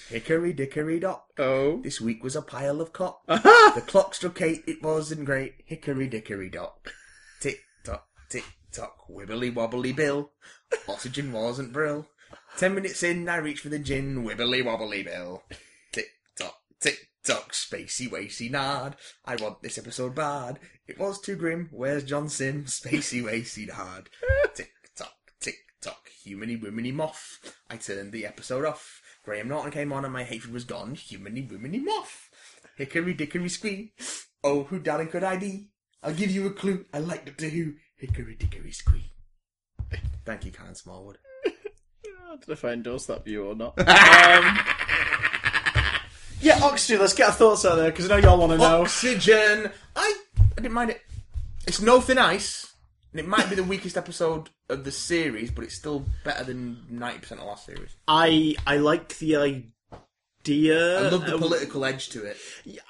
B: Hickory dickory dock.
A: Oh.
B: This week was a pile of cock. The clock struck eight, it wasn't great. Hickory dickory dock. Tick tock, tick tock, wibbly wobbly bill. Oxygen wasn't brill. Ten minutes in, I reach for the gin, wibbly wobbly bill. Tick tock, tick tock, spacey wacy nod. I want this episode bad. It was too grim, where's John Sim? Spacey wacy nod. Tick tock, tick tock, humany womany moth. I turned the episode off. Graham Norton came on and my hatred was gone. Humany womany moth. Hickory dickory squee. Oh, who darling could I be? I'll give you a clue. I like Doctor Who. Hickory dickory squee. Thank you, Karen Smallwood.
A: I don't know if I endorse that view or not. um, yeah, Oxygen, let's get our thoughts out there, because I know y'all want to know.
B: Oxygen. I I didn't mind it. It's no thin ice, and it might be the weakest episode of the series, but it's still better than ninety percent of last series.
A: I, I like the idea.
B: I love the
A: Uh,
B: political edge to it.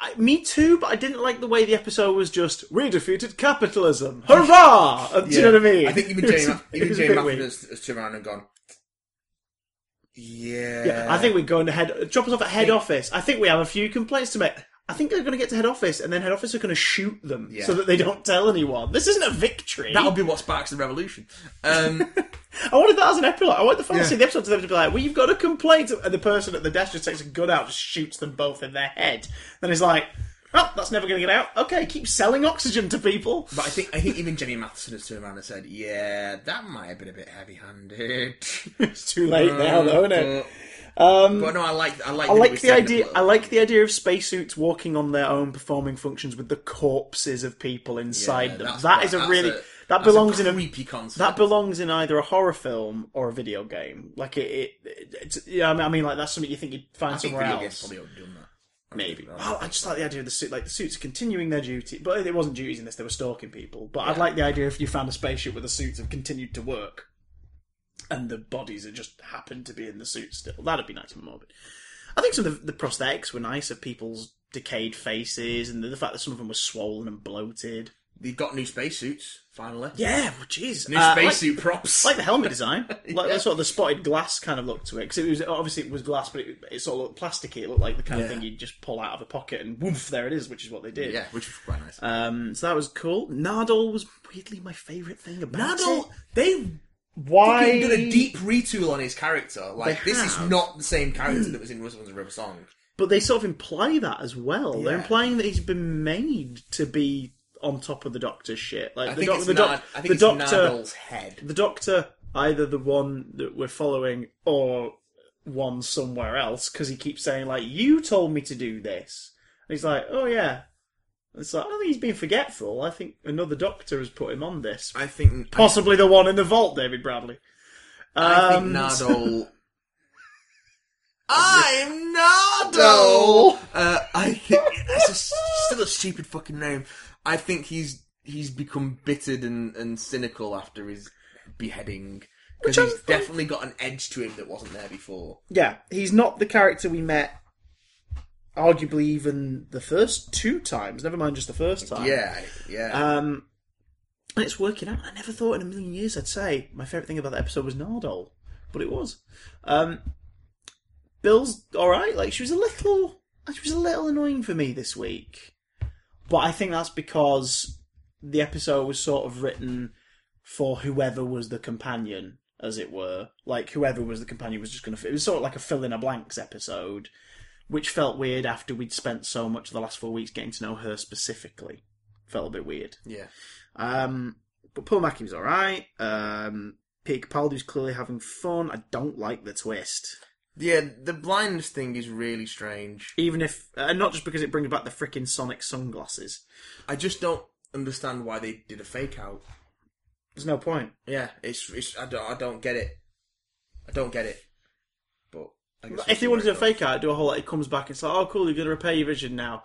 A: I- me too, but I didn't like the way the episode was just, we defeated capitalism. Hurrah! Uh, Do you know what I mean?
B: I think even
A: It was-
B: Jamie, Ma-
A: it
B: even
A: was a
B: Jamie
A: bit weird.
B: Mathers has, has turned around and gone. Yeah.
A: Yeah, I think we're going to head drop us off at head office. I think we have a few complaints to make. I think they're going to get to head office, and then head office are going to shoot them
B: Yeah.
A: so that they don't tell anyone. This isn't a victory.
B: that'll be what sparks the revolution. Um,
A: I wanted that as an epilogue. I want the final
B: Yeah.
A: scene of the episode to them to be like, "Well, you've got a complaint," and the person at the desk just takes a gun out, just shoots them both in their head. Then he's like, "Well, that's never going to get out. Okay, keep selling oxygen to people."
B: But I think I think even Jenny Matheson has turned around and said, "Yeah, that might have been a bit heavy-handed."
A: It's too late now, though, isn't it?
B: But
A: Um,
B: But no, I like I like
A: I
B: that it
A: like
B: was
A: the
B: taken
A: idea. I
B: up a little.
A: like the idea of spacesuits walking on their own, performing functions with the corpses of people inside
B: Yeah,
A: them.
B: that's
A: That
B: what-
A: is a
B: that's
A: really
B: a-
A: that
B: That's
A: belongs in a
B: creepy concept.
A: that belongs in either a horror film or a video game. Like it, it, it's, yeah. I mean, I mean, like that's something you think you'd find
B: I think
A: somewhere
B: video
A: else.
B: games probably have done that.
A: Maybe.
B: Oh.
A: Well, Oh, I just like the idea of the suit. Like the suits continuing their duty, but it wasn't duties in this; they were stalking people. But I'd like the idea if you found a spaceship where the suits have continued to work, and the bodies that just happened to be in the suits still. That'd be nice and morbid. I think some of the, the prosthetics were nice of people's decayed faces, and the, the fact that some of them were swollen and bloated.
B: They got new spacesuits finally.
A: Yeah, well, jeez,
B: New
A: Uh, I like-
B: spacesuit props.
A: I like the helmet design, like the sort of the spotted glass kind of look to it, because it was obviously it was glass, but it, it sort of looked plasticky. It looked like the kind of
B: Yeah.
A: thing you'd just pull out of a pocket and woof, there it is, which is what they did.
B: yeah, which was quite nice.
A: Um, so that was cool. Nardole was weirdly my favourite thing about
B: Nadal,
A: it.
B: they
A: Why
B: fucking did a deep retool on his character. Like
A: They
B: this is
A: have.
B: not the same character that was in Russell's River Song.
A: But they sort of imply that as well. They're
B: Yeah.
A: implying that he's been made to be on top of the Doctor's shit. Like
B: I
A: the,
B: think
A: doc-
B: it's,
A: the, doc-
B: Nad- I think
A: the
B: it's
A: Doctor,
B: Nadal's head.
A: the Doctor, either the one that we're following or one somewhere else, because he keeps saying like, "You told me to do this," and he's like, "Oh yeah." It's like I don't think he's been forgetful. I think another Doctor has put him on this.
B: I think. I,
A: Possibly the one in the vault, David Bradley.
B: I think
A: Um,
B: Nadal. I'm Nadal. Uh, I think it's a, s- still a stupid fucking name. I think he's he's become bittered and, and cynical after his beheading
A: Which
B: because
A: I'm
B: he's
A: fine.
B: definitely got an edge to him that wasn't there before.
A: yeah, he's not the character we met, arguably even the first two times. Never mind just the first time.
B: Yeah, yeah.
A: Um, and it's working out. I never thought in a million years I'd say my favorite thing about that episode was Nardole, but it was. Um, Bill's all right. Like she was a little, she was a little annoying for me this week, but I think that's because the episode was sort of written for whoever was the companion, as it were. Like whoever was the companion was just going to. It was sort of like a fill in a blanks episode, which felt weird after we'd spent so much of the last four weeks getting to know her specifically. Felt a bit weird.
B: yeah.
A: Um, but Paul Mackey was all right. Um, Peter Capaldi's clearly having fun. I don't like the twist,
B: Yeah, the blindness thing is really strange.
A: even if uh, not just because it brings back the freaking Sonic sunglasses.
B: I just don't understand why they did a fake out.
A: There's no point.
B: Yeah, it's it's I don't I don't get it. I don't get it. But I guess
A: if they
B: we'll
A: wanted to do a
B: see where it
A: fake out, do a whole like it comes back and it's like, oh cool, you're gonna repair your vision now.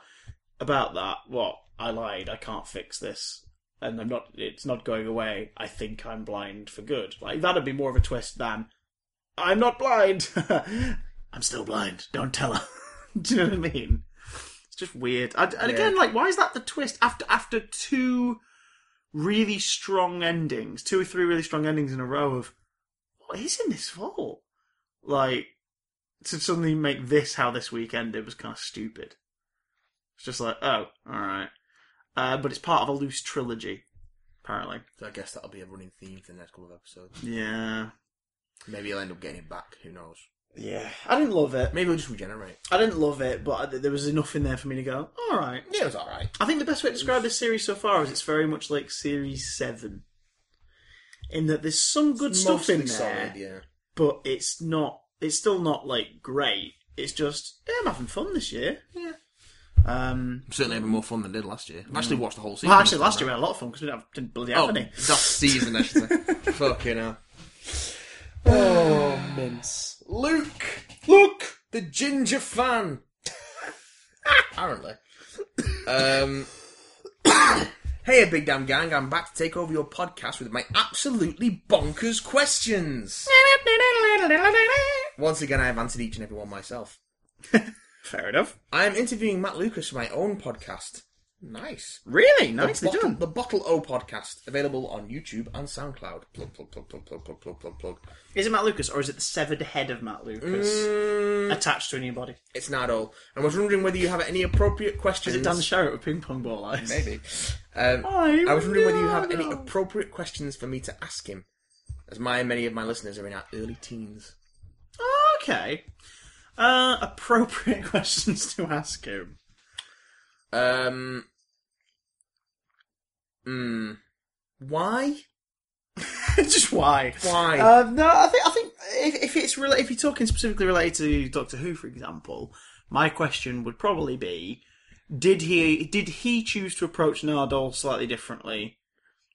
A: About that, what I lied. I can't fix this, and I'm not. It's not going away. I think I'm blind for good. Like that'd be more of a twist than I'm not blind. I'm still blind. Don't tell her. do you know what I mean? It's just weird. And, and
B: Yeah.
A: again, like, why is that the twist after after two really strong endings, two or three really strong endings in a row of what is in this vault? Like to suddenly make this how this week ended was kind of stupid. It's just like, oh, all right, uh, but it's part of a loose trilogy, apparently.
B: goes. So I guess that'll be a running theme for the next couple of episodes.
A: Yeah,
B: Maybe he'll end up getting it back. Who knows?
A: yeah. I didn't love it.
B: Maybe he'll just regenerate.
A: I didn't love it, but I- there was enough in there for me to go, all right.
B: Yeah, it was all right.
A: I think the best way to describe this series so far is it's very much like series seven, in that there's some good stuff in there,
B: Solid, yeah.
A: but it's not. It's still not like great. It's just yeah, I'm having fun this year.
B: Yeah.
A: Um,
B: I'm certainly having more fun than I did last year. I actually watched the whole season.
A: well, actually, last year we had a lot of fun because we didn't, have, didn't bloody have
B: oh,
A: any.
B: that season, I should say. Fucking hell.
C: Oh, mince.
B: Luke,
C: Look!
B: the ginger fan. Apparently. Um. hey, big damn gang! I'm back to take over your podcast with my absolutely bonkers questions. Once again, I have answered each and every one myself.
A: Fair enough.
B: I am interviewing Matt Lucas for my own podcast. Nice.
A: Really nicely
B: Bottle-
A: done.
B: The Bottle O podcast, available on YouTube and SoundCloud. Plug, plug, plug, plug, plug, plug, plug, plug, plug.
A: Is it Matt Lucas or is it the severed head of Matt Lucas
B: Mm,
A: attached to a new body?
B: it's not all. I was wondering whether you have any appropriate questions.
A: Is it Oh, Dan Sherritt with ping pong ball eyes?
B: Maybe. Um,
A: I
B: I was wondering whether you have
A: don't
B: any
A: know.
B: appropriate questions for me to ask him, as my and many of my listeners are in our early teens.
A: Okay. Uh, appropriate questions to ask him.
B: Um. Hmm. Why?
A: Just why?
B: Why?
A: Uh, no, I think I think if, if it's rela- if you're talking specifically related to Doctor Who, for example, my question would probably be: Did he did he choose to approach Nardole slightly differently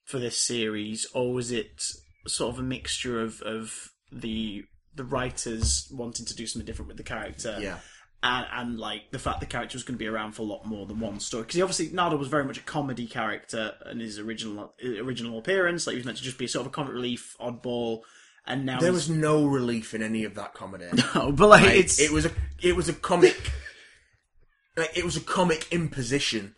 A: for this series, or was it sort of a mixture of of the the writers wanting to do something different with the character,
B: Yeah.
A: and, and like the fact the character was going to be around for a lot more than one story because he obviously Nardole was very much a comedy character in his original original appearance, like he was meant to just be sort of a comic relief oddball. And now
B: There
A: he's-
B: was no relief in any of that comedy.
A: Oh, but like,
B: Like,
A: it's
B: It was a it was a comic like it was a comic imposition.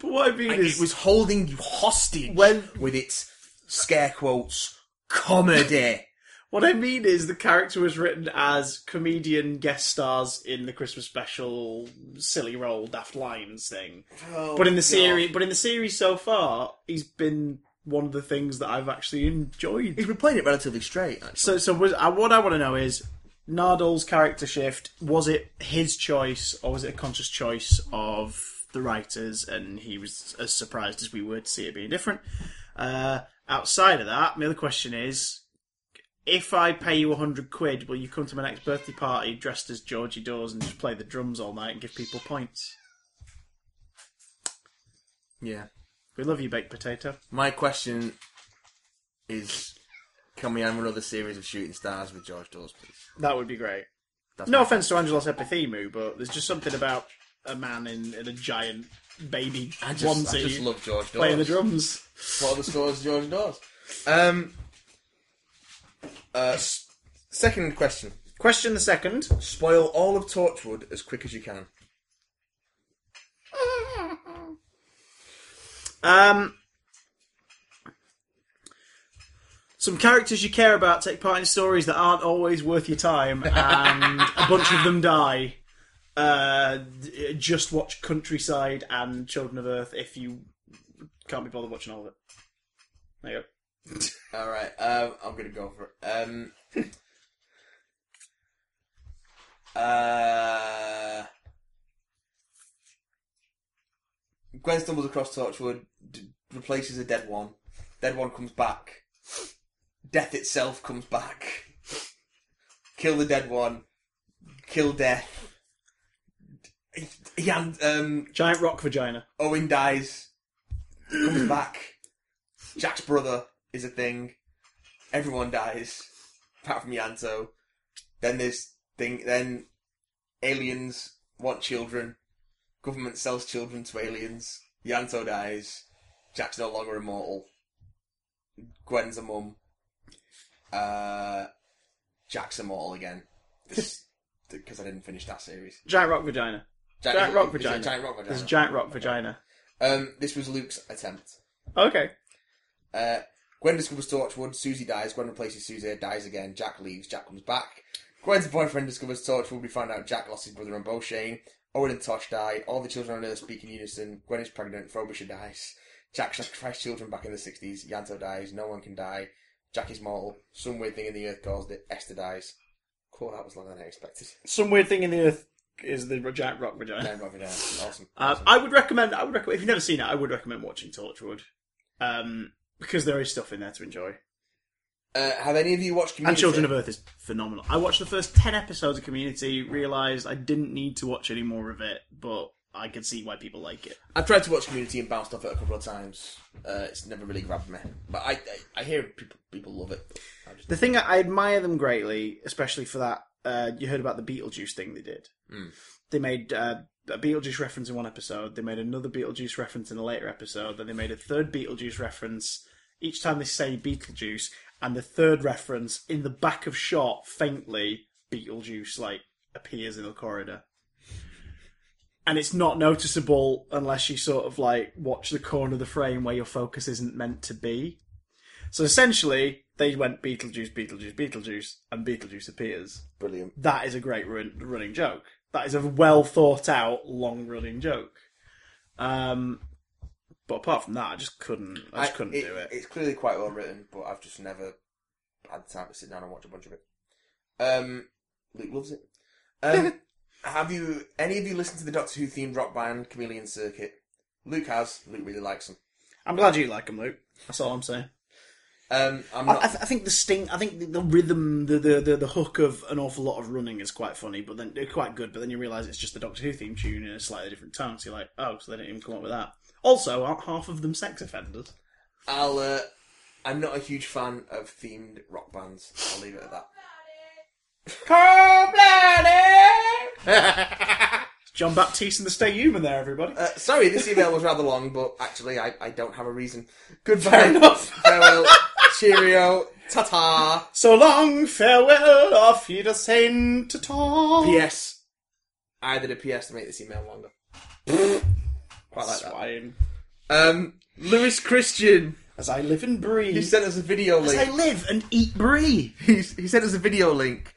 A: but what I mean
B: Like, it was holding you hostage
A: When-
B: with its scare quotes comedy.
A: what I mean is the character was written as comedian guest stars in the Christmas special silly role daft lines thing.
B: Oh,
A: but in the series, but in the series so far, he's been one of the things that I've actually enjoyed.
B: He's been playing it relatively straight, actually.
A: So, so was, I, what I want to know is Nardole's character shift. Was it his choice, or was it a conscious choice of the writers? And he was as surprised as we were to see it being different. Uh, outside of that, my other question is: If I pay you a hundred quid, will you come to my next birthday party dressed as Georgie Dawes and just play the drums all night and give people points?
B: Yeah.
A: We love you, baked potato.
B: My question is can we have another series of shooting stars with George Dawes, please?
A: That would be great.
B: That's
A: No
B: my-
A: offense to Angelos Epithemu, but there's just something about a man in, in a giant baby
B: I
A: onesie.
B: just, I just love George Dawes.
A: playing the drums.
B: What other scores George Dawes? Um uh, s- second question.
A: Question the second.
B: Spoil all of Torchwood as quick as you can.
A: Um, some characters you care about take part in stories that aren't always worth your time, and a bunch of them die. Uh, d- just watch Countryside and Children of Earth if you can't be bothered watching all of it. There you go.
B: All right, um, I'm gonna go for it. Um, uh, Gwen stumbles across Torchwood, d- replaces a dead one. Dead one comes back. Death itself comes back. Kill the dead one. Kill death. He, he hand- um,
A: Giant rock vagina.
B: Owen dies, comes back. Jack's brother is a thing. Everyone dies, apart from Yanto. Then there's thing. Then aliens want children. Government sells children to aliens. Yanto dies. Jack's no longer immortal. Gwen's a mum. Uh, Jack's immortal again. Because I didn't finish that series.
A: Giant rock vagina.
B: Jack,
A: Giant rock
B: is it
A: vagina.
B: Giant rock vagina.
A: There's a giant rock vagina.
B: Um, this was Luke's attempt.
A: Okay.
B: Uh, Gwen discovers Torchwood. Susie dies. Gwen replaces Susie. Dies again. Jack leaves. Jack comes back. Gwen's boyfriend discovers Torchwood. We find out Jack lost his brother and Bo Shane. Owen and Tosh die. All the children on Earth speak in unison. Gwen is pregnant. Frobisher dies. Jack sacrificed children back in the 60s. Yanto dies. No one can die. Jack is mortal. Some weird thing in the Earth caused it. Esther dies. Cool, that was longer than I expected.
A: Some weird thing in the earth is the giant rock vagina.
B: Down, Robbie, down. Awesome.
A: Uh,
B: awesome.
A: I would recommend. I would recommend if you've never seen it. I would recommend watching Torchwood, um, because there is stuff in there to enjoy.
B: Uh, have any of you watched
A: And
B: Community?
A: Children of Earth is phenomenal. I watched the first ten episodes of Community, realised I didn't need to watch any more of it, but I could see why people like it.
B: I've tried to watch Community and bounced off it a couple of times. Uh, it's never really grabbed me, but I I, I hear people people love it. but I just,
A: The thing I admire them greatly, especially for that. Uh, you heard about the Beetlejuice thing they did.
B: Mm.
A: They made uh, a Beetlejuice reference in one episode. They made another Beetlejuice reference in a later episode. Then they made a third Beetlejuice reference. Each time they say Beetlejuice, and the third reference in the back of shot, faintly Beetlejuice like appears in the corridor. And it's not noticeable unless you sort of like watch the corner of the frame where your focus isn't meant to be. So essentially, they went Beetlejuice, Beetlejuice, Beetlejuice, and Beetlejuice appears.
B: brilliant.
A: That is a great run- running joke. That is a well thought out, long running joke. Um, but apart from that, I just couldn't. I just couldn't do it.
B: It's clearly quite well written, but I've just never had the time to sit down and watch a bunch of it. Um, Luke loves it. Um, have you any of you listened to the Doctor Who themed rock band Chameleon Circuit? Luke has. Luke really likes them.
A: I'm glad you like him, Luke. That's all I'm saying.
B: Um, I'm
C: I, I
B: not.
C: th- I think the sting. I think the, the rhythm, the, the the the hook of an awful lot of running is quite funny, but then they're quite good. But then you realise it's just the Doctor Who theme tune in a slightly different tone. So you're like, oh, so they didn't even come up with that. Also, aren't half of them sex offenders?
B: I'll. Uh, I'm not a huge fan of themed rock bands. I'll leave it at that.
C: John Baptiste and the Stay Human, there, everybody.
B: Uh, sorry, this email was rather long, but actually, I, I don't have a reason.
C: Fair
B: Goodbye.
C: enough.
B: Farewell. Cheerio. Ta ta.
C: So long, farewell, off you to Saint Tatar.
B: P.S. I did a P.S. to make this email longer. Quite like
C: That's
B: that.
C: why I'm-
B: Um, Lewis Christian.
C: As I live and
B: He
C: breathe.
B: sent us a video
C: As I
B: link.
C: live and eat brie.
B: He, he sent us a video link.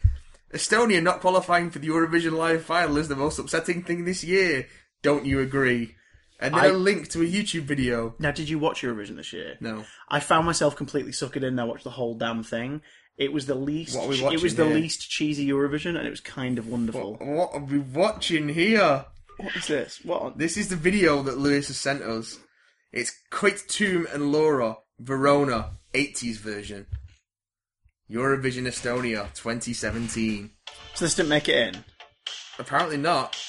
B: Estonia not qualifying for the Eurovision live final is the most upsetting thing this year. Don't you agree? And then
A: I-
B: a link to a YouTube video.
A: Now, did you watch Eurovision this year?
B: No.
A: I found myself completely suckered in. I watched the whole damn thing. It was the least.
B: What are we
A: che-
B: watching
A: it was the
B: here?
A: least cheesy Eurovision, and it was kind of wonderful.
B: What are we watching here?
A: what is this? What? on-
B: This is the video that Lewis has sent us. It's Quit Tomb and Laura, Verona, 80s version. Eurovision Estonia 2017.
A: So this didn't make it in.
B: Apparently not.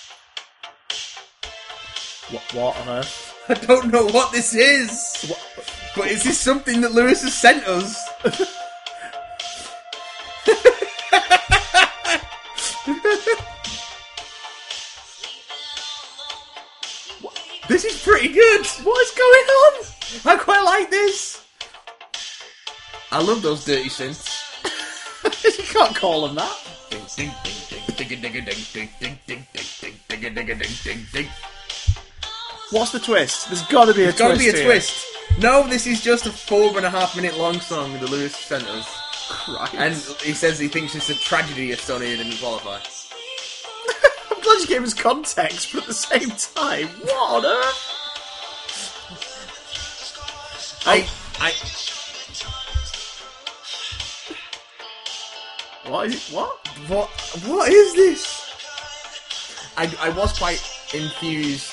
A: What? What on earth?
B: I don't know what this is!
A: What?
B: But is this something that Lewis has sent us? this is pretty good. What is going on? I quite like this. I love those dirty synths.
A: you can't call them that. What's the twist? There's got to be a
B: It's
A: twist.
B: gotta be a
A: here.
B: twist. No, this is just a four and a half minute long song that Lewis sent us.
A: Christ.
B: And he says he thinks it's a tragedy Estonia didn't qualify.
A: I'm glad you gave us context, but at the same time, what on earth?
B: I, I,
A: What is it? What?
B: what, what is this? I, I was quite enthused.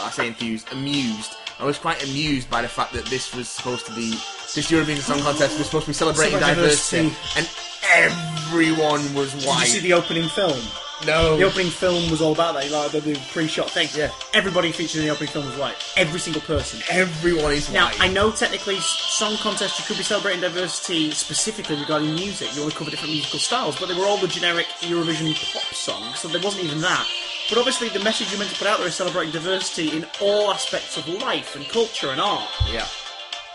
B: I say enthused, amused. I was quite amused by the fact that this was supposed to be this Eurovision Song Contest was supposed to be celebrating
A: Celebrate
B: diversity, and everyone was
A: Did you see
B: white.
A: the opening film? The
B: no,
A: opening film was all about that. Like the, the pre-shot thing.
B: Yeah.
A: Everybody featured in the opening film was white. Every single person.
B: everyone is
A: Now
B: white.
A: I know technically s- song contest you could be celebrating diversity specifically regarding music. You want to cover different musical styles, but they were all the generic Eurovision pop songs, so there wasn't even that. But obviously, the message you're meant to put out there is celebrating diversity in all aspects of life and culture and art.
B: yeah,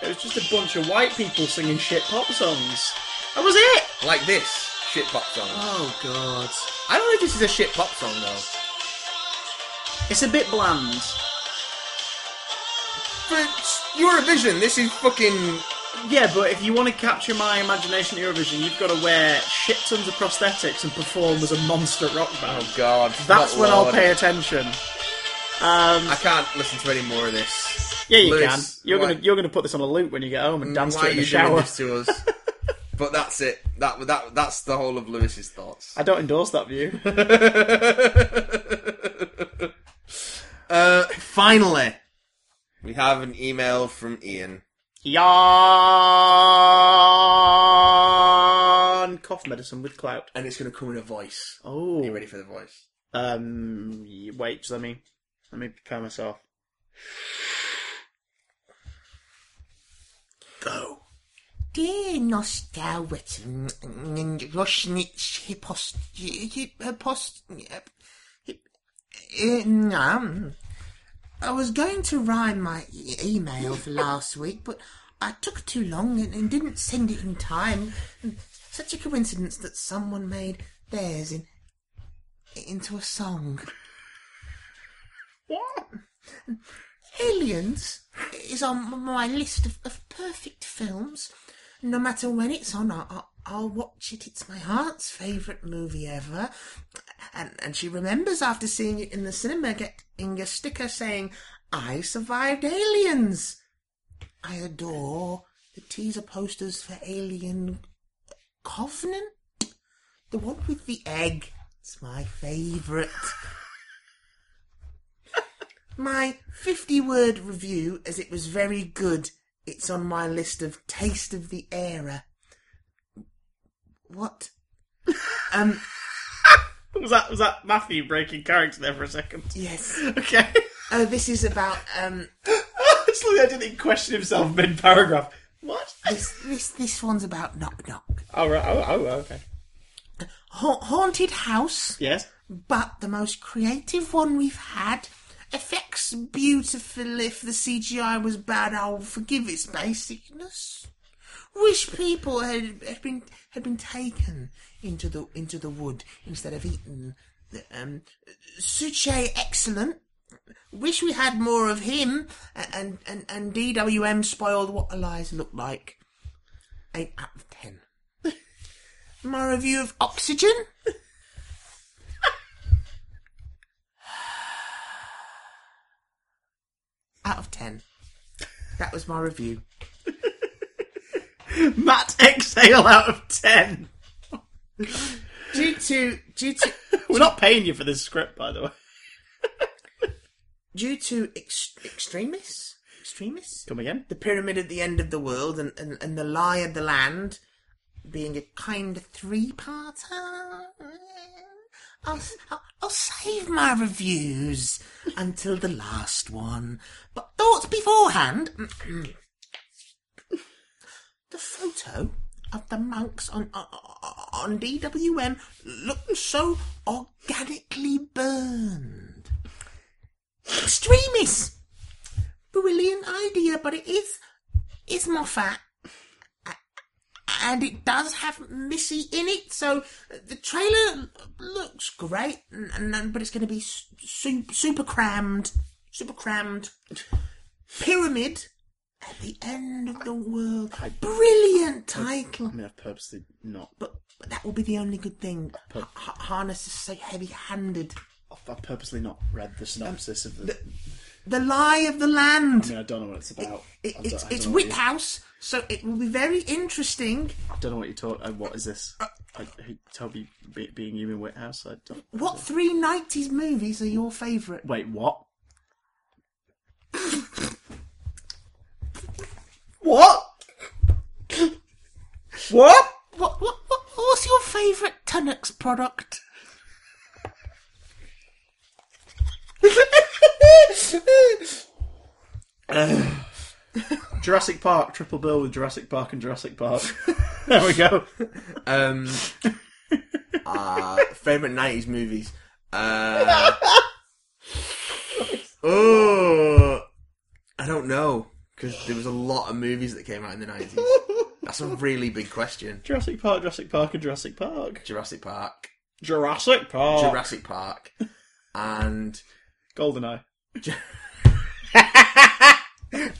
A: It was just a bunch of white people singing shit pop songs. That was it.
B: like this shit pop song.
A: Oh god,
B: I don't know if this is a shit pop song though.
A: it's a bit bland.
B: For Eurovision, this is fucking
A: Yeah, but if you want to capture my imagination at Eurovision, you've got to wear shit tons of prosthetics and perform as a monster rock band.
B: Oh God!
A: That's
B: not
A: when
B: Lord.
A: I'll pay attention. Um,
B: I can't listen to any more of this.
A: Yeah, you
B: Lewis,
A: can. You're
B: why- Mm,
A: gonna you're gonna put this on a loop when you get home and dance
B: Why
A: to
B: are
A: it in
B: you
A: the
B: doing
A: shower.
B: this to us? but that's it. That that that's the whole of Lewis's thoughts.
A: I don't endorse that view.
B: Uh, finally, we have an email from Ian.
A: Yarn cough medicine with clout.
B: And it's going to come in a voice.
A: Oh,
B: Are you ready for the voice?
A: um, y- wait. just Let me let me prepare myself.
B: Go.
D: Dear Nostalwitzum, Roshnitz Hippost... Hippost... Um, I was going to rhyme my e- email for last week, but I took too long and, and didn't send it in time. And such a coincidence that someone made theirs in, into a song.
A: What?
D: Aliens is on my list of, of perfect films. No matter when it's on, I, I, I'll watch it. It's my aunt's favourite movie ever. And, and she remembers after seeing it in the cinema getting a sticker saying, I survived aliens. I adore the teaser posters for Alien Covenant. The one with the egg. It's my favourite. My 50 word review, as it was very good It's on my list of taste of the era. What? um,
A: Was that was that Matthew breaking character there for a second?
D: yes.
A: Okay.
D: Oh, this is about, um,
A: It's like I didn't even question himself mid paragraph. What?
D: this, this, this one's about knock knock.
A: Oh right. Oh, oh okay.
D: Ha- haunted house.
A: Yes.
D: but the most creative one we've had. Effects beautiful if the CGI was bad, I'll forgive its basicness. Wish people had, had been had been taken into the into the wood instead of eaten. Um, Suchet excellent. Wish we had more of him. A- And and and DWM spoiled what the lies looked like. Eight out of ten. My review of Oxygen. out of 10. That was my review.
A: Matt exhale out of ten.
D: Due to due to
A: We're not paying you for this script, by the way.
D: due to ex- extremists, extremists,
A: Come again.
D: the pyramid at the end of the world, and and, and the lie of the land being a kind of three-parter. I'll, s- I'll, I'll save my reviews until the last one. But thoughts beforehand. the photo of the monks on on, on DWM looked so organically burned. Extremists, brilliant idea, but it is is Moffat, A- and it does have Missy in it. So the trailer looks great, and, and, and- but it's going to be su- super crammed, super crammed. Pyramid at the end of the world. Brilliant title.
A: I mean, I've purposely not.
D: But, but that will be the only good thing. H- harness is so heavy-handed.
A: I've I've purposely not read the synopsis of the.
D: The lie of the land.
A: I mean, I don't know what it's about.
D: It,
A: I don't-
D: it's
A: I
D: it's
A: don't know what you-
D: Wickhouse, so it will be very interesting.
A: I don't know what you talk. Uh, what is this? I, who- Toby be, being you in Whithouse. I don't.
D: What three nineties movies are your favourite?
A: Wait, what? what? what?
D: What, what what what's your favourite Tunnocks product?
A: Jurassic Park triple bill with Jurassic Park and Jurassic Park. there we go.
B: Um, uh, favorite nineties movies. Uh, oh, I don't know because there was a lot of movies that came out in the nineties. That's a really big question.
A: Jurassic Park, Jurassic Park, and Jurassic Park.
B: Jurassic Park,
A: Jurassic Park.
B: Jurassic Park, and
A: Goldeneye.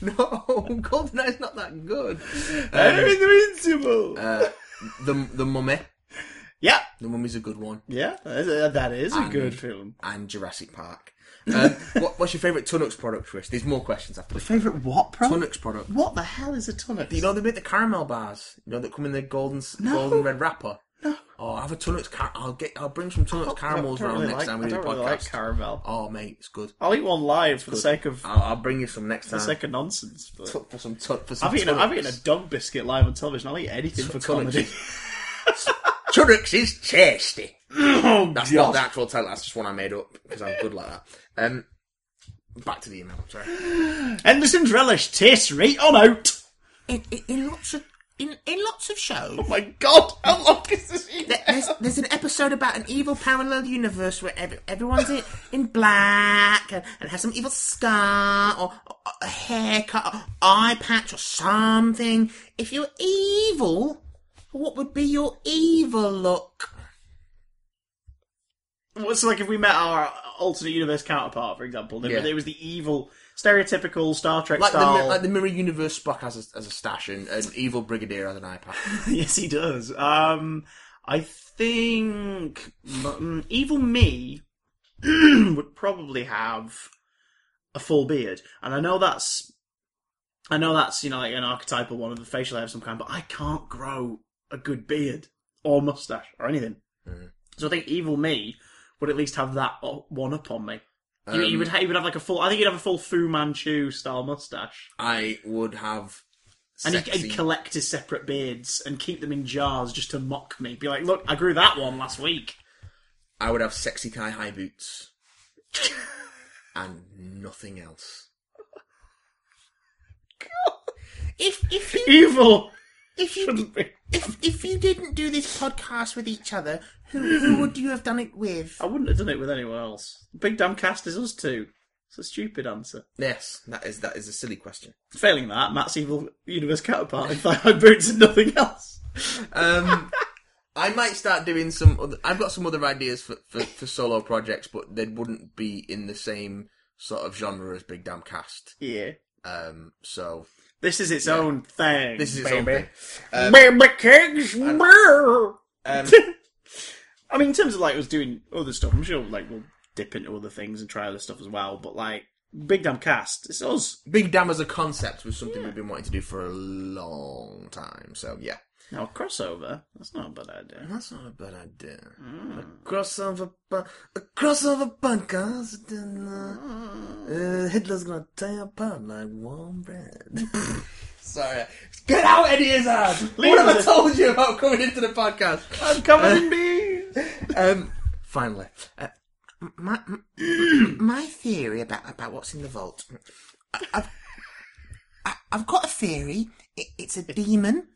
B: no, Goldeneye's not that good.
A: They're
B: Um,
A: invincible.
B: uh, the the Mummy,
A: yeah,
B: the Mummy's a good one,
A: yeah. That is, that is a
B: And-
A: good film.
B: and Jurassic Park. Um, what, what's your favourite Tunnocks product, Chris? There's more questions after this.
A: Favorite what? Pro?
B: Tunnocks product.
A: What the hell is a tonic?
B: You know they make the caramel bars. You know that come in the golden golden red wrapper. No. Oh, I have a Tunnocks. Car- I'll get. I'll bring some Tunnocks caramels
A: I don't
B: round
A: really like-
B: next time we
A: I
B: do the
A: don't
B: podcast.
A: really like caramel.
B: oh, mate, it's good. Uh,
A: I'll eat one live for the sake of
B: I'll, I'll bring you some next
A: for
B: time.
A: the sake of nonsense. But
B: Tu- for some tu- for some
A: I've eaten, a, I've eaten
B: Tunnocks.
A: a dog biscuit live on television. I'll eat anything for comedy.
B: Tunnocks is tasty.
A: oh,
B: That's
A: God.
B: not the actual title. That's just one I made up because I'm good like that. Um, back to the email. Sorry.
A: Henderson's relish tastes right on out.
D: In, in, in lots of in, in lots of shows.
A: Oh my God, how long is this? email?
D: There's, there's an episode about an evil parallel universe where every, everyone's in, in black and, and has some evil scar or, or a haircut or eye patch or something. If you're evil, what would be your evil look?
A: It's like if we met our alternate universe counterpart, for example. There,
B: Yeah.
A: there was the evil, stereotypical Star Trek
B: Like the,
A: style.
B: mi- like the Mirror Universe Spock has a, has a stash and an evil Brigadier has an iPad.
A: yes, he does. Um, I think mm, evil me would probably have a full beard, and I know that's, I know that's you know like an archetypal one of the facial hair of some kind, but I can't grow a good beard or mustache or anything. So I think evil me would at least have that o- one up on me. You, you would ha- you would have like a full. I think you'd have a full Fu Manchu style mustache.
B: I would have
A: And he'd,
B: sexy.
A: he'd collect his separate beards and keep them in jars just to mock me. Be like, look, I grew that one last week.
B: I would have sexy Kai high boots and nothing else.
D: If if you
A: Evil!
D: if you
A: Shouldn't be.
D: if, if you didn't do this podcast with each other, who who would you have done it with?
A: I wouldn't have done it with anyone else. The big damn cast is us two. It's a stupid answer.
B: Yes, that is that is a silly question.
A: Failing that, Matt's evil universe counterpart in Thigh High Boots and nothing else.
B: Um, I might start doing some. Other, I've got some other ideas for, for, for solo projects, but they wouldn't be in the same sort of genre as Big Damn Cast.
A: Yeah.
B: Um, so
A: This is its own thing.
B: this is its
A: baby.
B: own thing.
A: Baby cakes, brr.
B: Um,
A: I mean, in terms of like us doing other stuff, I'm sure like we'll dip into other things and try other stuff as well. But like, big damn cast, it's us.
B: Big Damn as a concept was something we've been wanting to do for a long time. So yeah,
A: Now a Oh, crossover, that's not a bad idea.
B: that's not a bad idea.
A: Mm.
B: A crossover, bu- a crossover podcast. And, uh,
A: Mm.
B: uh, Hitler's gonna tear you apart like warm bread. Sorry, get out, Eddie Izzard.
A: Leave
B: what have I
A: us-
B: told you about coming into the podcast?
A: I'm covered in bees.
B: Um, finally, uh,
D: My m- my theory about about what's in the vault. I- I've I- I've got a theory. It, it's a demon,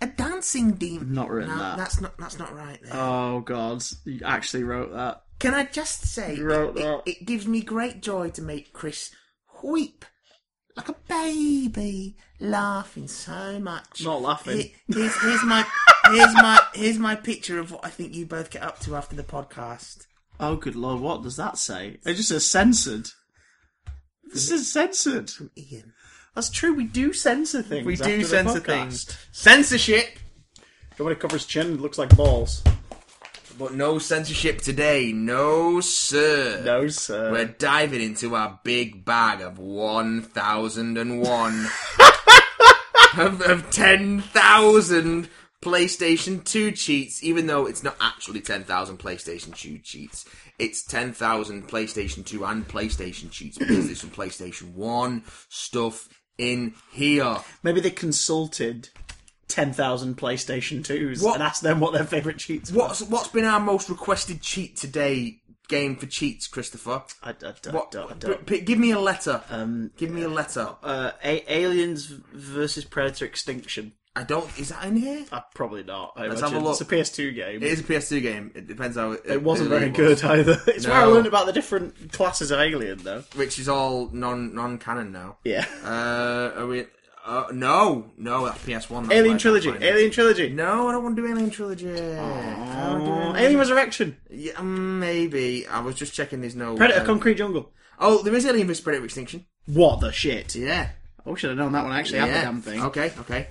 D: a dancing demon.
A: Not written
D: No,
A: that.
D: That's not that's not right. There.
A: Oh god, you actually wrote that.
D: Can I just say,
A: You wrote
D: it,
A: that.
D: it, it gives me great joy to make Chris weep like a baby, laughing so much.
A: Not laughing.
D: Here- here's, here's my here's my here's my picture of what I think you both get up to after the podcast.
A: Oh good lord, what does that say? It just says censored. This is censored.
D: Ian,
A: That's true. We do censor things.
B: we
A: after
B: do
A: the
B: censor
A: podcast.
B: things. Censorship,
A: Do you want me to cover his chin? It looks like balls.
B: but no censorship today. No, sir.
A: No, sir.
B: We're diving into our big bag of 1001. of, of 10,000 PlayStation 2 cheats, even though it's not actually 10,000 PlayStation 2 cheats. It's 10,000 PlayStation 2 and PlayStation cheats because there's some PlayStation 1 stuff in here.
A: Maybe they consulted 10,000 PlayStation 2s
B: What-
A: and asked them what their favourite cheats were.
B: What's, what's been our most requested cheat today? Game for cheats, Christopher.
A: I, I don't,
B: What?
A: don't- I
B: p-
A: don't.
B: p- give me a letter. Um, give me a letter.
A: Uh, a- aliens versus Predator Extinction.
B: I don't. Is that in here?
A: Uh, probably not. I
B: Let's
A: imagine.
B: have a
A: It's
B: look.
A: a PS2 game.
B: It is a PS2 game. It depends how it,
A: it wasn't very
B: early it was.
A: good either. It's where I
B: No.
A: learned about the different classes of alien, though.
B: which is all non non canon now.
A: Yeah.
B: Uh, are we? Uh, no, no, that's PS1. That's why I
A: Alien
B: can't
A: Trilogy.
B: find it.
A: Alien Trilogy.
B: No, I don't want to do Alien Trilogy. I don't
A: Oh,
B: wanna do
A: Alien Resurrection.
B: Yeah, mm, maybe. I was just checking. There's no
A: Predator
B: um,
A: Concrete Jungle.
B: oh, there is Alien vs Predator Extinction.
A: What the shit?
B: Yeah.
A: I wish I'd have known that one. I actually had
B: yeah.
A: the damn thing.
B: Okay. Okay.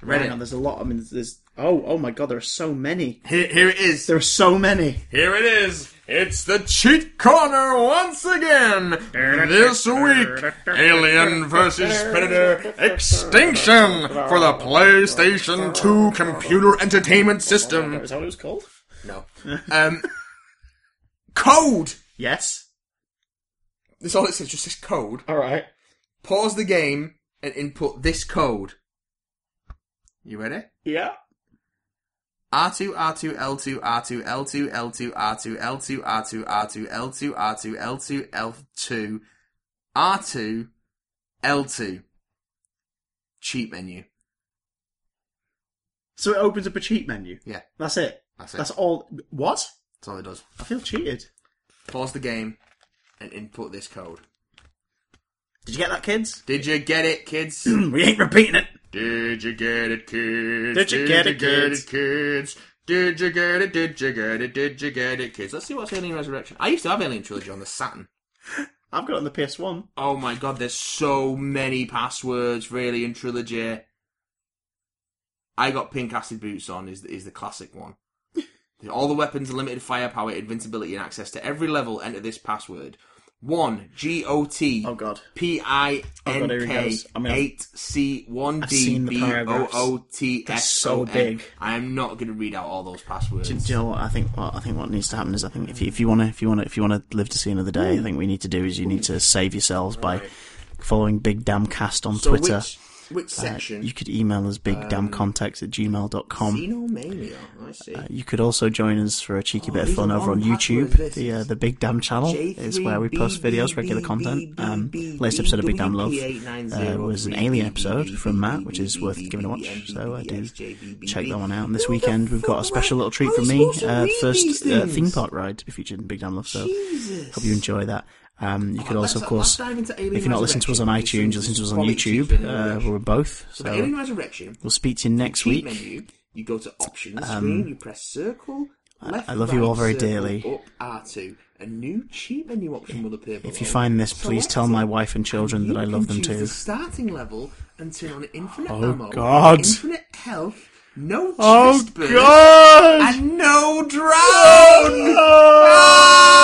A: Hang
B: Read
A: on,
B: it.
A: there's a lot. I mean, there's. Oh, oh my god, there are so many.
B: Here, here it is.
A: There are so many.
B: Here it is. It's the cheat corner once again. This week, Alien vs. Predator Extinction for the PlayStation 2 computer entertainment system.
A: Is that what it was called?
B: No. Um, code.
A: Yes.
B: That's all it says, just says code.
A: All right.
B: Pause the game and input this code. You ready?
A: Yeah.
B: R2, R2, L2, R2, L2, L2, R2, L2, R2, R2, L2, R2, L2, L2, R2, L2. Cheat menu.
A: So it opens up a cheat menu.
B: Yeah,
A: That's it.
B: That's it.
A: That's all. What?
B: that's all it does.
A: I feel cheated.
B: Pause the game and input this code.
A: Did you get that, kids?
B: Did you get it, kids?
A: we ain't repeating it.
B: Did you get it, kids?
A: Did you get it, kids?
B: kids? Did you get it? Did you get it? Did you get it, kids? Let's see what's Alien Resurrection. I used to have Alien Trilogy on the Saturn.
A: I've got it on the PS1.
B: Oh my god, there's so many passwords really in trilogy. I got pink acid boots on is is the classic one. All the weapons are limited firepower, invincibility, and access to every level. Enter this password: one G O T
A: Oh, God.
B: P I
A: Oh
B: N
A: God, here he
B: K
A: goes. I mean, I've-
B: eight C one
A: I've
B: D
A: seen the
B: B O
A: paragraphs.
B: O T S O
A: so
B: N.
A: big.
B: I am not going to read out all those passwords.
C: Do you know what I think? What I think what needs to happen is I think if you, if you want to if you want to if you want to live to see another day, I think what you need to do is you need to save yourselves by following Big Damn Cast on
B: So
C: Twitter.
B: which Which
A: Uh,
B: section?
A: you could email us bigdamcontacts at gmail.com.
B: Xenomania. I see.
A: Uh, you could also join us for a cheeky
B: Oh,
A: bit of
B: these
A: fun
B: are
A: over on
B: long passwords,
A: YouTube.
B: this
A: The uh,
B: is-
A: the Big Damn channel is where we post videos, regular content. Um, latest episode of Big Damn Love uh, was an alien episode from Matt, which is worth giving a watch. So uh, do check that one out. And this weekend we've got a special little treat from me. Uh, first uh, theme park ride to be featured in Big Damn Love. So
B: Jesus.
A: hope you enjoy that. Um, you could also, of course, if
B: if
A: you're not listening to us on iTunes, listen to us on YouTube. Uh, we're on both.
B: so the Alien
A: So
B: Resurrection
A: we'll speak to you next week.
B: cheat menu. You go to options screen. You press circle. Left,
A: Um, I love you
B: right,
A: all very
B: circle,
A: dearly.
B: Up R two. A new cheat menu option will appear.
A: If you find this, please tell my wife and children that I love them
B: The
A: too.
B: starting level and turn on infinite
A: Oh,
B: ammo,
A: God.
B: infinite health, no
A: Oh
B: chest burst,
A: God! Oh,
B: and no drown. Ah!